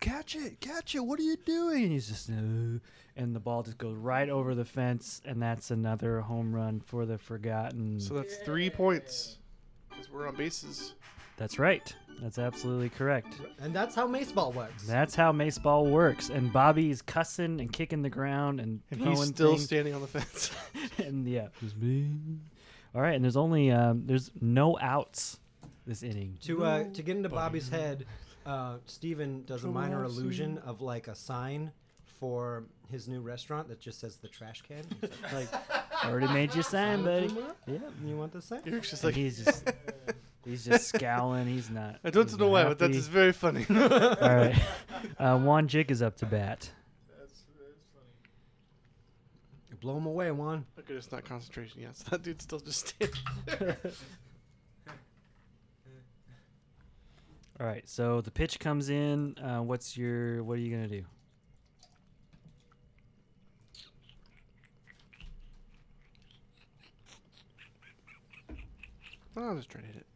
S3: "Catch it! Catch it! What are you doing?" And he's just, "No." and the ball just goes right over the fence, and that's another home run for the forgotten.
S4: So that's three points. Because we're on bases.
S3: that's right. That's absolutely correct.
S1: and that's how mace ball works.
S3: That's how mace ball works. And Bobby's cussing and kicking the ground and,
S4: And
S3: throwing
S4: he's still
S3: things.
S4: standing on the fence.
S3: and yeah, just me. All right, and there's only um, there's no outs this inning.
S1: To uh, to get into Bobby's head, uh, Steven does a minor illusion of like a sign for his new restaurant that just says the trash can. He's like,
S3: Like, already made your sign, buddy. Yeah.
S1: you want this sign?
S4: Eric's just
S3: And
S4: like,
S3: he's just he's just scowling. He's not.
S4: I don't
S3: he's
S4: know
S3: not
S4: why, but that
S3: happy.
S4: is very funny.
S3: All right. Uh, Juan Jig is up to bat.
S1: Blow him away, Juan.
S4: okay, it's not concentration yet. So that dude's still just standing.
S3: All right. So the pitch comes in. Uh, what's your? What are you gonna do?
S4: No, I'll just try to hit it.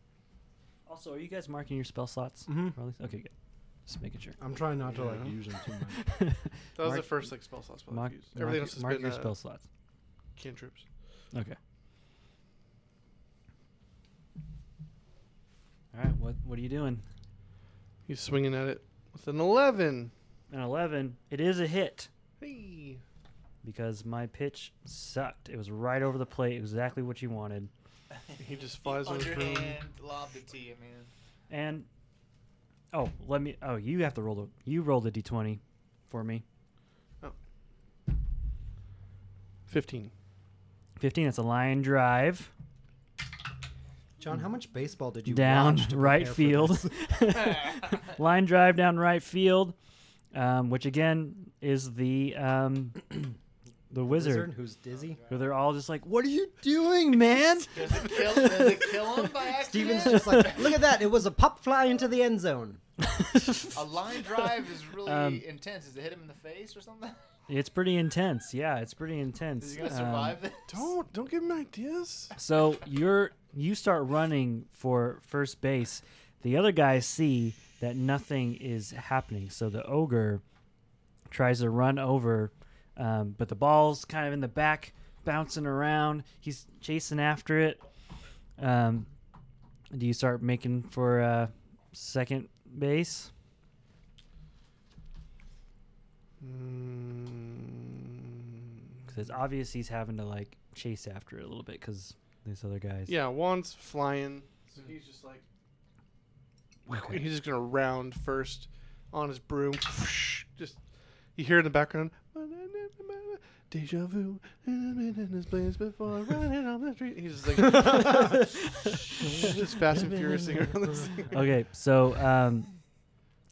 S3: Also, are you guys marking your spell slots?
S4: Mm-hmm.
S3: Or at least- Okay, good. Just making sure.
S1: I'm trying not to like
S4: Yeah.
S1: use him too much.
S4: That was
S3: Mark-
S4: the first like spell slot spell
S3: Mark,
S4: I've used.
S3: mark
S4: Everything
S3: your-
S4: else has
S3: mark
S4: been
S3: your
S4: uh,
S3: spell slots.
S4: cantrips.
S3: Okay. All right. What What are you doing?
S4: He's swinging at it with an 11.
S3: An eleven. It is a hit
S4: Hey.
S3: because my pitch sucked. It was right over the plate, exactly what you wanted.
S4: He just flies on his broom.
S2: Underhand lobbed it to you, man.
S3: And oh, let me. Oh, you have to roll the. You roll the d twenty for me.
S4: 15.
S3: Fifteen. That's a line drive
S1: John, how much baseball did you
S3: down
S1: watch to
S3: right
S1: prepare for
S3: field.
S1: this?
S3: line drive down right field, um, which again is the um, the wizard.
S1: Wizard who's
S5: Oh,
S1: dizzy.
S3: Where they're all just like, "What are you doing, man?"
S2: Does it kill? Does it kill him by accident?
S1: Steven's just like, look at that! It was a pop fly into the end zone.
S2: a line drive is really
S3: Um,
S2: intense. Does it hit him in the face or something?
S3: It's pretty intense. Yeah, it's pretty intense.
S2: You gonna
S3: Um,
S2: survive this?
S4: Don't don't give me ideas.
S3: So you're you start running for first base. The other guys see that nothing is happening. So the ogre tries to run over, um, but the ball's kind of in the back, bouncing around. He's chasing after it. Um, do you start making for uh, second base?
S4: Mm.
S3: Because it's obvious he's having to like chase after it a little bit because these other guys.
S4: Yeah, Juan's flying, so he's just like
S3: Okay.
S4: he's just gonna round first on his broom. Just you hear in the background, deja vu. and I've been in this place before, running on the street. He's just like just fast and furious around this thing.
S3: okay, so um,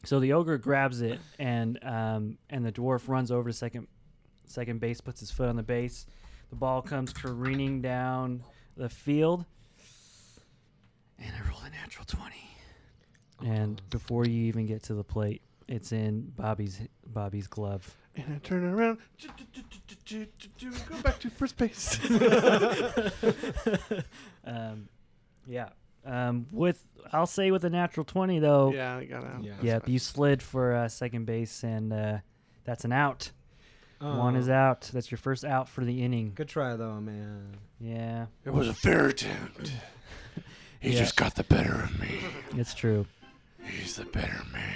S3: so the ogre grabs it and um, and the dwarf runs over to second second base, puts his foot on the base. The ball comes careening down the field, and I roll a natural twenty. And before you even get to the plate, it's in Bobby's Bobby's glove.
S4: And I turn around, go back to first base.
S3: um, yeah. Um, with I'll say with a natural twenty though.
S4: Yeah, I gotta.
S2: Yeah.
S3: Yep, you slid for uh, second base, and uh, that's an out. One is
S1: Uh,
S3: out. That's your first out for the inning.
S1: Good try though, man.
S3: Yeah,
S6: It was a fair attempt. He
S3: Yeah.
S6: just got the better of me.
S3: it's true.
S6: He's the better man.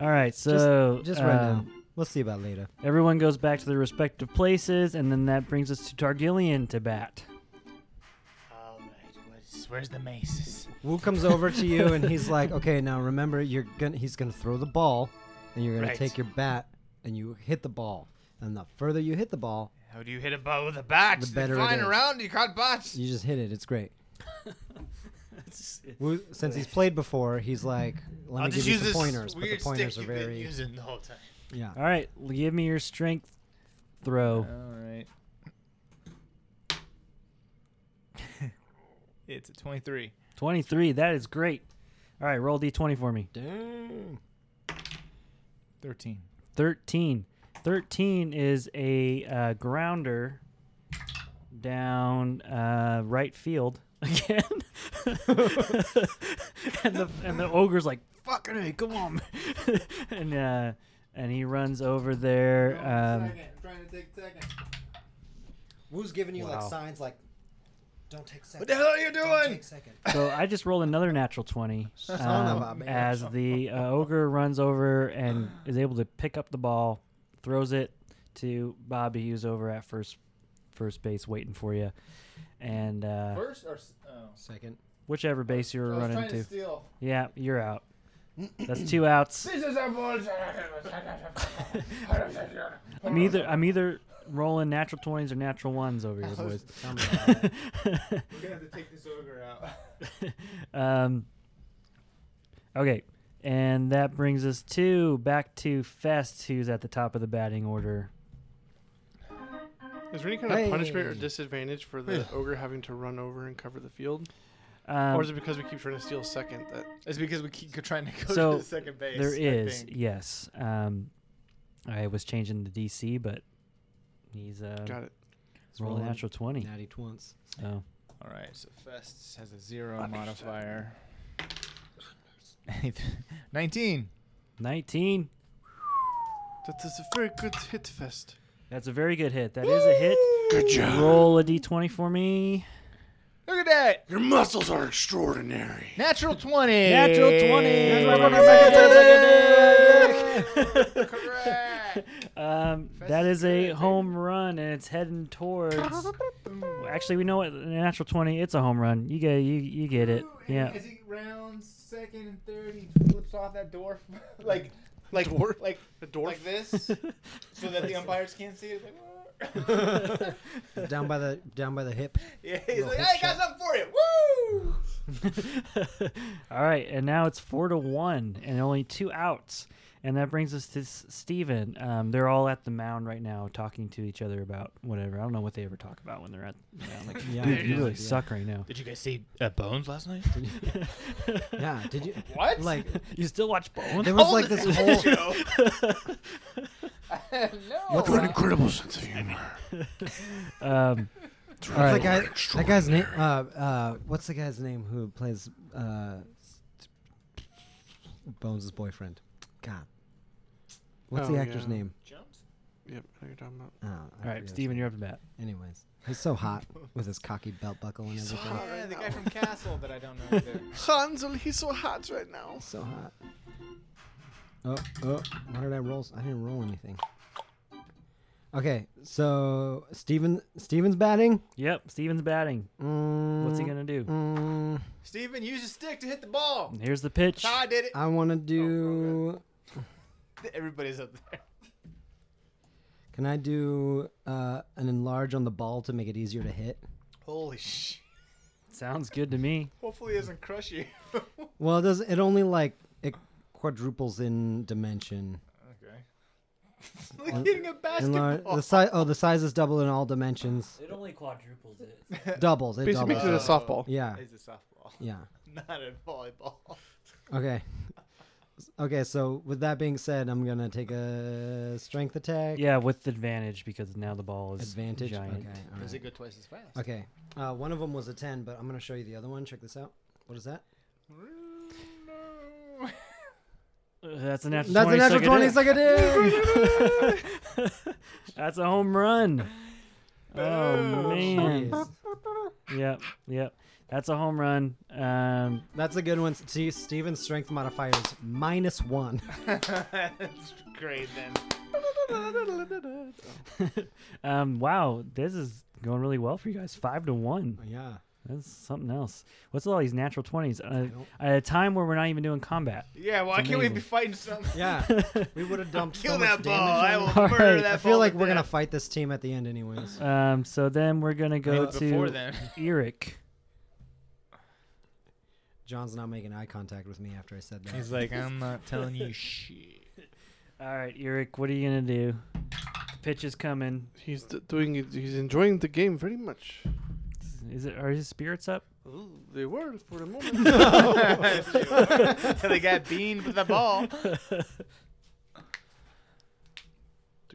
S3: All right, so
S1: Just right now.
S3: um,
S1: We'll see about later.
S3: everyone goes back to their respective places, and then that brings us to Targillian to bat.
S5: All right, where's, where's the maces?
S1: Wu comes over to you and he's like, "Okay, now remember, you're gonna he's gonna throw the ball, and you're gonna
S5: Right.
S1: take your bat and you hit the ball. And the further you hit the ball,
S5: How do you hit a ball with a bat?
S1: The
S5: They're
S1: better it
S5: flying
S1: is.
S5: around, you caught bots.
S1: you just hit it. It's great." Wu, since he's played before, he's like, "Let
S5: I'll
S1: me give
S5: just
S1: you
S5: use
S1: some
S5: this
S1: pointers," but the
S5: weird
S1: pointers
S5: stick
S1: are
S5: you've been
S1: very
S5: using the whole time.
S1: yeah.
S3: All right, l- give me your strength throw.
S2: All right. it's a 23.
S3: Twenty-three. That is great. All right, roll d20 for me.
S2: 13.
S3: 13. 13 is a uh, grounder down uh, right field again. and, the, and the ogre's like, fucking hey, come on. man." and, uh, and he runs over there. Um,
S2: trying to take second.
S1: Wu's giving you
S3: like, Wow.
S1: signs like, "Don't take
S2: What
S1: second.
S2: the hell are you doing?
S1: second.
S3: so I just rolled another natural 20
S1: Son of
S3: um,
S1: a bitch.
S3: as the uh, ogre runs over and is able to pick up the ball, throws it to Bobby, who's over at first first base waiting for you. And uh,
S2: First or. s- Oh.
S1: Second.
S3: whichever base you were
S2: I was
S3: running
S2: trying
S3: to.
S2: steal.
S3: yeah, you're out. That's two outs.
S2: This is a bullshit.
S3: I'm either I'm either rolling natural twenties or natural ones over here, boys.
S2: We're gonna have to take this ogre out.
S3: Um, okay, and that brings us to back to Fest, who's at the top of the batting order.
S4: Is there any kind of punishment or
S1: Hey.
S4: disadvantage for the ogre having to run over and cover the field,
S3: Um,
S4: or is it because we keep trying to steal second? That
S2: It's because we keep trying to go
S3: So,
S2: to the second base.
S3: there
S2: I
S3: is
S2: think.
S3: yes. Um, I was changing the DC, but he's uh,
S4: got it.
S1: It's
S3: rolling
S1: rolling.
S3: natural twenty. Oh,
S1: Natty twins.
S3: So
S2: All right, so Fest has a zero modifier. 19.
S3: nineteen.
S4: That is a very good hit fest.
S3: That's a very good hit. That is a hit.
S6: Good job.
S3: Roll a d20 for me.
S2: Look at that.
S6: Your muscles are extraordinary.
S2: Natural 20.
S3: Natural 20.
S2: Correct.
S3: Um, that is a home run, and it's heading towards. Actually, we know what. Natural 20. It's a home run. You get. You you get it. Yeah.
S2: As he rounds second and third, he flips off that dwarf like like
S4: Dwarf?
S2: like
S4: The dwarf.
S2: like this, so that the umpires can't see it. It's like,
S1: down by the down by the hip.
S2: yeah, he's
S1: Little
S2: like,
S1: hip
S2: I got
S1: shot.
S2: something for you. Woo!
S3: All right, and now it's four to one, and only two outs, and that brings us to S- Steven. Um, they're all at the mound right now, talking to each other about whatever. I don't know what they ever talk about when they're at the mound. Like,
S1: Yeah,
S3: dude, you
S1: yeah,
S3: really
S1: yeah.
S3: suck right now.
S5: Did you guys see uh, Bones last night?
S1: Yeah. Did you
S2: What?
S1: like?
S3: You still watch Bones?
S1: There was like this whole.
S2: Joe.
S1: What's
S6: What an
S1: that?
S6: incredible sense of humor.
S3: Um,
S6: It's
S1: All right.
S6: really
S1: That guy- that guy's name.
S6: extraordinary.
S1: Uh, uh, what's the guy's name who plays uh, Bones' boyfriend? God. What's the
S4: Oh,
S1: actor's
S4: yeah.
S1: name?
S4: Yep, I know you're talking about.
S1: Oh, I
S3: all right,
S1: forget his
S3: Steven,
S1: name.
S3: you're up to bat.
S1: Anyways, he's so hot with his cocky belt buckle and everything.
S4: hot.
S2: Yeah, the guy from Castle that I don't know. Either.
S4: Hansel, he's so hot right now.
S1: So hot. Oh, oh, why did I roll? I didn't roll anything. Okay, so Steven, Steven's batting.
S3: Yep, Steven's batting.
S1: Mm,
S3: What's he gonna do?
S1: Mm,
S2: Steven, use a stick to hit the ball.
S3: Here's the pitch.
S2: Ty did it.
S1: I want to
S3: Oh,
S1: do.
S2: Everybody's up there.
S1: Can I do uh, an enlarge on the ball to make it easier to hit?
S2: Holy sh!
S3: Sounds good to me.
S2: Hopefully, it doesn't crush you.
S1: Well, it does. It only like it quadruples in dimension.
S2: Okay. It's like hitting a
S3: uh,
S1: Enlar-
S2: basketball.
S1: the size. Oh, the size is double in all dimensions.
S3: It only quadruples it.
S1: Doubles. It
S4: Basically,
S1: doubles.
S4: makes it a softball.
S1: yeah.
S2: It's a softball,
S1: Yeah.
S2: not a volleyball.
S1: Okay. Okay, so with that being said, I'm gonna take a strength attack.
S3: Yeah, with advantage because now the ball is
S1: Advantage.
S3: Giant.
S1: Okay. all
S2: Does it
S1: right.
S2: go twice as fast?
S1: Okay. Uh, one of them was a ten, but I'm gonna show you the other one. Check this out. What is that?
S3: Uh, That's a natural
S1: That's a
S3: 20,
S1: natural
S3: suck it
S1: twenty.
S3: in.
S1: Suck it in.
S3: That's a home run. Oh man.
S1: Jeez.
S3: Yep, yep. That's a home run. Um,
S1: That's a good one. Ste Steven's strength modifier is minus one.
S2: That's great then.
S3: um, wow, this is going really well for you guys. Five to one.
S1: Yeah.
S3: That's something else. What's all these natural twenties uh,
S1: don't-
S3: at a time where we're not even doing combat?
S2: Yeah, why
S1: It's
S2: can't we
S1: amazing.
S2: be fighting something?
S1: Yeah. We would have dumped
S2: Kill
S1: so much
S2: that ball. I will
S1: damage. on
S3: All
S2: murder
S3: right,
S1: it.
S2: that
S1: I
S2: ball
S1: feel like
S2: to
S1: we're gonna
S2: death.
S1: fight this team at the end, anyways.
S3: Um, so then we're gonna go
S2: But before
S3: to
S2: then.
S3: Eric.
S1: John's not making eye contact with me after I said that.
S2: He's like, I'm not telling you shit.
S3: All right, Eric, what are you gonna do? Pitch is coming.
S4: He's d- doing. it- He's enjoying the game very much.
S3: Is it? Are his spirits up?
S4: Ooh, they were for the moment.
S2: Till they got beaned with the ball.
S4: Do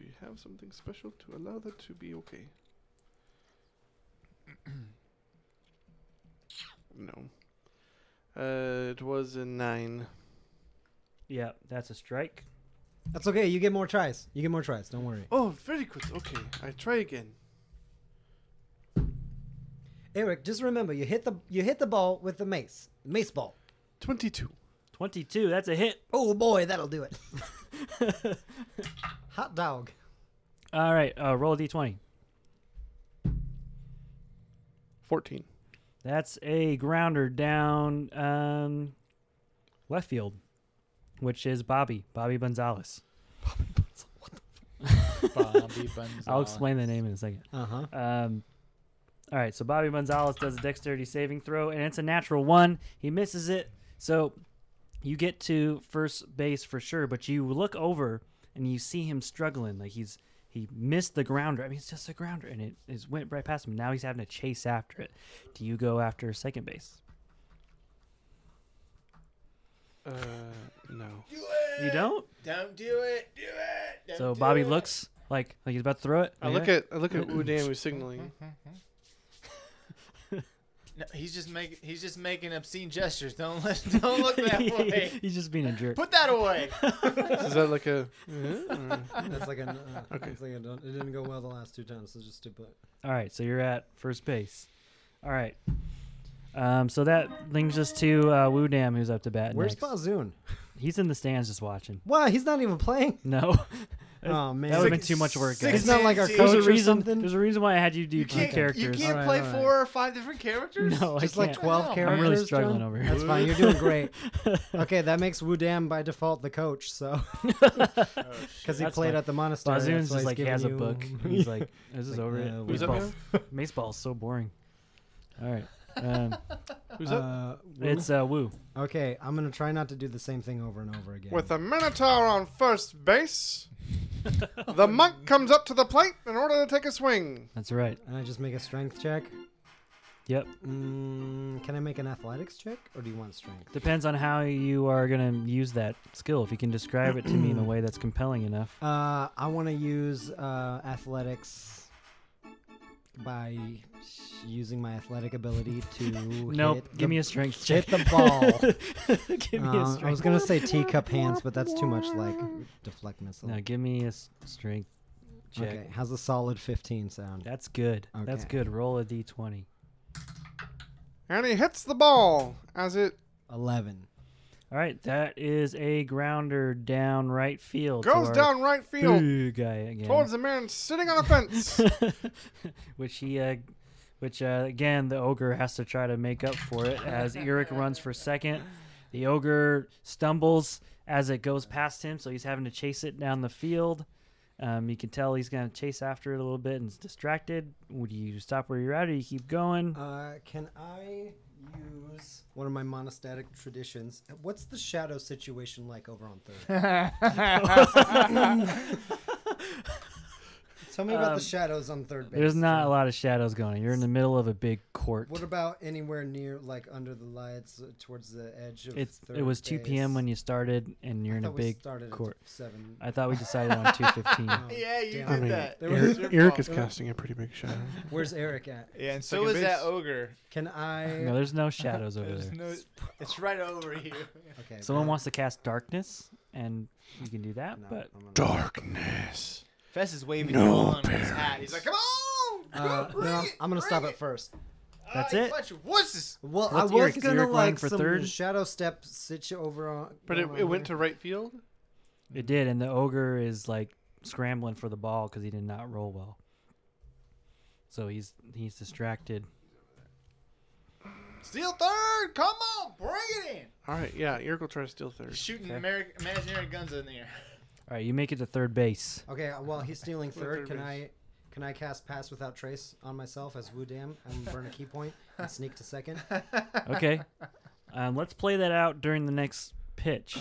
S4: you have something special to allow that to be okay? no. Uh, it was a nine.
S3: Yeah, that's a strike.
S1: That's okay. You get more tries. You get more tries. Don't worry.
S4: Oh, very good. Okay, I try again.
S1: Eric, just remember you hit the you hit the ball with the mace. Mace ball.
S4: Twenty-two.
S3: Twenty-two. That's a hit.
S1: Oh boy, that'll do it. Hot dog.
S3: All right, uh, roll a d20.
S4: Fourteen.
S3: That's a grounder down um, left field, which is Bobby, Bobby Gonzalez.
S2: Bobby
S3: I'll explain the name in a second.
S1: Uh huh.
S3: Um, all right, so Bobby Gonzalez does a dexterity saving throw, and it's a natural one. He misses it, so you get to first base for sure. But you look over and you see him struggling, like he's he missed the grounder. I mean, it's just a grounder, and it, it went right past him. Now he's having to chase after it. Do you go after second base?
S4: Uh, no.
S2: Do it.
S3: You don't.
S2: Don't do it. Do it. Don't
S3: So
S2: do
S3: Bobby
S2: it.
S3: looks like like he's about to throw it.
S4: I look at I look at Udan who's signaling.
S2: No, he's just making. He's just making obscene gestures. Don't let. Don't look that way.
S3: he's just being a jerk.
S2: Put that away.
S4: Is that like a? uh, or-
S1: That's like an. Uh,
S4: Okay.
S1: that's like a don't- it didn't go well the last two times. So just to put.
S3: All right, so you're at first base. All right. Um, so that brings us to uh, Wu Dam, who's up to bat.
S1: Where's
S3: next.
S1: Bazoon?
S3: He's in the stands just watching.
S1: Why he's not even playing?
S3: No,
S1: Oh man.
S3: that would have been too much work.
S2: six-
S1: He's
S3: Guys.
S1: not like our
S2: There's
S1: coach
S3: There's a
S1: or
S3: reason.
S1: something?
S3: There's a reason why I had you do
S2: You
S3: two
S2: can't. You
S3: characters.
S2: can't
S1: Alright,
S2: play
S1: alright.
S2: four or five different characters.
S3: No, I
S1: Just
S3: can't.
S1: like 12
S2: I'm
S1: characters.
S3: I'm really struggling
S1: John?
S3: over here.
S1: That's fine. You're doing great. Okay, that makes Wu Dam by default the coach, so because he
S3: Oh, That's
S1: played
S3: fine.
S1: at the monastery. that's
S3: Bazoon's
S1: why
S3: just
S1: he's
S3: like
S1: giving
S3: has a
S1: you-
S3: book. and He's like, this is
S1: Like,
S3: over.
S1: uh,
S3: it.
S1: Who's
S4: Who's up
S3: Baseball-
S4: now?
S3: Baseball is so boring. All right, um,
S4: Who's up?
S1: Uh, Wu-
S3: it's uh, Wu.
S1: okay, I'm gonna try not to do the same thing over and over again.
S6: With a Minotaur on first base, the monk comes up to the plate in order to take a swing.
S3: That's right.
S1: and I just make a strength check.
S3: Yep.
S1: Mm, can I make an athletics check, or do you want strength?
S3: Depends on how you are going to use that skill. If you can describe it to me in a way that's compelling enough.
S1: Uh, I want to use uh, athletics by sh- using my athletic ability to.
S3: Nope.
S1: hit
S3: Give
S1: the-
S3: me a strength check.
S1: hit the ball.
S3: give me a
S1: Uh,
S3: strength.
S1: I was gonna say teacup hands, but that's too much like deflect missile.
S3: No, give me a s- strength check.
S1: Okay, how's a solid 15 sound?
S3: That's good. That's
S1: Okay.
S3: good. Roll a d20.
S4: And he hits the ball as it
S1: 11.
S3: All right, that is a grounder down right field. to
S4: goes
S3: our
S4: down right field
S3: boo guy again.
S4: towards the man sitting on a fence.
S3: which he, uh, which uh, again, the ogre has to try to make up for it as Eric runs for second. The ogre stumbles as it goes past him, so he's having to chase it down the field. Um, you can tell he's going to chase after it a little bit and is distracted. Would you stop where you're at, or you keep going?
S1: Uh, can I use one of my monastic traditions? What's the shadow situation like over on third? Tell me about
S3: Um,
S1: the shadows on third base.
S3: There's not a lot of shadows going. on. You're in the middle of a big court.
S1: What about anywhere near, like under the lights, uh, towards the edge of?
S3: It's
S1: third
S3: it was 2 p.m.
S1: base?
S3: when you started, and you're
S1: I
S3: in a
S1: thought we
S3: big
S1: started at
S3: court.
S1: seven.
S3: I thought we decided on 2:15.
S1: Oh,
S2: Yeah, you
S1: damn
S4: I
S1: it.
S2: did
S4: mean,
S2: that.
S1: There was-
S4: Eric, Eric is casting a pretty big shadow.
S1: Where's Eric at?
S2: Yeah, and so
S4: Second
S2: is that
S4: base.
S2: ogre.
S1: Can I?
S3: No, there's no shadows over
S2: There's
S3: there.
S2: no, it's right over you.
S1: okay.
S3: Someone
S1: got
S3: wants to cast darkness, and you can do
S1: it.
S3: that.
S1: No,
S3: But
S1: I'm gonna-
S6: Darkness.
S2: Fess is waving
S6: No
S2: you on with his
S6: parents.
S2: hat. He's like, "Come on!"
S1: Uh,
S2: Bring
S1: no,
S2: it,
S1: I'm gonna
S2: bring
S1: stop
S2: it.
S1: it first.
S3: That's
S2: Ah, you
S3: it.
S2: bunch of wusses.
S1: Well,
S3: What's
S1: I was
S3: Eric? Is
S1: gonna
S3: Eric running
S1: like
S3: for
S1: some
S3: third?
S1: shadow step sit over on.
S4: But it, it went to right field.
S3: it did, and the ogre is like scrambling for the ball because he did not roll well. So he's he's distracted.
S2: Steal third. Come on, bring it
S4: All right, yeah. Eric will try to steal
S2: in.
S4: third.
S2: Shooting
S3: Okay.
S2: Ameri- imaginary guns in the air.
S3: All right, you make it to third base.
S1: Okay, uh, while he's stealing
S4: Went
S1: third,
S4: third
S1: can I
S4: base.
S1: can I cast pass without trace on myself as Wu Dam and burn a key point and sneak to second?
S3: Okay, um, let's play that out during the next pitch.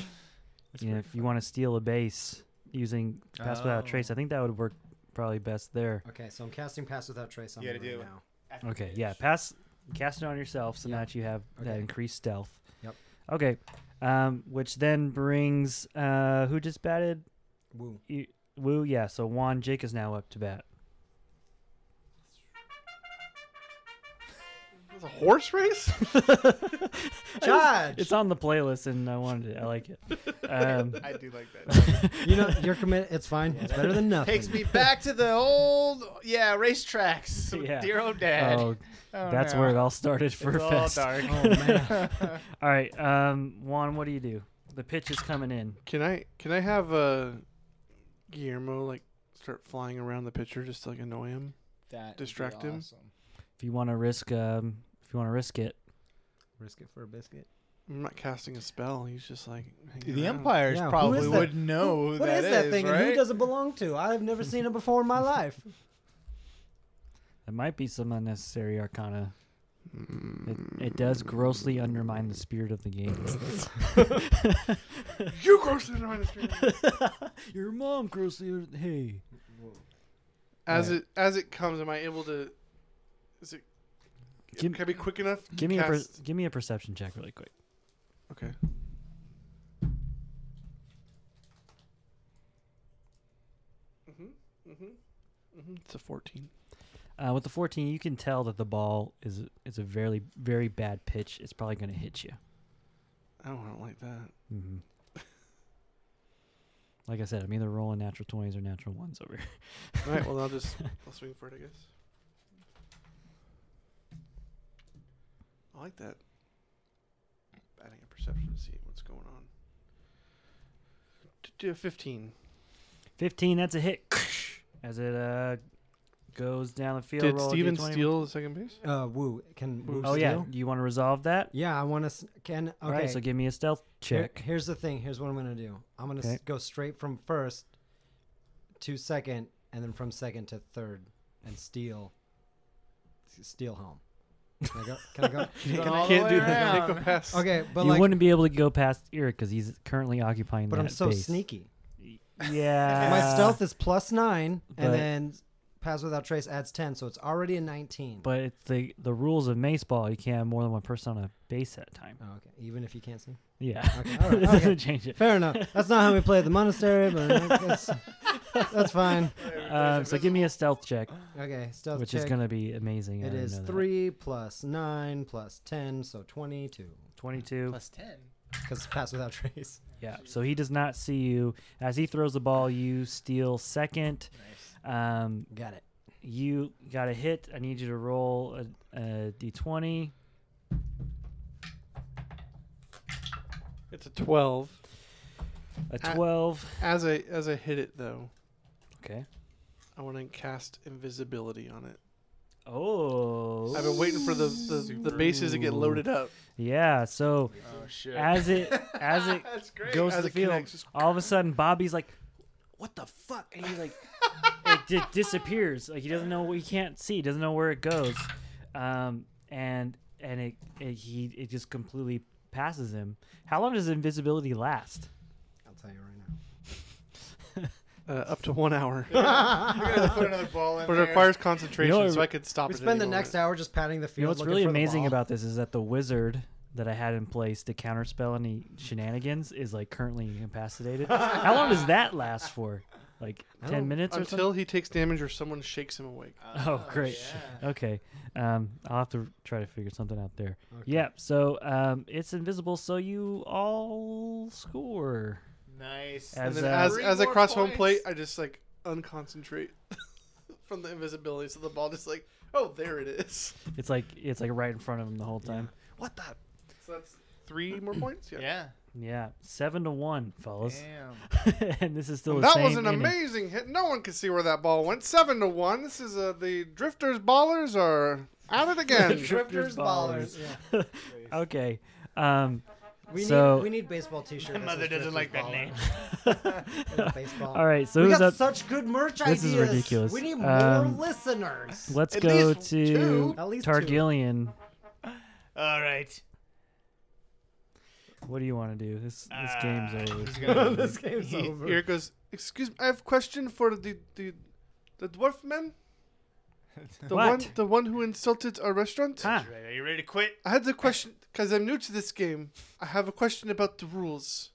S3: You know, if you want to steal a base using pass without
S2: Oh.
S3: trace, I think that would work probably best there.
S1: Okay, so I'm casting pass without trace on
S2: You
S1: him
S2: gotta
S1: right
S2: do it.
S1: now.
S3: Okay, yeah. Pass, cast it on yourself so
S1: Yeah.
S3: that you have that
S1: Okay.
S3: increased stealth.
S1: Yep.
S3: Okay, um, which then brings uh, who just batted?
S1: Woo.
S3: Woo. Yeah. So Juan Jake is now up to bat.
S4: It's a horse race.
S1: Judge,
S3: It's on the playlist, and I wanted it. I like it. Um,
S2: I do like that.
S1: you know you're committed. It's fine. It's better than nothing.
S2: Takes me back to the old yeah racetracks. with
S3: Yeah.
S2: Dear old dad.
S3: oh,
S2: Oh,
S3: that's
S2: no.
S3: where it all started for
S2: it's all
S3: Fest.
S2: dark.
S1: Oh man.
S3: All right, um, Juan, what do you do? The pitch is coming in.
S4: Can I can I have uh, Guillermo like start flying around the pitcher just to like annoy him?
S2: That
S4: Distract him.
S3: If you want to risk, um, if you want to risk it,
S1: Risk it for a biscuit.
S4: I'm not casting a spell. He's just like hanging
S2: The
S4: around.
S2: Empires
S1: Yeah, who
S2: probably
S1: is that?
S2: wouldn't know Oh, who,
S1: What is
S2: that
S1: that
S2: is,
S1: thing
S2: right?
S1: and who does it belong to? I've never seen it before in my life.
S3: it might be some unnecessary arcana. It, it does grossly undermine the spirit of the game.
S4: You grossly annoying us, Guillermo.
S3: Your mom grossly. under- Hey.
S4: As it as it comes, am I able to? Is it?
S3: Give-
S4: can I be quick enough? to
S3: Give me a per-
S4: cast?
S3: give me a perception check really quick.
S4: Okay. Mhm, mhm, mhm. It's a 14.
S3: Uh, with the 14, you can tell that the ball is it's a very very bad pitch. It's probably going to hit you.
S4: Oh, I don't want it like that.
S3: Mm-hmm. Like I said, I'm either rolling natural 20s or natural ones over. here.
S4: All right, well, I'll just I'll swing for it, I guess. I like that. Adding a perception to see what's going on. To do a 15.
S3: 15, that's a hit. As it uh goes down the field.
S4: Did
S3: roll a
S4: Steven
S3: D20.
S4: steal the second base?
S1: Uh, Woo can. Woo
S3: Oh yeah,
S1: steal?
S3: you want to resolve that?
S1: Yeah, I want to. Can okay.
S3: All right, so give me a stealth
S1: Here-
S3: check.
S1: here's the thing. Here's what I'm gonna do. I'm gonna
S3: Okay.
S1: s- go straight from first to second, and then from second to third, and steal. s- Steal home. Can I go? Can I go?
S2: Going
S4: I
S2: all the
S4: can't
S2: way
S4: do that.
S2: around.
S4: Can't go past.
S1: Okay, but
S3: you
S1: like,
S3: wouldn't be able to go past Eric because he's currently occupying
S1: but
S3: that
S1: I'm so
S3: space.
S1: sneaky.
S3: Yeah.
S1: My stealth is plus nine,
S3: Uh, but-
S1: and then Pass without trace adds ten, so it's already a nineteen.
S3: But it's the the rules of mace ball. You can't have more than one person on a base at a time.
S1: oh, okay. Even if you can't see.
S3: Yeah,
S1: Okay, all right,
S3: it doesn't
S1: okay.
S3: change it.
S1: Fair enough. That's not how we play at the monastery, but that's, that's fine.
S3: Um, so give me a stealth check,
S1: Okay, stealth
S3: which
S1: check.
S3: is gonna be amazing. I
S1: it
S3: already
S1: is
S3: know that.
S1: three plus nine plus ten, so twenty-two.
S3: 22.
S2: Plus ten.
S1: Because pass without trace.
S3: Yeah. So he does not see you. As he throws the ball, you steal second.
S2: Nice.
S3: Um,
S1: Got it.
S3: you got a hit. I need you to roll a, a d20.
S4: It's a twelve.
S3: A
S4: Ah.
S3: 12.
S4: As I as I hit it though,
S3: Okay.
S4: I want to cast invisibility on it.
S3: Oh.
S4: I've been waiting for the the, the bases to get loaded up.
S3: Yeah. So
S2: Oh shit.
S3: as it as it
S2: That's great.
S3: goes
S4: As
S3: to the
S4: it
S3: field,
S4: connects, just-
S3: all of a sudden Bobby's like, "What the fuck?" And he like it di- disappears. Like he doesn't know. He can't see. Doesn't know where it goes. Um, and and it, it he it just completely passes him. How long does invisibility last?
S1: I'll tell you right now.
S4: Uh, up to one hour,
S2: We're gonna put another ball in
S4: but it
S2: there.
S4: requires concentration,
S3: You know,
S4: so I could stop.
S1: We
S4: it
S1: spend the
S4: any
S1: next
S4: moment.
S1: hour just patting the field.
S3: You know what's
S1: looking
S3: really
S1: for the
S3: amazing
S1: ball.
S3: about this is that the wizard that I had in place to counterspell any shenanigans is like currently incapacitated. How long does that last for? Like
S1: I
S3: ten
S1: don't-
S3: minutes or something?
S4: until he takes damage or someone shakes him awake.
S3: Oh, great.
S2: yeah.
S3: Okay. Um, I'll have to try to figure something out there.
S1: Okay.
S3: Yeah. So um, it's invisible, so you all score.
S2: Nice.
S3: As,
S4: And then
S3: uh,
S4: as
S2: Three
S4: as I
S2: more
S4: cross home
S2: points.
S4: plate, I just like unconcentrate from the invisibility, so the ball just like oh there it is.
S3: It's like it's like right in front of him the whole time.
S1: What the?
S4: So that's three more points. Yeah.
S2: yeah.
S3: Yeah. Seven to one, fellas.
S2: Damn.
S3: and this is still the
S4: that
S3: same
S4: was an
S3: inning.
S4: amazing hit. No one could see where that ball went. Seven to one. This is uh, the Drifters Ballers are at it again.
S1: Drifters,
S3: Drifters,
S1: ballers.
S3: ballers.
S1: Yeah.
S3: Okay. Um,
S1: We
S3: So-
S1: need we need baseball t-shirts.
S5: My mother doesn't like that name.
S1: baseball.
S3: all right. So
S1: we
S3: who's
S1: got
S3: up?
S1: such good merch
S3: This
S1: ideas.
S3: is ridiculous.
S1: We need more
S3: Um,
S1: listeners.
S3: Let's
S4: At
S3: go
S4: least
S3: to
S4: two.
S1: At least two.
S3: Targillian.
S5: All right.
S3: What do you want to do? This this
S5: Ah,
S3: game's over.
S2: He's gonna-
S1: this game's
S2: he-
S1: over.
S4: Here goes. Excuse me. I have a question for the the, the dwarf man. The
S3: What?
S4: one the one who insulted our restaurant.
S1: Ah.
S3: Huh.
S5: Right, Are you ready to quit?
S2: Ah.
S4: I had the question because I'm new to this game. I have a question about the rules.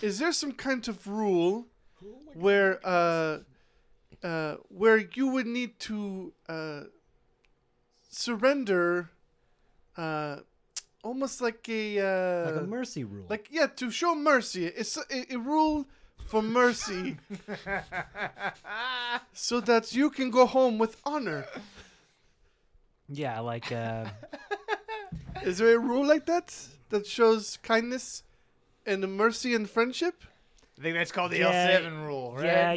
S4: Is there some kind of rule where uh, uh, where you would need to uh, surrender, uh, almost like a, uh,
S1: like a mercy rule.
S4: like yeah to show mercy? It's a, a rule for mercy, so that you can go home with honor.
S3: Yeah, like uh,
S4: Is there a rule like that that shows kindness and mercy and friendship?
S2: I think that's called the
S3: Yeah.
S2: L7 rule, right?
S3: yeah,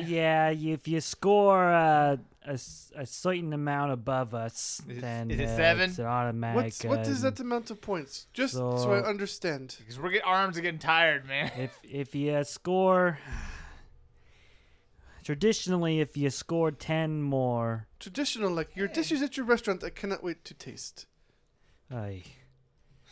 S3: yeah. If you score uh, a s- a certain amount above us,
S2: Is it-
S3: then
S2: is it
S3: uh,
S2: seven?
S3: It's an automatic.
S4: What's, what is
S3: uh,
S4: that amount of points? Just so, I
S3: So-
S4: understand.
S2: Because we're get, our arms are getting tired, man.
S3: If if you score, traditionally, if you score ten more,
S4: Traditional, like your dishes at your restaurant, I cannot wait to taste.
S3: ay.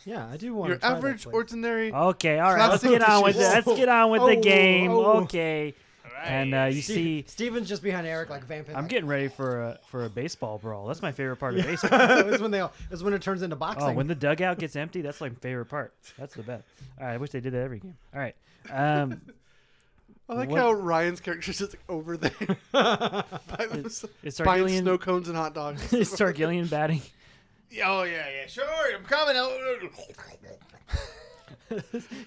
S1: yeah, I do want
S4: your average, ordinary.
S3: okay, all right, let's
S4: Classic
S3: get on with it.
S1: dishes.
S3: Let's get on with the
S1: Oh,
S3: game.
S1: oh.
S3: Okay,
S5: All right.
S3: and uh, you see.
S1: Steven's just behind Eric like vamping.
S3: I'm
S1: like,
S3: getting ready for a for a baseball brawl. That's my favorite part of baseball.
S1: it's when they all. It's when it turns into boxing.
S3: Oh, when the dugout gets empty, that's like my favorite part. That's the best. All right, I wish they did that every game. All right, um,
S4: I like
S3: what-
S4: how Ryan's character is just like, over there by themselves,
S3: is
S4: buying snow
S3: Targillian
S4: cones and hot dogs.
S3: is Targillian batting?
S2: Oh yeah, yeah, sure, I'm coming.
S1: Oh,
S2: I'll-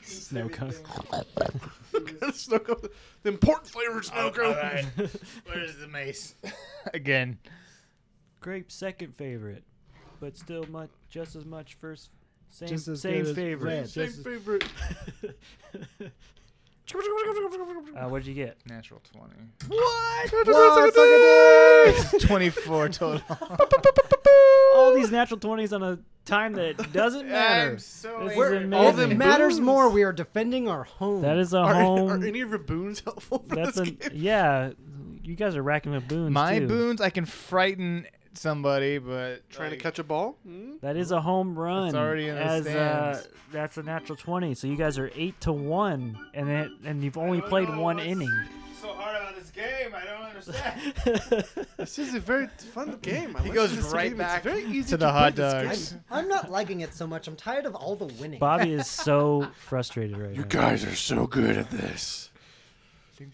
S3: Snow cone.
S4: snow cones, the important flavored snow
S1: Oh,
S2: All
S4: cone.
S2: right. Where's the mace? Again.
S3: Grape second favorite, but still much just as much first. Same
S1: Just as
S3: same
S1: good as
S3: favorite.
S1: red.
S4: Same
S1: This is-
S4: favorite.
S3: Uh, what'd you get?
S2: Natural twenty.
S1: Whoa, suck a dick!
S2: Twenty-four total.
S3: All these natural twenties on a time that doesn't matter.
S2: I'm so
S3: This is
S2: angry.
S3: amazing.
S4: all
S1: All
S4: them
S1: that matters
S4: boons.
S1: more. We are defending our home.
S3: That is a
S4: Are,
S3: home.
S4: are any of
S1: oh.
S4: your boons helpful for
S3: that's
S4: this
S3: a
S4: game?
S3: yeah. You guys are racking up boons.
S2: My
S3: too.
S2: boons, I can frighten somebody, but
S4: Trying to
S2: like,
S4: catch a ball? Hmm?
S3: That is a home run.
S2: already in the
S3: as, uh,
S2: stands.
S3: that's a natural twenty. So you guys are eight to one, and it, and you've only
S2: don't
S3: played
S2: know
S3: one
S2: what's-
S3: inning.
S2: So hard about this game, I don't understand.
S4: This is a very fun game. I
S2: He
S4: like
S2: goes
S4: this
S2: right
S4: game.
S2: back
S4: it's very easy
S2: to the hot
S4: play. It's good.
S2: dogs.
S1: I'm, I'm not liking it so much. I'm tired of all the winning.
S3: Bobby is so frustrated right
S6: You
S3: now.
S6: guys are so good at this.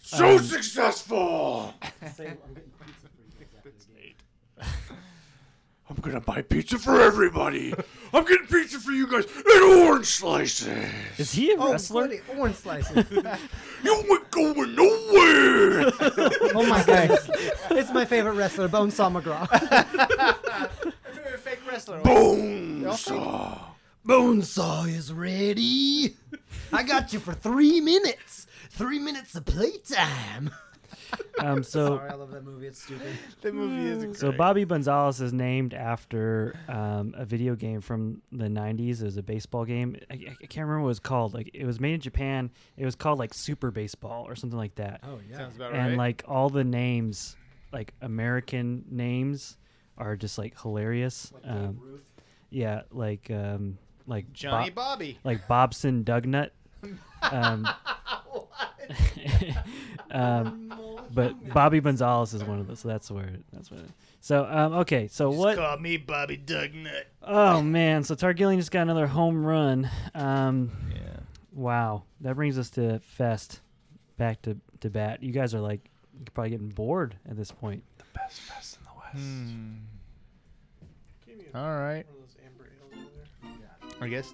S6: So successful.
S1: Same- I'm getting-
S6: I'm gonna buy pizza for everybody. I'm getting pizza for you guys and orange slices.
S3: Is he a
S1: Oh,
S3: wrestler?
S1: bloody orange slices.
S6: You ain't going nowhere.
S1: oh my goodness. It's my favorite wrestler, Bonesaw McGraw.
S2: You're a fake wrestler.
S6: Bone saw.
S1: Bonesaw is ready. I got you for three minutes. Three minutes of playtime.
S3: Um, so
S1: Sorry, I love that movie. It's stupid.
S2: The movie is
S3: So Bobby Bonzales is named after um, a video game from the '90s. It was a baseball game. I, I can't remember what it was called. Like it was made in Japan. It was called like Super Baseball or something like that.
S1: Oh yeah.
S2: sounds about right.
S3: and like all the names, like American names, are just like hilarious. um, yeah, like um, like
S2: Johnny
S3: Bob-
S2: Bobby.
S3: like Bobson Dugnut. Um, um, but Bobby Gonzalez is one of those, so that's where that's where. It, so um, okay, so what?
S8: Call me Bobby Dugnut.
S3: Oh man, so Targillian just got another home run. Um,
S2: Yeah.
S3: wow, that brings us to Fest, back to to bat. You guys are like you're probably getting bored at this point.
S4: Give me
S2: All right.
S4: a- Hmm. one of those amber ales over there.
S2: I guess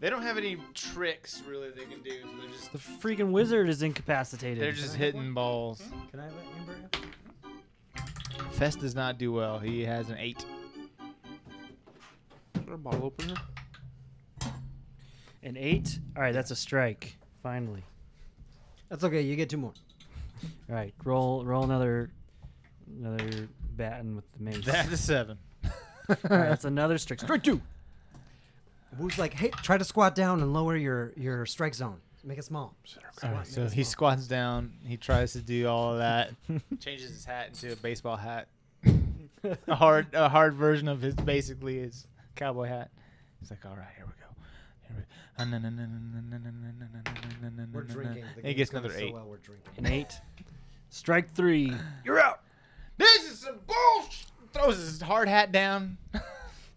S2: they don't have any tricks really they can do. So they're just
S3: The freaking wizard is incapacitated.
S2: they're just hitting balls.
S1: Can I have an Amber Ale?
S2: Fest does not do well. He has an eight.
S4: Is there a bottle opener?
S3: an eight. All right, that's a strike. Finally.
S1: That's okay. You get two more.
S3: All right, roll roll another another batten with the mace.
S2: That's a seven.
S3: All right, that's another strike. Strike two.
S1: Who's like, hey, try to squat down and lower your your strike zone. Make it small. Squat, make
S2: So
S1: it
S2: he
S1: small.
S2: squats down. He tries to do all of that. changes his hat into a baseball hat. a hard, a hard version of his basically his cowboy hat. He's like, all right, here we go. Here we Ah, na- na- na- na- na- na- na- na- na- na- na- na- na-
S1: We're
S2: na- na."
S1: drinking. The
S2: And He
S1: game's
S2: gets
S1: going
S2: another
S1: so
S2: eight.
S1: well, we're drinking.
S3: An eight. Strike three.
S2: You're out. This is some bullshit. Throws his hard hat down.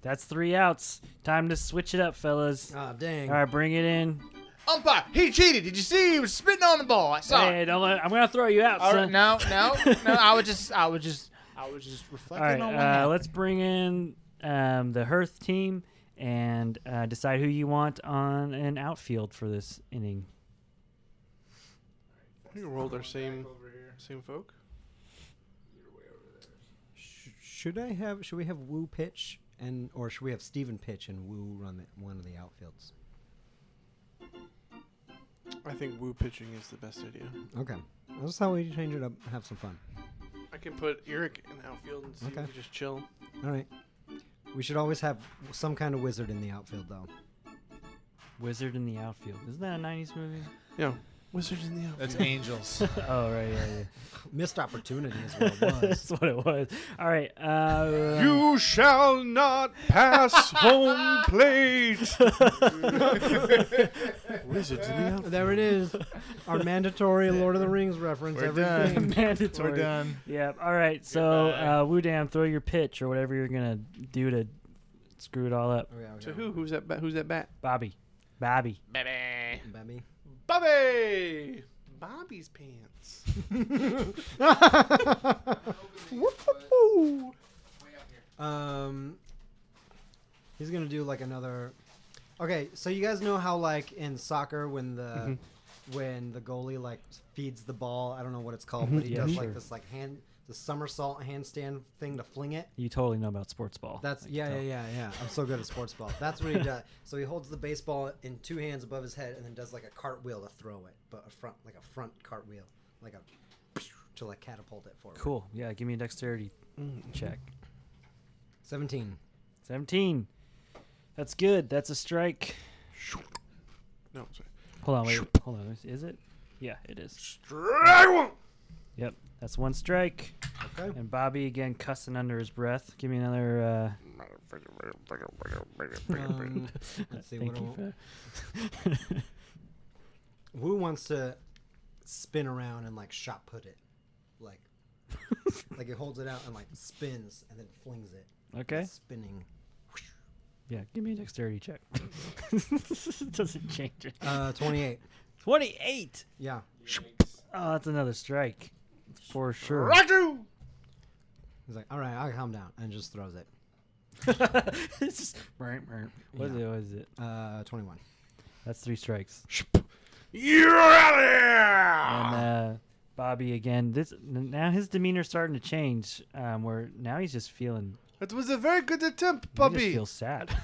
S3: That's three outs. Time to switch it up,
S2: Uh,
S3: fellas.
S1: Ah, dang.
S3: All right, bring it in.
S2: Umpire, he cheated. Did you see? He was spitting on the ball. I saw. it.
S3: Hey, don't let, I'm gonna throw you out,
S2: All right,
S3: son.
S2: no, no, no. I was just, I was just, I was just
S3: All
S2: reflecting
S3: right,
S2: on what happened.
S3: uh, let's bring in um, the Hearth team and uh, decide who you want on an outfield for this inning.
S4: We rolled our same same folk.
S1: Sh- should I have? Should we have Woo pitch and or should we have Steven pitch and Woo run the, one of the outfields?
S4: I think woo pitching is the best idea.
S1: Okay, that's how we change it up. Have some fun.
S4: I can put Eric in the outfield and see if
S1: Okay.
S4: he just chill.
S1: All right. We should always have some kind of wizard in the outfield, though.
S3: Wizard in the outfield. Isn't that a '90s movie?
S4: Yeah. Wizards in the outfield.
S2: That's angels.
S3: oh right, yeah, yeah.
S1: Missed opportunity is what it was.
S3: That's what it was. All right. Uh,
S4: You shall not pass home plate. Wizards in the outfield.
S1: there it is. Our mandatory Lord of the Rings reference.
S2: We're
S1: every
S2: done.
S1: game.
S3: uh, mandatory.
S2: We're done.
S3: Yeah. All right. So, uh, Wudam, throw your pitch or whatever you're gonna do to screw it all up.
S1: Oh, yeah, okay.
S4: To who? Who's that? Bat? Who's that bat?
S3: Bobby, Bobby.
S2: Baby.
S1: Bobby.
S4: Bobby. Bobby's pants. Woo-hoo-hoo.
S1: Um, he's gonna do like another. Okay, so you guys know how like in soccer when the
S3: Mm-hmm.
S1: when the goalie like feeds the ball, I don't know what it's called, but he
S3: Mm-hmm. Yeah,
S1: does
S3: sure.
S1: like this like hand the somersault handstand thing to fling it.
S3: You totally know about sports ball.
S1: That's
S3: I can
S1: yeah,
S3: tell.
S1: yeah, yeah, yeah. I'm so good at sports ball. That's what he does. So he holds the baseball in two hands above his head and then does like a cartwheel to throw it, but a front like a front cartwheel, like a to like catapult it forward.
S3: Cool. Yeah. Give me a dexterity check.
S1: Seventeen.
S3: Seventeen. That's good. That's a strike.
S4: No, sorry.
S3: Hold on. Wait. Hold on. is- Is it? Yeah, it is.
S6: Strike
S3: Yep. That's one strike.
S1: Okay.
S3: And Bobby again cussing under his breath. Give me another. Uh,
S1: Um, let's see what do
S3: thank
S1: I
S3: you
S1: want-
S3: for that.
S1: Who wants to spin around and like shot put it? like like it holds it out and like spins and then flings it.
S3: Okay.
S1: It's spinning.
S3: Yeah. Give me a dexterity check. Doesn't change it.
S1: Uh, twenty-eight.
S3: Twenty-eight.
S1: Yeah.
S3: Oh, that's another strike, for sure.
S2: Raju!
S1: He's like, all right, I'll calm down, and just throws it.
S3: it's just, what is it? What is it?
S1: Uh, twenty-one.
S3: That's three strikes.
S6: You're out of here!
S3: And uh, Bobby again. This now his demeanor's starting to change. Um, where now he's just feeling.
S4: It was a very good attempt,
S3: Bobby
S4: Bobby.
S3: feels sad.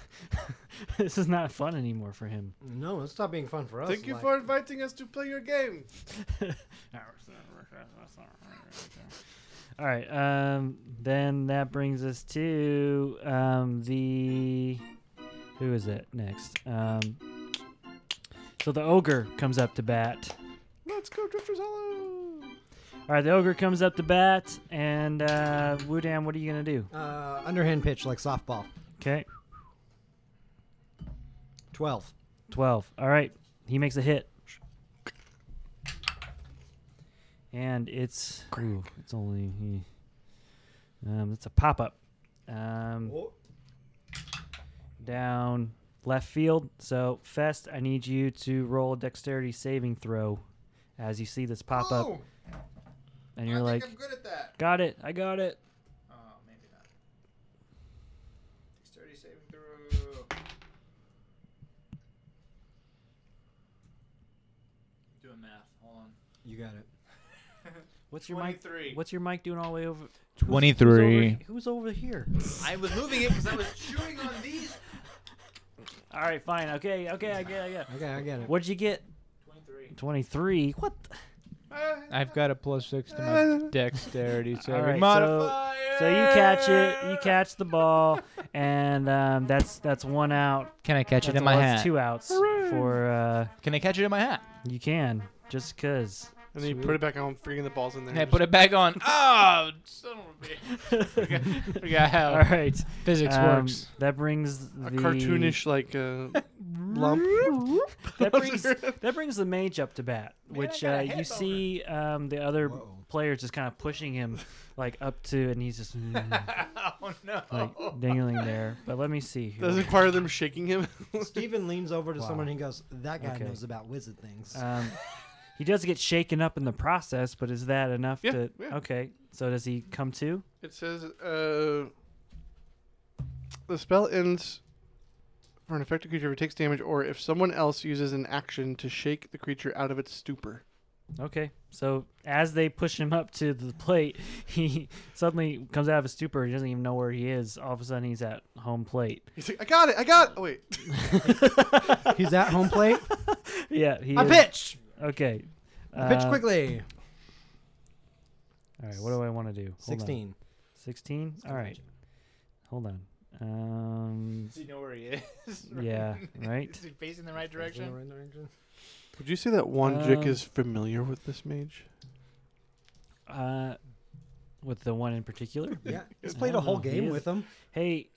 S3: this is not fun anymore for him.
S1: No, it's not being fun for us.
S4: Thank you
S1: like-
S4: for inviting us to play your game.
S3: All right. Um, then that brings us to um, the. Who is it next? Um, so the ogre comes up to bat.
S4: Let's go, Drifters Hollow.
S3: All right, the ogre comes up to bat, and uh, Wudam, what are you gonna do?
S1: uh, underhand pitch like softball.
S3: Okay,
S1: Twelve.
S3: twelve. All right, he makes a hit, and it's ooh, it's only he. Um, it's a pop up. Um, down left field. So Fest, I need you to roll a dexterity saving throw as you see this pop up,
S2: Oh,
S3: and you're like,
S2: good at that.
S3: "Got it, I got it."
S2: Oh, maybe not. Dexterity saving throw. Doing math. Hold on.
S1: You got it.
S3: What's your mic?
S2: 23.
S3: What's your mic doing all the way over? Who's- Who's
S2: 23.
S3: over, who's over here?
S2: I was moving it because I was chewing on these.
S3: All right, fine. Okay, okay, I get, I get.
S1: Okay, I get it.
S3: What'd you get?
S2: 23.
S3: Twenty-three. What? the-
S9: I've got a plus six to my dexterity saving
S3: Alright, so-
S9: modifier.
S3: So you catch it. You catch the ball, and um, that's that's one out.
S2: Can I catch
S3: That's,
S2: it in my
S3: well,
S2: hat?
S3: that's two outs for uh,
S2: Can I catch it in my hat?
S3: you can just cause.
S4: And then you put it back on, freaking the balls in there.
S9: Hey, put it back on. Oh, son of a bitch. Forgot how
S3: All right,
S9: physics
S3: um,
S9: works.
S3: that brings the
S4: a cartoonish like uh, lump.
S3: That brings that brings the mage up to bat,
S2: got
S3: which
S2: a
S3: uh,
S2: head
S3: you
S2: boner.
S3: see um, the other
S1: Whoa.
S3: players just kind of pushing him like up to, and he's just mm,
S2: oh, no.
S3: like dangling there. But let me see. here.
S4: Doesn't require them shaking him.
S1: Steven leans over to
S3: Wow.
S1: someone and he goes, "That guy
S3: Okay.
S1: knows about wizard things."
S3: Um, he does get shaken up in the process, but is that enough
S4: Yeah,
S3: to?
S4: yeah.
S3: Okay, so does he come to?
S4: It says uh, the spell ends for an affected creature if it takes damage, or if someone else uses an action to shake the creature out of its stupor.
S3: Okay, so as they push him up to the plate, he suddenly comes out of a stupor. He doesn't even know where he is. All of a sudden, he's at home plate.
S4: He's like, I got it, I got. It. Oh wait,
S3: Uh,
S1: He's at home plate.
S3: Yeah, he.
S1: I
S3: is-
S1: pitch.
S3: Okay.
S1: I pitch
S3: uh,
S1: quickly.
S3: All right, what do I want to do? Hold on.
S1: Sixteen.
S3: 16? All right. Hold on. Um,
S2: Does he know where he is?
S3: yeah, right?
S2: Is he facing the right direction?
S4: would you say that Wanjik
S3: Um,
S4: is familiar with this mage?
S3: Uh, with the one in particular?
S1: Yeah, he's
S3: I
S1: played a
S3: don't
S1: whole
S3: know, he
S1: game
S3: is-
S1: with him.
S3: Hey,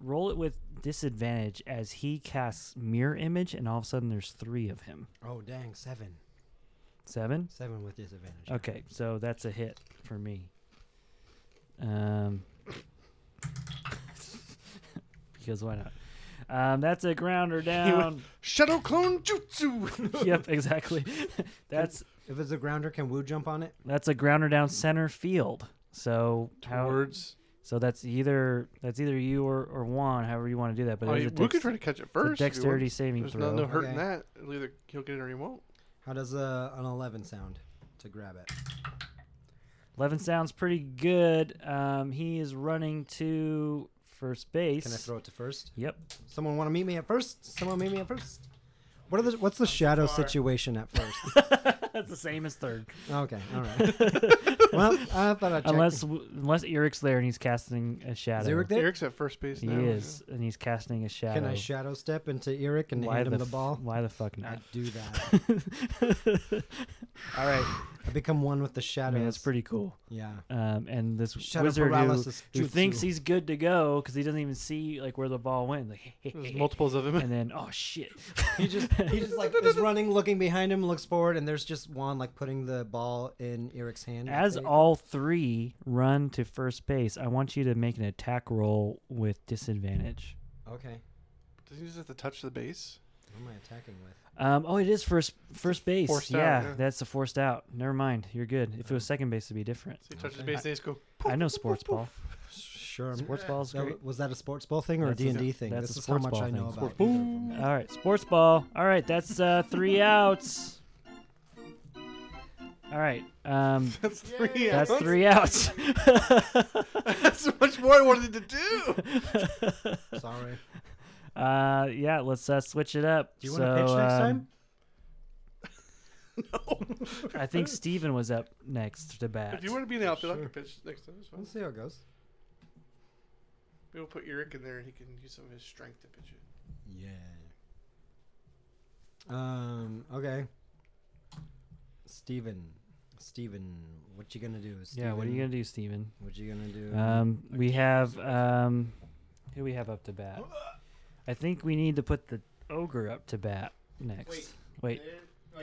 S3: roll it with disadvantage as he casts mirror image, and all of a sudden there's three of him.
S1: Oh dang, seven,
S3: Seven?
S1: seven with disadvantage.
S3: Okay, so that's a hit for me. Um, because why not? Um, that's a grounder down.
S4: Shadow clone jutsu.
S3: yep, exactly. that's
S1: If it's a grounder, can Woo jump on it?
S3: That's a grounder down center field. So how,
S4: Towards.
S3: so that's either that's either you or, or Juan, however you want to do that. But
S4: Oh,
S3: there's
S4: you-
S3: a,
S4: we could
S3: dex-
S4: try to catch it
S3: it's a
S4: first. if you want.
S3: dexterity saving
S4: There's
S3: throw.
S4: no, no hurt
S1: Okay.
S4: in that. It'll either he'll get it or he won't.
S1: How does uh, an eleven sound to grab it?
S3: Eleven sounds pretty good. Um, he is running to first base.
S1: Can I throw it to first?
S3: Yep.
S1: Someone want to meet me at first? Someone meet me at first. What are the, what's the shadow situation at first?
S3: that's the same as third,
S1: okay, all right. well, I thought I'd check.
S3: unless w- unless Eric's there and he's casting a shadow.
S1: is Eric there?
S4: Eric's at first base
S3: He
S4: now.
S3: is, and he's casting a shadow.
S1: Can I shadow step into Eric and
S3: why
S1: hand
S3: the
S1: him the
S3: f-
S1: ball?
S3: Why the fuck
S1: I
S3: not?
S1: do that.
S3: All right,
S1: become one with the
S3: I
S1: shadows.
S3: mean, that's pretty cool.
S1: Yeah.
S3: Um, and this
S1: Shadow
S3: wizard who,
S1: paralysis
S3: who
S1: jutsu.
S3: thinks he's good to go because he doesn't even see like where the ball went. Like,
S4: There's multiples of him.
S3: and then oh shit,
S1: He just he just like is running, looking behind him, looks forward, and there's just Juan like putting the ball in Eric's hand.
S3: As all three run to first base, I want you to make an attack roll with disadvantage.
S1: okay,
S4: Does he just have to touch the base?
S1: who am I attacking with?
S3: Um, oh, it is first first base.
S4: Forced out,
S3: yeah,
S4: yeah.
S3: that's the forced out. Never mind, you're good. If it was second base, it'd be different.
S4: So he touches the base, they just go.
S3: I know sports ball.
S1: Sure.
S3: Sports ball's
S1: That-
S3: great.
S1: was that a sports ball thing or a
S3: That's a-
S1: D and D thing?
S3: that's
S1: this
S3: a
S1: is how
S3: sports
S1: much
S3: ball
S1: I know
S3: thing.
S1: about.
S4: Boom.
S1: either of them.
S3: All right, sports ball. All right, that's uh, three outs. All right, um,
S4: That's three.
S3: that's
S4: outs.
S3: three outs.
S4: That's much more I wanted to do.
S1: Sorry.
S3: uh, yeah, let's uh, switch it up.
S1: Do you
S3: so,
S1: want to pitch next
S3: um,
S1: time?
S3: I think Steven was up next to bat.
S4: If you want to be in the outfield, I
S1: Sure.
S4: can pitch next time. It's fine.
S1: Let's see how it goes.
S4: Maybe we'll put Eric in there and he can use some of his strength to pitch it.
S1: Yeah. Um. Okay. Steven. Steven, what you gonna do? Steven?
S3: yeah, what are you gonna do, Steven?
S1: What you gonna do?
S3: Um, we have um, who we have up to bat. I think we need to put the ogre up to bat next. Wait,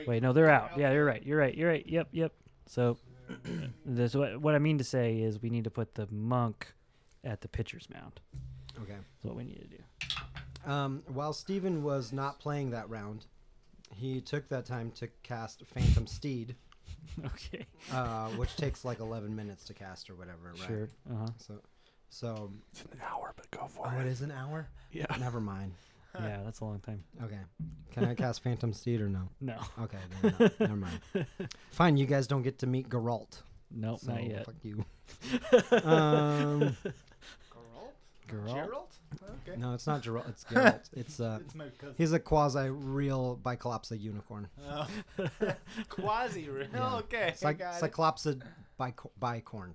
S3: wait, no, they're out. Yeah, you're right. You're right. You're right. Yep, yep. So, this what what I mean to say is we need to put the monk at the pitcher's mound.
S1: okay.
S3: That's what we need to do.
S1: Um, while Steven was not playing that round, he took that time to cast Phantom Steed,
S3: Okay.
S1: uh, which takes like 11 minutes to cast or whatever, right?
S3: Sure. Uh huh.
S1: So, so
S6: It's an hour, but go for
S1: oh, it is an hour?
S4: Yeah.
S1: Never mind.
S3: Yeah, that's a long time.
S1: Okay. Can I cast Phantom Steed or no?
S3: No.
S1: Okay, then no. never mind. Fine, you guys don't get to meet Geralt.
S3: Nope,
S1: So
S3: not yet.
S1: fuck you. um,
S2: Geralt? Okay.
S1: no, it's not Geralt. It's Geralt. It's uh,
S2: It's my cousin.
S1: he's a quasi-real Bicolopsa unicorn.
S2: Oh. Quasi real.
S1: Yeah.
S2: Okay. I
S1: Cy-
S2: got it.
S1: Cyclopsid bico- bicorn.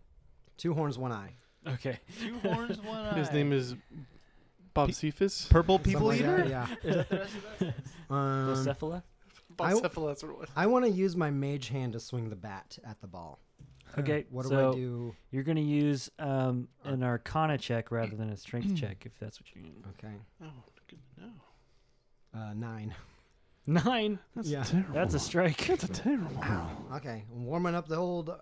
S1: Two horns, one eye.
S3: Okay.
S2: Two horns, one eye.
S4: His name is Bob Cephas.
S2: Purple
S1: Something like that, Yeah.
S2: the rest of that sentence?
S1: Um,
S3: Blacephala?
S4: Bob
S1: I w-
S4: Cephas, that's what it was.
S1: I want to use my mage hand to swing the bat at the ball.
S3: Okay.
S1: What do
S3: so
S1: I do?
S3: You're going to use um, an Arcana check rather than a Strength check, if that's what you mean.
S1: Okay.
S4: Oh, good- no.
S1: Uh, nine.
S3: Nine.
S4: That's
S1: Yeah.
S4: terrible.
S3: That's a strike.
S4: That's a terrible.
S1: Okay. I'm warming up the old.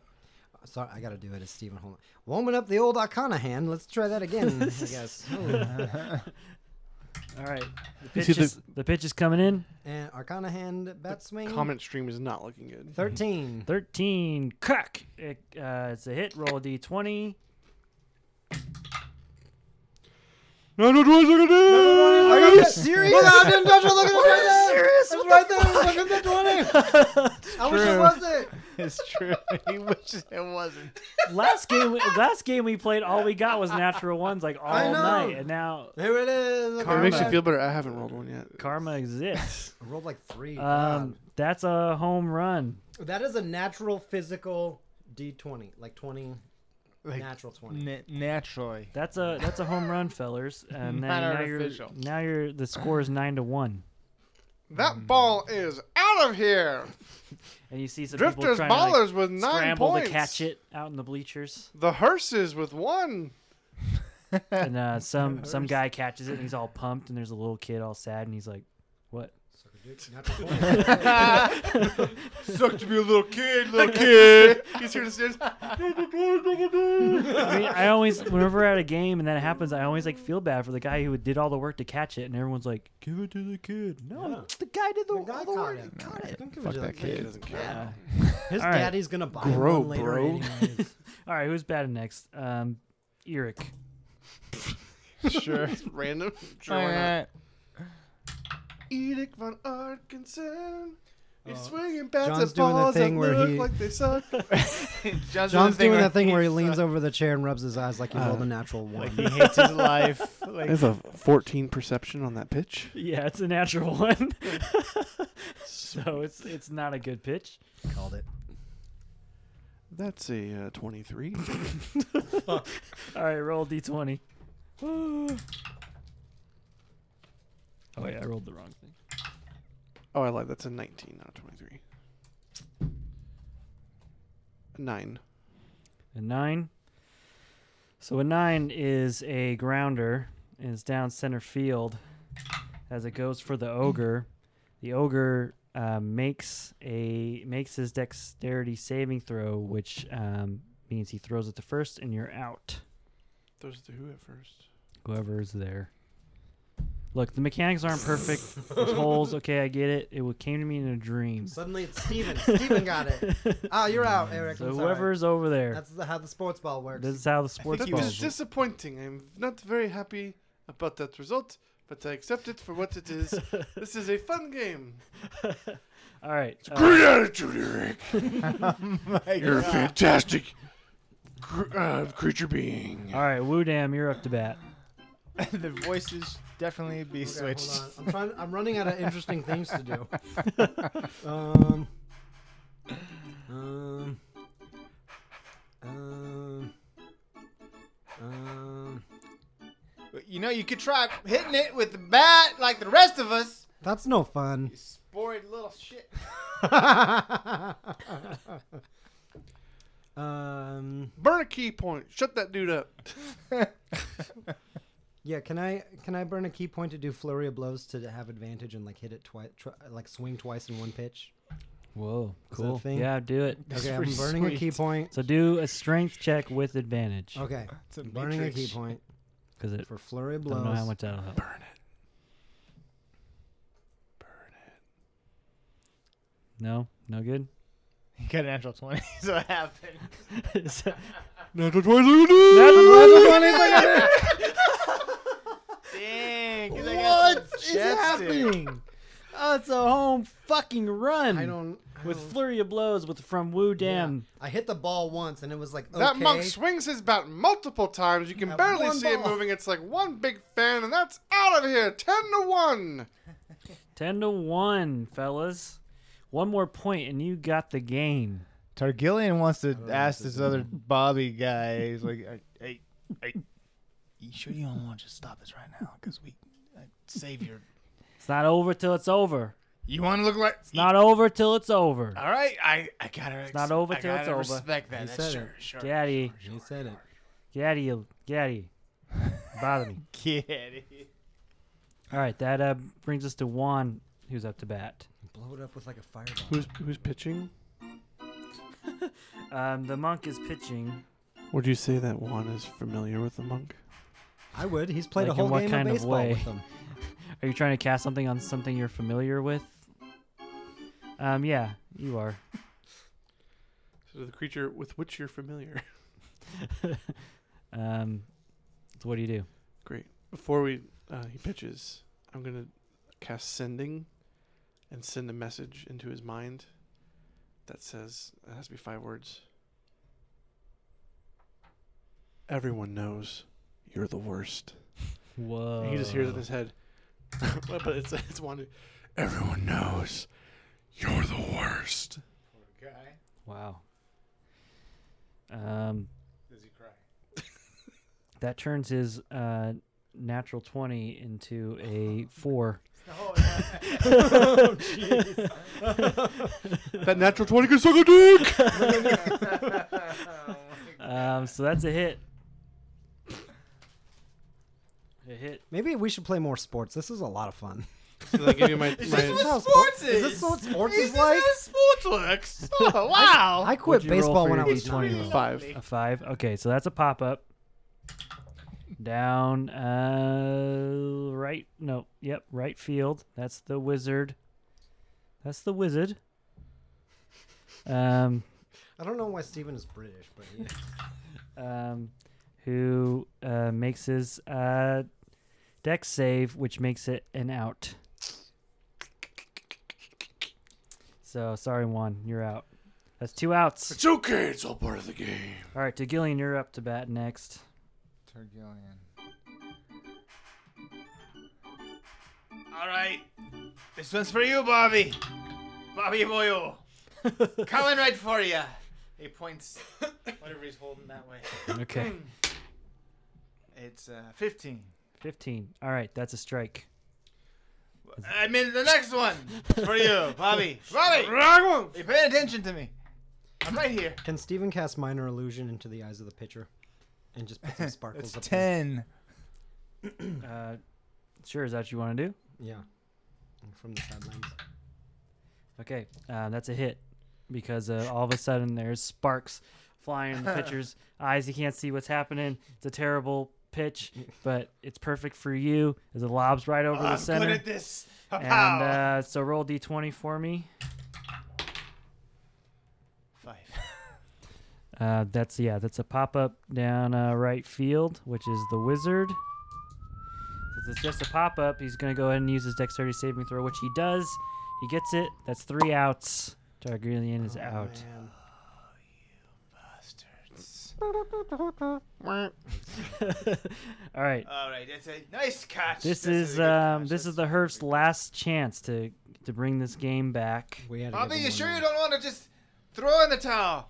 S1: Sorry, I got to do it as Steven. Hold on. Warming up the old Arcana hand. Let's try that again, I guess. Ooh.
S3: All right. The
S4: You
S3: pitch,
S4: see the-
S3: is, the... pitch is coming in.
S1: And Arcana hand, bat swing.
S4: Comment stream is not looking good.
S1: 13.
S3: 13. Crack. It, uh, it's a hit. Roll a d20.
S4: No, no, no, no, no,
S1: Are you serious? I didn't touch it. Look at it. serious? It's right there. Look at the 20. I wish it
S2: true.
S1: wasn't.
S2: It's true. he wishes it wasn't.
S3: Last game, we- last game we played, all we got was natural ones like all
S1: know.
S3: night, and now
S1: There it is. Look at
S4: It makes you
S1: that.
S4: feel better. I haven't rolled one yet.
S3: karma exists.
S1: I rolled like three.
S3: um, that's a home run.
S1: God. That is a natural physical D20. Like 20,
S2: Like,
S1: natural 20.
S2: N- naturally.
S3: That's a that's a home run, fellers. And now,
S2: Not
S3: now
S2: artificial.
S3: you're now you're the score is nine to one,
S6: That
S1: Mm.
S6: ball is out of here.
S3: and you see some people
S6: Drifters
S3: trying to like,
S6: ballers with nine
S3: scramble
S6: points.
S3: to catch it out in the bleachers,
S6: The hearses with one.
S3: and uh, some some guy catches it and he's all pumped, and there's a little kid all sad, and he's like, "What?
S1: Natural 20.
S6: Suck to be a little kid, little kid. He's here to say,
S3: I mean, I always whenever we're at a game and that happens, I always like feel bad for the guy who did all the work to catch it, and everyone's like, "Give it to the kid." No,
S1: Yeah.
S3: the guy did the,
S1: The guy
S3: all the
S1: caught
S3: work.
S1: it.
S3: He caught it.
S1: Don't give
S4: Fuck
S1: it to
S4: that
S1: kid.
S4: kid. doesn't care.
S3: Yeah.
S1: His
S3: All right.
S1: daddy's gonna buy
S4: Grow,
S1: one later
S4: bro.
S1: anyways.
S3: All right, who's batting next? Um, Eric.
S2: Sure.
S4: It's random. Sure, why not?
S2: Alright.
S6: Edict von Arkansen. He's
S1: Oh.
S6: swinging bats
S1: John's
S6: at
S1: doing the
S6: balls
S1: thing
S6: that
S1: where
S6: look
S1: he-
S6: like they suck.
S2: John's,
S1: John's doing that thing where he leans over the chair and rubs his eyes like he
S3: Uh,
S1: rolled a natural
S2: uh, Like
S1: one.
S2: he hates his life.
S4: I
S2: Like
S4: have a 14 perception on that pitch.
S3: Yeah, it's a natural one, so it's it's not a good pitch.
S1: Called it.
S4: That's a uh, 23.
S3: All right, roll d d20. oh yeah, I rolled the wrong thing.
S4: Oh, I lied. That's a 19, not a 23. nine.
S3: A nine. So a nine is a grounder and it's down center field as it goes for the ogre. The ogre uh, makes a makes his dexterity saving throw, which um, means he throws it to first, and you're out.
S4: Those are the who at first.
S3: Whoever is there. Look, the mechanics aren't perfect. There's holes. Okay, I get it. It wa- came to me in a dream.
S1: Suddenly it's Steven. Steven got it. Ah, you're out, Eric.
S3: So
S1: I'm sorry.
S3: whoever's over there,
S1: That's the, how the sports ball works.
S3: this is how the
S2: think
S3: sports
S4: That
S2: he
S3: ball.
S2: was
S4: is disappointing. I'm not very happy about that result, but I accept it for what it is. this is a fun game.
S3: All right. uh,
S6: Great attitude, Eric.
S2: My
S6: You're a
S2: God.
S6: fantastic cr- uh, creature being.
S4: Uh,
S3: all right, Woo Dam, you're up to bat.
S2: the voices definitely be
S1: Okay,
S2: switched.
S1: Hold on. I'm trying. I'm running out of interesting things to do. Um. Um. Um. Um.
S2: But, You know, you could try hitting it with the bat like the rest of us.
S1: That's no fun.
S2: You spored little shit.
S1: um.
S4: Burn a key point. Shut that dude up.
S1: Yeah. Can I can I burn a key point to do flurry of blows to have advantage and like hit it twice, tr- like swing twice in one pitch?
S3: Whoa,
S1: that a
S3: cool.
S1: thing?
S3: Yeah, do it.
S1: Okay, I'm burning a key point.
S3: So do a strength check with advantage
S1: Okay,
S2: It's a
S1: burning a
S2: matrix.
S1: key point
S3: because it.
S1: for flurry of
S3: I don't know how
S1: blows.
S3: much that'll help.
S6: Burn it. Burn
S3: No, no good.
S2: He got a natural 20, so it happened.
S3: So-
S4: Natural twenty.
S2: Dang.
S3: what is happening? Oh, it's a home fucking run
S1: I don't. I
S3: with
S1: don't-
S3: flurry of blows with from Woo Dam.
S1: I hit the ball once and it was like okay.
S4: That monk swings his bat multiple times. You can
S1: At
S4: barely
S1: one
S4: see it
S1: ball.
S4: moving. It's like one big fan, and that's out of here. Ten to one.
S3: Ten to one, fellas. One more point and you got the game.
S2: Targillian wants to ask this other Bobby guy. He's like, hey, hey, hey, you sure you don't want to just stop this right now? Because we uh, save your.
S3: It's not over till it's over.
S2: You want to look like.
S3: It's not over till it's over.
S2: All right, I, I gotta. It's
S3: not over
S2: I
S3: till it's
S2: gotta
S3: over.
S2: Respect that.
S1: He
S2: That's
S1: said
S2: sure, sure.
S3: Get out of here.
S1: He said it.
S3: Get out of here. Get out of here. Bother me.
S2: Kid.
S3: All right, that uh, brings us to Juan, who's up to bat.
S1: Blow it up with like a fireball.
S4: Who's who's pitching?
S3: Um, the monk is pitching.
S4: Would you say that Juan is familiar with the monk?
S1: I would. He's played
S3: Like,
S1: a
S3: in
S1: whole
S3: what
S1: game
S3: kind
S1: of
S3: of
S1: baseball
S3: way?
S1: with them.
S3: Are you trying to cast something on something you're familiar with? Um, yeah, you are.
S4: So the creature with which you're familiar.
S3: um, so what do you do?
S4: Great. Before we uh, he pitches, I'm gonna cast sending, and send a message into his mind. That says it has to be five words. Everyone knows you're the worst.
S3: Whoa.
S4: And he just hears it in his head. but but it's it's one.
S6: Everyone knows you're the worst.
S2: Guy,
S3: Wow. Um,
S2: does he cry?
S3: that turns his uh, natural 20 into a 4.
S2: Oh,
S4: That natural twenty can suck a dick.
S3: Um, so that's a hit. A hit.
S1: Maybe we should play more sports. This is a lot of fun.
S4: Did I give you my,
S1: Is this
S4: my
S1: how
S2: sports
S1: sport- is this
S2: is?
S1: what sports
S2: This
S1: is like?
S2: sports looks. Oh, wow.
S1: I quit
S3: What'd you roll
S1: baseball
S3: for
S1: when I
S3: your
S1: was
S3: D20
S1: nine.
S3: roll?
S4: five?
S3: A five. Okay, so that's a pop up. Down, uh, right. No, yep, right field. That's the wizard. That's the wizard. Um,
S1: I don't know why Steven is British, but he is.
S3: um, who uh, makes his uh, deck save, which makes it an out. So sorry, Juan, you're out. That's two outs.
S6: It's okay. It's all part of the game.
S3: All right, to Gillian, you're up to bat next.
S2: Targillian.
S10: All right. This one's for you, Bobby.
S2: Bobby Boyo. Coming right for you. He points whatever he's holding that way.
S3: Okay.
S2: It's uh, 15.
S3: 15. All right, that's a strike.
S2: I mean, the next one is for you, Bobby. Bobby!
S4: Wrong one.
S2: You paying attention to me? I'm right here.
S11: Can Steven cast minor illusion into the eyes of the pitcher, and just put some sparkles
S2: That's
S11: up there?
S2: ten.
S3: Uh, sure, is that what you want to do?
S11: Yeah, from the sidelines.
S3: Okay, uh, that's a hit because uh, all of a sudden there's sparks flying in the pitcher's eyes. He can't see what's happening. It's a terrible pitch, but it's perfect for you as it lobs right over the
S5: I'm
S3: center.
S5: good at this.
S3: And
S5: Pow.
S3: uh, so roll d20 for me.
S2: Five.
S3: Uh, that's yeah, that's a pop up down uh, right field, which is the wizard. Since it's just a pop up, he's gonna go ahead and use his dexterity saving throw, which he does. He gets it. That's three outs. Targaryen
S5: Oh,
S3: is out. All right.
S5: All right, that's a nice catch.
S3: This
S5: That's a
S3: is
S5: good
S3: um,
S5: catch.
S3: this is
S5: That's-
S3: the Herbst's last chance to to bring this game back.
S11: We had. to give
S5: Bobby,
S11: him
S5: you
S11: one
S5: sure
S11: more.
S5: you don't want to just throw in the towel?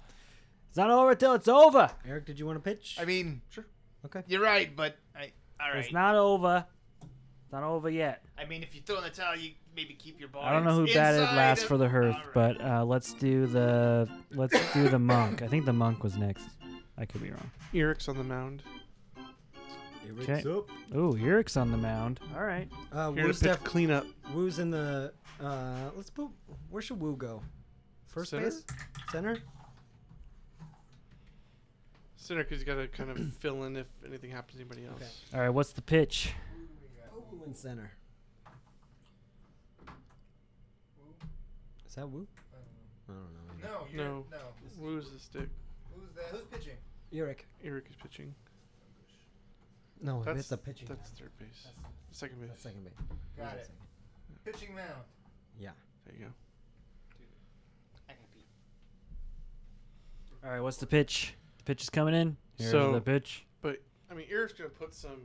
S3: It's not over till it's over.
S11: Eric, did you want to pitch?
S5: I mean, sure.
S11: Okay.
S5: You're right, but I. All right.
S3: It's not over. It's not over yet.
S5: I mean, if you throw in the towel, you maybe keep your ball.
S3: I don't know who batted
S5: inside
S3: last
S5: of-
S3: for the Hearth,
S5: All right.
S3: but uh, let's do the let's do the monk. I think the monk was next. I could be wrong.
S4: Eric's on the mound.
S3: Okay. Ooh, Eric's on the mound. All right.
S11: Uh,
S4: Here to
S11: Woo's,
S4: pitch
S11: def-
S4: cleanup.
S11: Woo's in the. Uh, let's put. Where should Woo go? First
S4: Center?
S11: base, center.
S4: Center, because you got to kind of fill in if anything happens to anybody else.
S11: Okay.
S3: All right. What's the pitch?
S11: Woo in center. Is that Woo? I don't know.
S2: No, you're,
S4: No.
S2: no.
S4: Who's the stick?
S2: Who's that? Who's pitching?
S11: Eric.
S4: Eric is pitching.
S11: No,
S4: That's
S11: it's the pitching.
S4: That's third base. Second base.
S11: That's second base.
S2: Got it. Pitching mound.
S11: Yeah.
S4: There you go.
S2: I can beat.
S3: All right. What's the pitch? The pitch is coming in. Here's
S4: So-
S3: the pitch.
S4: But I mean, Eric's gonna put some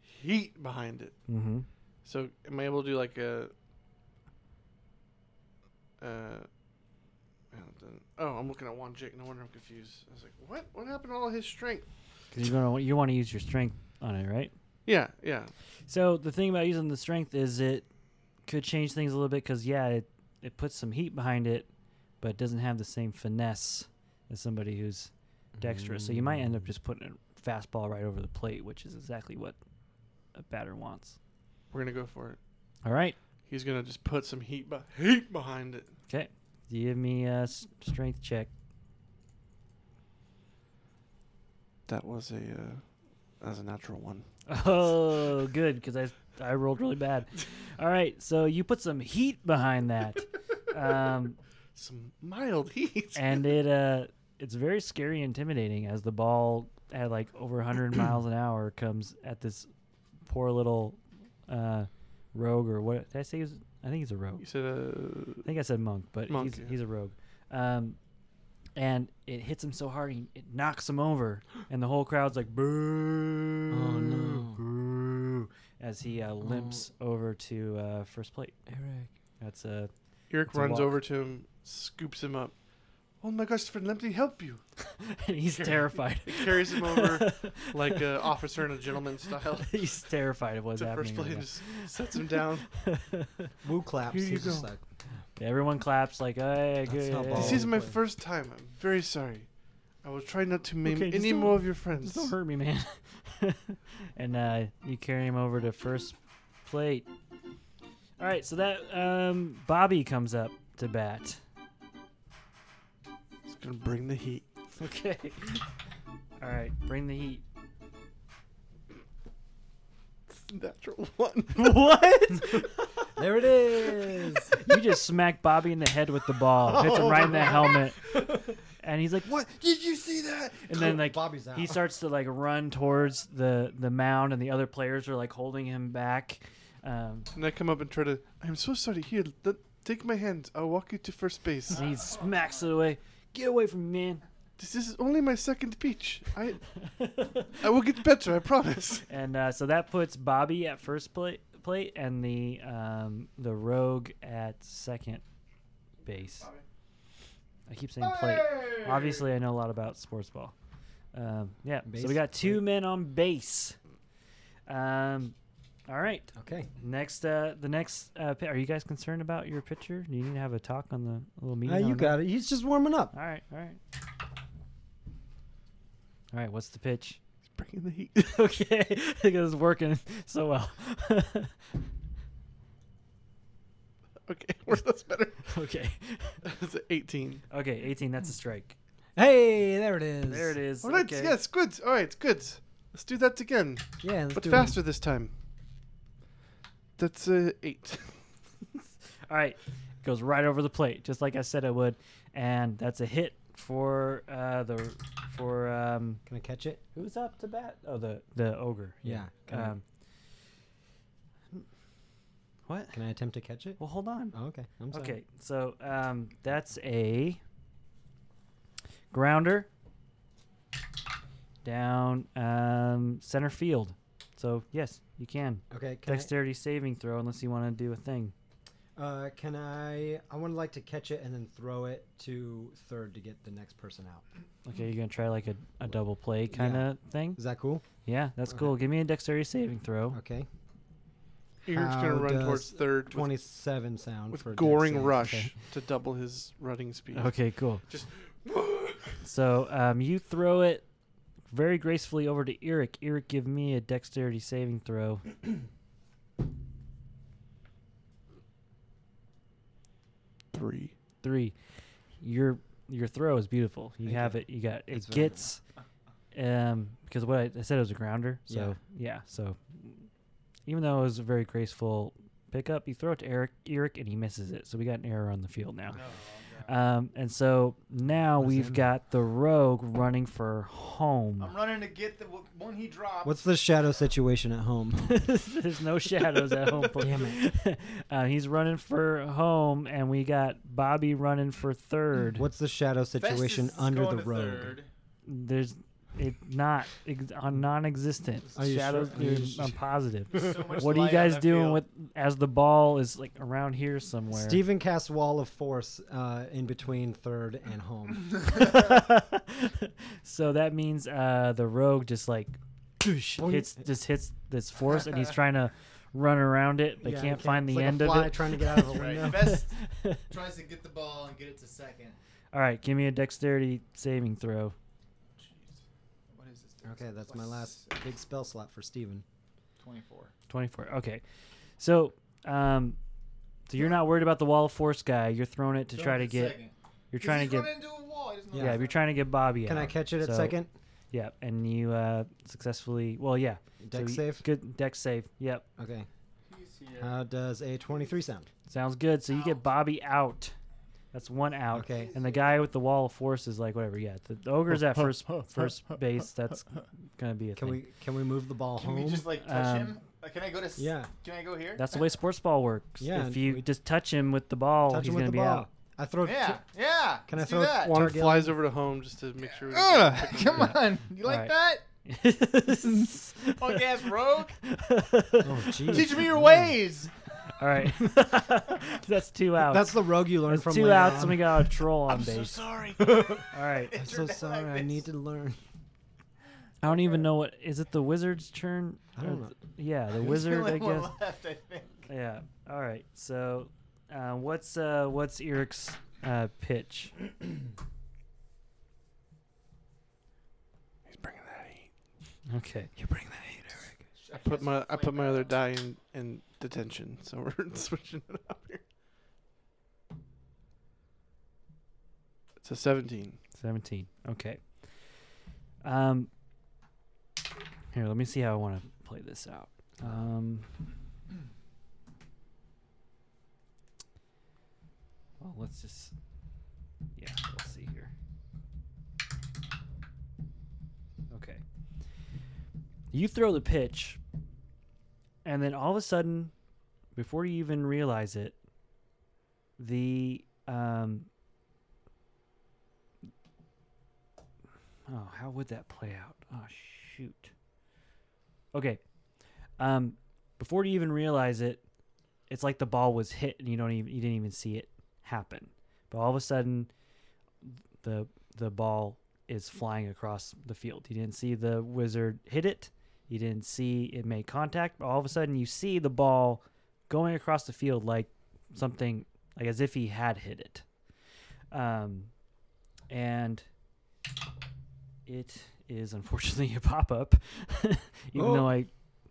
S4: heat behind it.
S3: Mm-hmm.
S4: So am I able to do like a? Uh, I don't know. oh, I'm looking at Juan Jake. No wonder I'm confused. I was like, what? What happened to all his strength?
S3: Because you're gonna you want to use your strength on it, right?
S4: Yeah, yeah.
S3: So the thing about using the strength is it could change things a little bit because yeah, it it puts some heat behind it, but it doesn't have the same finesse as somebody who's dexterous. So you might end up
S4: Mm.
S3: just putting a fastball right over the plate, which is exactly what a batter wants.
S4: We're gonna go for it.
S3: All right,
S4: He's gonna just put some heat, be- heat behind it.
S3: okay. Give me a s- strength check.
S4: That was a, uh, that was a natural one.
S3: Oh, good, because I I rolled really bad. All right, so you put some heat behind that, um,
S4: Some mild heat.
S3: and it uh, it's very scary, and intimidating as the ball at like over 100 miles an hour comes at this poor little uh, rogue or what did I say? He was, I think he's a rogue.
S4: You said, uh,
S3: I think I said monk, but
S4: Monk,
S3: he's,
S4: yeah.
S3: he's a rogue. Um, and it hits him so hard, he, it knocks him over, and the whole crowd's like boo,
S11: Oh, no.
S3: boo, as he uh, limps over to uh, first plate.
S11: Oh. Eric.
S3: That's a
S4: Eric
S3: It's a
S4: runs
S3: walk.
S4: over to him, scoops him up. Oh my gosh, friend, let me help you.
S3: and he's terrified.
S4: Carries him over like uh, an officer and a gentleman style
S3: he's terrified of what's
S4: to
S3: happening.
S4: first plate
S3: right
S4: and
S3: now.
S4: just sets him down.
S11: Woo claps.
S4: Here you
S11: He's just
S4: go.
S11: like,
S3: Everyone claps like, "Hey,
S11: That's not
S3: good."
S11: ball.
S4: This is my
S11: play.
S4: first time. I'm very sorry. I will try not to maim
S3: Okay, just
S4: any
S3: don't-
S4: more of your friends.
S3: Just don't hurt me, man. and uh, you carry him over to first plate. All right, so that um, Bobby comes up to bat.
S4: It's gonna bring the heat.
S3: Okay. All right, bring the heat.
S4: Natural one.
S3: what?
S11: there it is.
S3: you just smack Bobby in the head with the ball, hits him right in the helmet, and he's like, "What?
S4: Did you see that?
S3: And then like
S11: Bobby's out.
S3: he starts to like run towards the the mound, and the other players are like holding him back. Um,
S4: And I come up and try to. I'm so sorry. Here, let- take my hand. I'll walk you to first base.
S3: and he smacks it away. Get away from me, man!
S4: This is only my second pitch. I, I will get better. I promise.
S3: And uh, so that puts Bobby at first plate, plate and the um, the rogue at second base. I keep saying plate. Obviously, I know a lot about sports ball. Um, yeah. So we
S11: Base,
S3: got two
S11: plate.
S3: men on base. Um, All right.
S1: Okay.
S3: Next, uh, the next. Uh, pi- are you guys concerned about your picture? Do you need to have a talk on the a little meeting?
S1: Uh,
S3: on
S1: you
S3: that?
S1: got it. He's just warming up.
S3: All right. All right. All right. What's the pitch?
S4: Bringing the heat.
S3: okay, because it's working so well.
S4: okay, where that's better.
S3: okay.
S4: It's an 18.
S3: Okay. 18. That's a strike.
S1: Hey, there it is.
S3: There it is.
S4: All right,
S3: okay.
S4: yes, good. All right, good. Let's do that again,
S1: Yeah, let's
S4: but
S1: do it.
S4: faster this time. That's uh, eight.
S3: All right. Goes right over the plate, just like I said it would, and that's a hit for uh, the for um,
S1: Can I catch it?
S3: who's up to bat? Oh, the the ogre.
S1: Yeah, can I-
S3: Um, what?
S1: Can I attempt to catch it?
S3: Well, hold on.
S1: Oh, okay. I'm sorry.
S3: Okay, so um, that's a grounder down um, center field. So yes, you can.
S1: Okay. Can
S3: Dexterity saving throw, unless you want to do a thing.
S1: I, uh, can I? I would like to catch it and then throw it to third to get the next person out.
S3: Okay, you're gonna try like a, a double play kind of thing.
S1: Is that cool?
S3: Yeah, that's
S1: Okay.
S3: cool. Give me a dexterity saving throw.
S1: Okay.
S4: You're just
S1: How
S4: gonna run
S1: does
S4: towards third with,
S1: Twenty-seven sound
S4: with
S1: for
S4: goring
S1: Dexterity.
S4: rush
S1: Okay.
S4: to double his running speed.
S3: Okay, cool.
S4: Just-
S3: so um, you throw it very gracefully over to Eric. Eric, give me a dexterity saving throw.
S4: Three.
S3: Three. Your your throw is beautiful. You
S1: Thank
S3: have
S1: you.
S3: it. You got it.
S1: That's very
S3: gets um because what I, I said it was a grounder. So yeah.
S1: Yeah.
S3: So even though it was a very graceful pickup, you throw it to Eric. Eric and he misses it. So we got an error on the field now. Um, and so now
S1: What does
S3: we've
S1: that mean?
S3: got the rogue running for home.
S2: I'm running to get the w- one he dropped.
S1: What's the shadow situation at home?
S3: There's no shadows at home. For Damn it. uh, he's running for home, and we got Bobby running for third.
S1: What's the shadow situation
S2: Festus is
S1: under
S2: going
S1: the
S2: to
S1: road?
S2: third.
S3: There's it not ex- on non-existent
S1: Are you
S3: shadows.
S1: sure? Are you
S3: dude,
S1: sure?
S3: I'm positive.
S2: So much
S3: what are you
S2: light on
S3: guys
S2: that
S3: doing
S2: field.
S3: with as the ball is like around here somewhere?
S1: Stephen casts wall of force uh, in between third and home.
S3: so that means uh, the rogue just like
S1: Boing.
S3: hits just hits this force, and he's trying to run around it, but
S1: Yeah,
S3: can't
S1: he
S3: find
S1: it's
S3: the
S1: like a
S3: end of
S1: fly
S3: it.
S1: Trying to get out of a
S2: Right.
S1: window.
S2: Best tries to get the ball and get it to second.
S3: All right, give me a dexterity saving throw.
S2: What is this?
S1: Okay, that's my last big spell slot for Steven.
S2: 24.
S3: 24. Okay. So, um, so you're not worried about the wall of force guy. You're throwing it to try to get. You're trying to get.
S2: into a wall. He doesn't know
S3: Yeah,
S2: how
S3: you're
S2: to-
S3: trying to get Bobby.
S1: Can I
S3: out.
S1: catch it at
S3: So-
S1: second?
S3: Yeah, and you uh, successfully. Well, yeah. So
S1: Deck
S3: you-
S1: save.
S3: Good deck save. Yep.
S1: Okay.
S2: He's here.
S3: Uh,
S1: How does a 23 sound?
S3: Sounds good. So you get Bobby out. That's one out.
S1: Okay.
S3: And the guy with the wall of force is like whatever. Yeah. The, the ogre's at first first base. That's gonna be a
S1: Can
S3: thing.
S1: we can we move the ball
S2: Can
S1: home?
S2: we just like touch
S3: Um,
S2: him? Like, can I go to? s-
S1: yeah.
S2: Can I go here?
S3: That's the way sports ball works.
S1: Yeah,
S3: If you
S1: we-
S3: just touch him with the ball,
S1: touch
S3: he's
S1: him with
S3: gonna
S1: the
S3: be
S1: ball.
S3: out.
S1: I throw.
S2: yeah. Yeah.
S1: Can I
S2: let's
S1: throw
S2: do that?
S4: One
S1: Target
S4: flies over to home just to make sure. we
S6: Ah!
S2: Ugh,
S4: pick him
S2: come
S4: up.
S2: on. You like
S3: Alright.
S2: that? Punk ass rogue.
S1: Oh,
S2: Teach
S1: jeez.
S2: me your ways.
S3: All right. That's two outs.
S1: That's the rogue you learn
S3: That's
S1: from. uh,
S3: two
S1: later
S3: outs,
S1: on.
S3: and we got a troll on base.
S2: sorry.
S3: All right.
S1: I'm so sorry. I need to learn.
S3: I don't even know what is it. The wizard's turn.
S1: I
S3: Or
S1: don't know.
S3: th- Yeah, the wizard. I guess.
S2: Left, I think.
S3: Yeah. All right. So, uh, what's uh, what's Eric's uh, pitch?
S6: He's bringing that heat.
S3: Okay.
S4: I put my I put my other die in, in detention, so we're switching it up here. It's a seventeen.
S3: Seventeen. Okay. Um. Here, let me see how I want to play this out. Um. Well, let's just. Yeah, let's see here. Okay. You throw the pitch, and then all of a sudden, before you even realize it, the um. Oh, how would that play out? Oh shoot. Okay. Um, before you even realize it, it's like the ball was hit and you don't even you didn't even see it happen. But all of a sudden, the the ball is flying across the field. You didn't see the wizard hit it. You didn't see it make contact. But all of a sudden, you see the ball going across the field like something, like as if he had hit it. Um, and it is unfortunately a pop up, even though I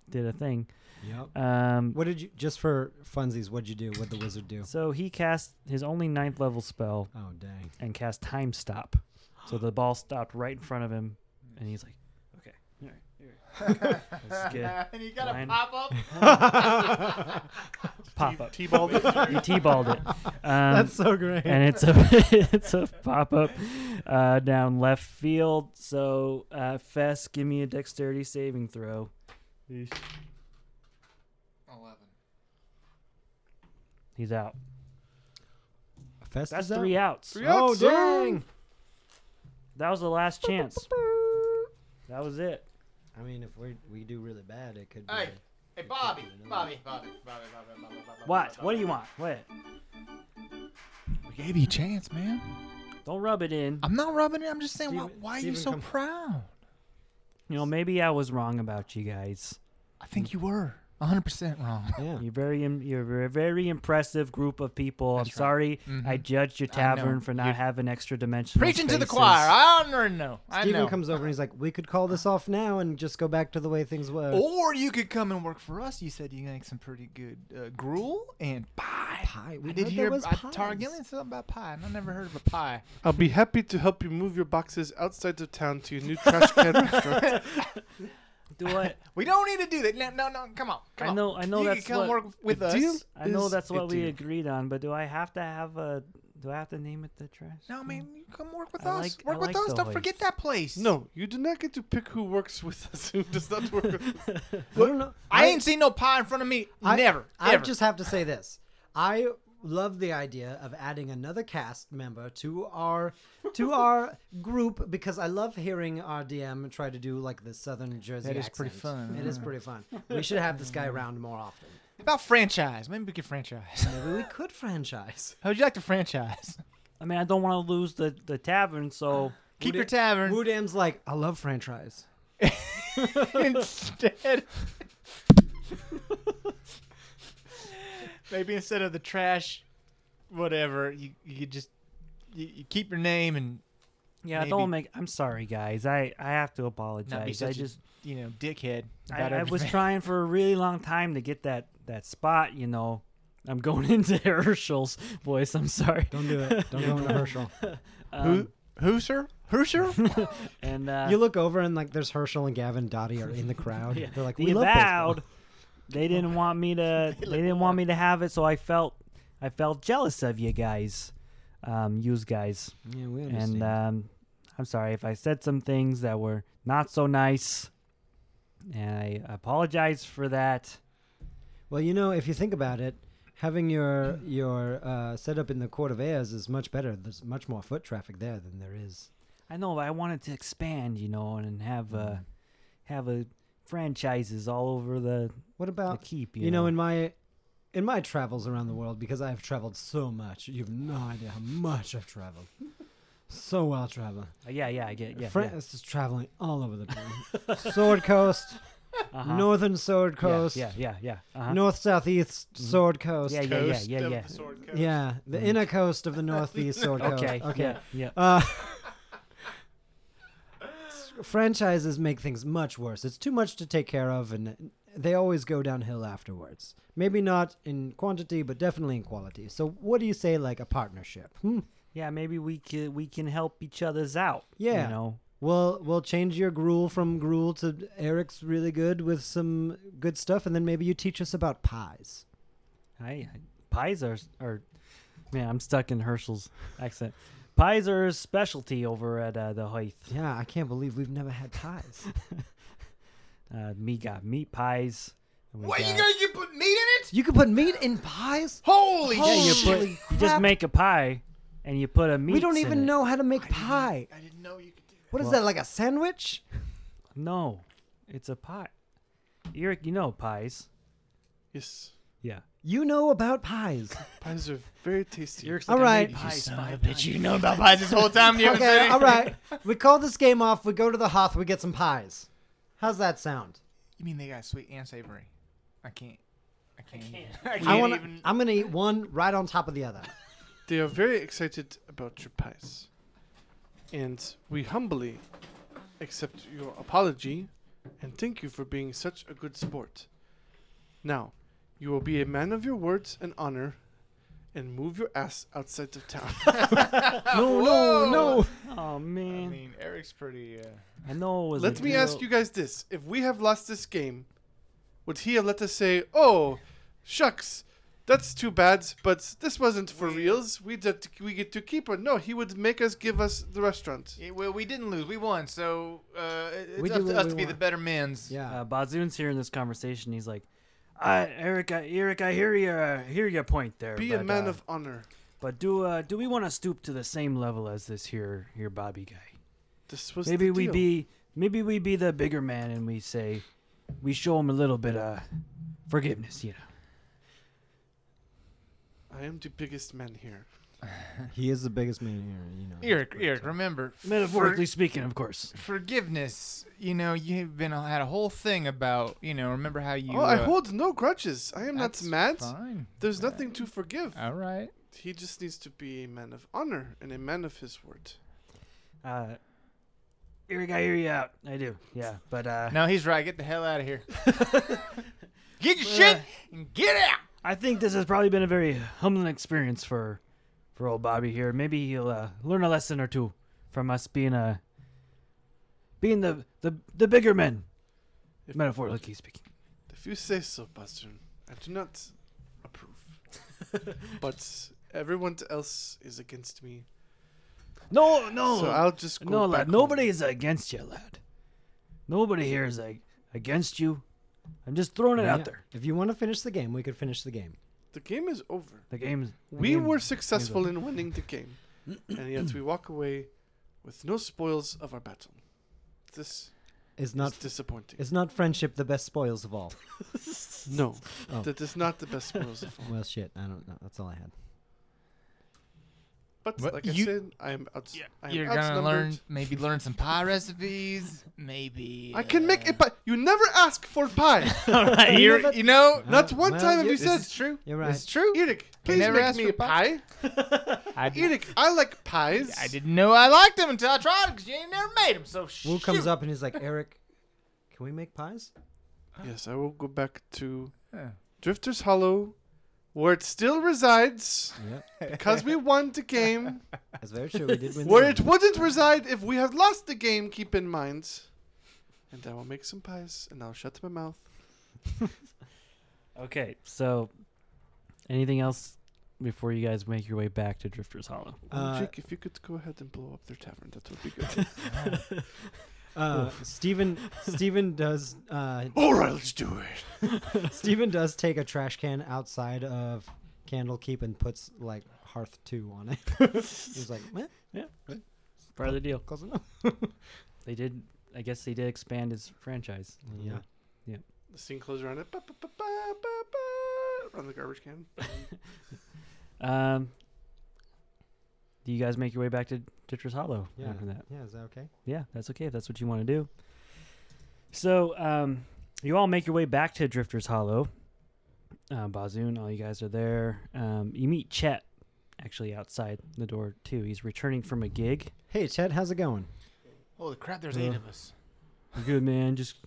S3: did a thing.
S1: Yep.
S3: Um,
S1: What did you just for funsies? What'd you do? What'd the wizard do?
S3: so he cast his only ninth level spell
S1: Oh dang!
S3: and cast time stop. So the ball stopped right in front of him, and he's like, "Okay, all right, all right. Let's
S2: and you got
S3: Ryan.
S2: a pop up.
S3: get pop up."
S4: T-balled it.
S3: You t-balled it. Um,
S1: That's so great.
S3: and it's a it's a pop up uh, down left field. So uh, Fess, give me a dexterity saving throw.
S2: Eleven.
S3: He's out.
S1: Fest
S3: That's
S1: is out?
S3: three outs.
S1: Oh dang!
S3: That was the last chance. That was it.
S1: I mean, if we we do really bad, it could. be...
S2: Hey, hey, Bobby, Bobby, Bobby, Bobby, Bobby, Bobby, Bobby.
S3: What? What do you want? What?
S2: We gave you a chance, man.
S3: Don't rub it in.
S2: I'm not rubbing it. I'm just saying,
S1: Steven-
S2: why, why are you
S1: Steven,
S2: so
S1: come-
S2: proud?
S3: You know, maybe I was wrong about you guys.
S2: I think you were 100% wrong.
S1: Yeah.
S3: You're very, im- you're a very impressive group of people. I'm
S2: That's right. Mm-hmm.
S3: sorry I judged your
S2: I know.
S3: tavern for not
S2: You-
S3: having extra dimensions.
S2: Preaching to the choir. I don't really know. I
S1: Steven
S2: know.
S1: comes over and he's like, "We could call this off now and just go back to the way things were."
S2: or you could come and work for us. You said you make some pretty good uh, gruel and pie.
S1: Pie. We
S2: I
S1: heard
S2: did
S1: there
S2: hear
S1: was
S2: I,
S1: pies.
S2: Targillian said something about pie, and I never heard of a pie.
S4: I'll be happy to help you move your boxes outside of town to your new trash can restaurant.
S3: Do what?
S2: We don't need to do that. No, no, no. Come on. Come
S3: I know-
S2: On.
S3: I know
S2: You
S3: that's
S2: can come
S3: what-
S2: work with us.
S4: Deal
S3: I know
S4: is
S3: that's
S4: a
S3: what we
S4: deal.
S3: agreed on, but do I have to have a? Do I have to name it the trash?
S2: No, man, you come work with
S3: I
S2: us.
S3: like-
S2: work
S3: I
S2: with
S3: like
S2: us.
S3: the
S2: Don't
S3: hoist.
S2: forget that place.
S4: No, you do not get to pick who works with us who does not work with us.
S1: I don't know.
S2: I, ain't seen no pie in front of me.
S1: I-
S2: never.
S1: I
S2: ever.
S1: just have to say this. I love the idea of adding another cast member to our to our group because I love hearing our DM try to do like the Southern Jersey.
S2: That is
S1: accent.
S2: pretty fun.
S1: It is pretty fun. We should have this guy around more often.
S2: about franchise. Maybe we could franchise.
S1: Maybe we could franchise.
S2: How would you like to franchise?
S3: I mean, I don't want to lose the the tavern, so
S2: Keep
S1: Would
S2: your
S1: it-
S2: tavern
S1: Wudam's like, I love franchise.
S2: instead. Maybe instead of the trash, whatever, you you could just you, you keep your name and
S3: yeah, I
S2: Maybe.
S3: don't make. I'm sorry, guys. I I have to
S2: not be
S3: apologize.
S2: such
S3: I just
S2: a, you know dickhead.
S3: I,
S2: About
S3: I was
S2: everything.
S3: trying for a really long time to get that that spot. You know, I'm going into Herschel's voice. I'm sorry.
S1: Don't do it. Don't go into Herschel.
S3: Um,
S2: Who sir? Who sir?
S3: and uh,
S1: You look over and like there's Herschel and Gavin Dottie are in the crowd.
S3: Yeah.
S1: They're like,
S3: the
S1: we
S3: avowed,
S1: love
S3: they didn't want me to. they didn't want me to have it, so I felt I felt jealous of you guys, um, yous guys.
S1: baseball. Yeah, we
S3: and
S1: understand.
S2: uh,
S3: um, I'm sorry if I said some things that were not so nice, and I apologize for that.
S1: Well, you know, if you think about it, having your your uh, setup in the Court of Airs is much better. There's much more foot traffic there than there is.
S3: I know but I wanted to expand, you know, and have uh,
S1: Mm-hmm.
S3: have a franchises all over the,
S1: What
S3: the
S1: about
S3: keep.
S1: you,
S3: You,
S1: know, in my in my travels around the world because I've traveled so much. You've no idea how much I've traveled. so well traveled.
S3: Uh, yeah, yeah, I get yeah, yeah.
S1: France is traveling all over the place. Sword Coast,
S3: Uh-huh.
S1: northern Sword
S3: Yeah,
S1: Coast,
S3: Yeah, yeah, yeah. Uh-huh. Mm-hmm.
S1: north southeast Sword Coast.
S3: yeah, yeah, yeah,
S4: Coast
S3: yeah,
S4: of
S3: yeah.
S4: the sword coast.
S1: Yeah,
S2: Mm.
S1: the inner coast of the northeast sword coast.
S3: Okay,
S1: okay.
S3: yeah, yeah.
S1: Uh, s- franchises make things much worse. It's too much to take care of, and they always go downhill afterwards. Maybe not in quantity, but definitely in quality. So, what do you say, like a partnership? Hmm?
S3: Yeah, maybe we can we can help each other's out.
S1: Yeah.
S3: you know,
S1: We'll we'll change your gruel from gruel to Eric's really good with some good stuff, and then maybe you teach us about pies.
S3: I, I- pies are are man, I'm stuck in Herschel's accent. Pies are his specialty over at uh, the Heath.
S1: Yeah, I can't believe we've never had pies.
S3: Uh, me got meat pies. and we
S2: what you
S3: got-
S2: gonna you put meat in it?
S1: you can put meat in pies.
S2: Holy
S1: Yeah, you
S2: shit!
S1: put-
S3: You just
S1: crap.
S3: make a pie and you put a meat.
S1: we don't even know how to make pie.
S2: I didn't know you could do.
S1: What is
S3: Well-
S1: that like a sandwich?
S3: No, it's a pie. Eric, you know pies.
S4: Yes.
S3: Yeah.
S1: You know about pies.
S4: Pies are very tasty.
S3: Eric's
S1: All
S3: like, I
S1: right.
S3: made
S1: You
S3: pies
S2: Son
S3: five
S2: of a bitch,
S3: times.
S2: you know about pies this whole time. You haven't said
S1: okay,
S2: anything.
S1: all right. We call this game off. We go to the Hoth. We get some pies. How's that sound?
S2: You mean they got sweet and savory? I can't. I can't.
S12: I can't
S11: I want.
S12: even.
S11: I'm gonna eat one right on top of the other.
S4: They are very excited about your pies. And we humbly accept your apology and thank you for being such a good sport. Now, you will be a man of your words and honor and move your ass outside of town.
S1: No, no, no.
S3: Oh
S2: I
S3: man,
S2: mean, Eric's pretty. Uh,
S3: I know it was.
S4: let
S3: a
S4: me
S3: joke.
S4: ask you guys this. If we have lost this game, would he have let us say, oh, shucks, that's too bad, but this wasn't for reals. We, did, we get to keep her. No, he would make us give us the restaurant.
S2: yeah, Eh, well, we didn't lose. We won, so uh, it- it's
S11: We
S2: up
S11: did
S2: to
S11: what
S2: us
S11: we
S2: to be the
S11: want.
S2: better men's.
S11: Yeah.
S3: Uh, Bazoon's here in this conversation. He's like, I, Eric, I, Eric, I hear you, uh, hear your point there.
S4: Be a
S3: but,
S4: man
S3: uh,
S4: of honor.
S3: But do uh, do we want to stoop to the same level as this here here Bobby guy?
S4: This was
S3: Maybe
S4: the
S3: we
S4: deal.
S3: be maybe we be the bigger man and we say we show him a little bit of forgiveness, you know.
S4: I am the biggest man here.
S1: He is the biggest man here, you know.
S2: Eric, Eric, remember,
S3: Metaphorically speaking, of course.
S2: for- forgiveness. You know, you've been uh, had a whole thing about. You know, remember how you.
S4: oh, I
S2: uh,
S4: hold no grudges. I am not
S2: that's
S4: mad.
S2: Fine.
S4: There's nothing to forgive.
S2: All right.
S4: He just needs to be a man of honor and a man of his word.
S3: Uh, Eric, I hear you out. I do. Yeah, but uh,
S2: No, he's right. Get the hell out of here. get
S4: Uh,
S2: your shit and get out.
S3: I think this has probably been a very humbling experience for for old Bobby here. Maybe he'll uh, learn a lesson or two from us being a being the the, the bigger men,
S4: If-
S3: metaphorically speaking.
S4: If you say so, Bastard, I do not approve. but everyone else is against me.
S3: No, no,
S4: So I'll just go
S3: no,
S4: back
S3: lad.
S4: home.
S3: Nobody is against you, lad. Nobody here is like against you. I'm just throwing it
S1: Yeah.
S3: out there.
S1: If you want to finish the game, we could finish the game.
S4: The game is over.
S3: The game's the
S4: We
S3: game-
S4: were successful in winning the game, and yet we walk away with no spoils of our battle. This
S1: It's not
S4: is disappointing.
S1: Is not friendship the best spoils of all?
S4: No,
S1: Oh.
S4: that is not the best spoils of all.
S1: Well, shit. I don't know. That's all I had.
S4: But
S2: But
S4: like
S2: you-
S4: I said, I am outs- I am
S2: You're gonna
S4: outnumbered.
S2: learn, maybe learn some pie recipes. Maybe
S4: I can make a pie. You never ask for pie.
S2: pie. You're, you know,
S4: not one
S1: well,
S4: time have
S1: you-
S4: you
S2: this
S4: said
S2: is true.
S1: You're
S2: This
S1: right.
S2: is true.
S4: Eric, please
S2: never
S4: make
S2: asked
S4: me
S2: for
S4: a pie.
S2: I, did,
S4: Eric, I like pies.
S2: I didn't know I liked them until I tried because you ain't never made them. So
S1: Wu
S2: shoot.
S1: comes up and he's like, Eric, can we make pies?
S4: Yes, I will go back to
S2: Yeah.
S4: Drifter's Hollow, where it still resides
S1: Yep.
S4: because we won the game.
S1: That's very true. We did win. the
S4: where
S1: game.
S4: it wouldn't reside if we had lost the game, keep in mind. And I will make some pies and I'll shut my mouth.
S3: okay. So, anything else before you guys make your way back to Drifter's Hollow?
S1: Uh,
S4: Jake, if you could go ahead and blow up their tavern, that would be good.
S1: Uh, Steven, Steven does uh,
S6: All right, let's do it.
S1: Steven does take a trash can outside of Candlekeep and puts like Hearth Two on it. he's like, "Meh,
S3: Part of the deal.
S1: close enough.
S3: They did. I guess they did expand his franchise.
S1: Yeah.
S4: the scene closes around it. Ba, ba, ba, ba, ba, ba, Around the garbage can.
S3: Um, do you guys make your way back to Titra's Hollow
S1: Yeah.
S3: after that?
S1: Yeah, is that okay?
S3: Yeah, that's okay if that's what you want to do. So, um, you all make your way back to Drifter's Hollow. Uh, Bazoon, all you guys are there. Um, you meet Chet actually outside the door too. He's returning from a gig.
S1: Hey, Chet, how's it going?
S2: Holy crap! There's
S3: eight
S2: eight
S3: Uh.
S2: of us.
S3: Good man, just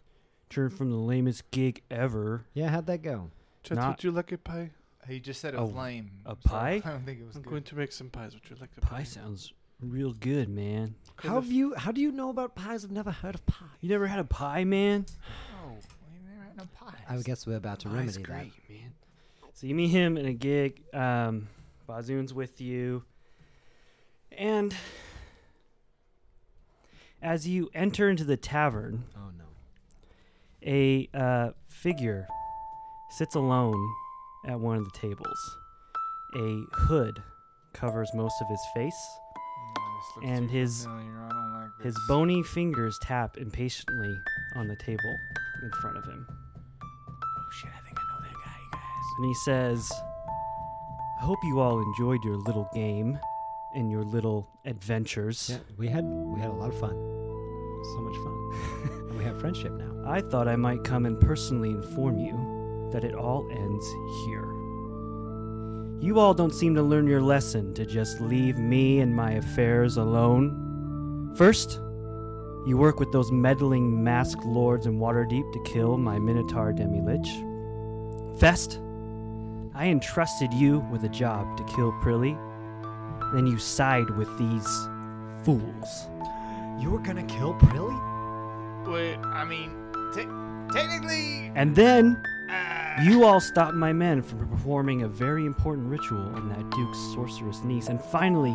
S3: turned from the lamest gig ever.
S1: Yeah, how'd that go?
S4: Chet,
S3: Not-
S4: would you like a pie?
S2: He just said it
S3: A-
S2: was lame.
S3: a
S2: so
S3: pie?
S2: I don't think it was
S4: I'm
S2: good.
S4: going to make some pies. Would you like a pie?
S3: Pie sounds real good, man.
S4: Because
S1: How
S4: if-
S1: have you? How do you know about pies? I've never heard of pie.
S3: You never had a pie, man?
S2: Oh, we never had no pies.
S1: I guess we're about to
S3: Oh,
S1: remedy
S3: he's
S1: that.
S3: great, man. So you meet him in a gig. Um, Bazoon's with you, and as you enter into the tavern,
S1: Oh no.
S3: a uh, figure sits alone at one of the tables. A hood covers most of his face.
S2: No, Mm, this looks
S3: and
S2: too
S3: his-
S2: familiar. I don't like
S3: His
S2: this.
S3: bony fingers tap impatiently on the table in front of him.
S2: Oh shit! I think I know that guy, guys.
S3: and he says, I hope you all enjoyed your little game and your little adventures.
S1: Yeah, we had we had a lot of fun. So much fun. And we have friendship now.
S3: I thought I might come and personally inform you that it all ends here. You all don't seem to learn your lesson to just leave me and my affairs alone. First, you work with those meddling masked lords in Waterdeep to kill my Minotaur Demi-Lich. Fest, I entrusted you with a job to kill Prilly. Then you side with these fools.
S11: You were gonna kill Prilly?
S2: Wait, I mean, te- technically,
S3: And then
S2: uh,
S3: You all stopped my men from performing a very important ritual on that Duke's sorceress niece, and finally,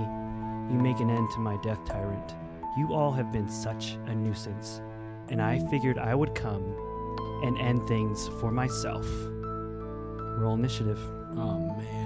S3: you make an end to my death tyrant. You all have been such a nuisance, and I figured I would come and end things for myself. Roll initiative.
S6: Oh man.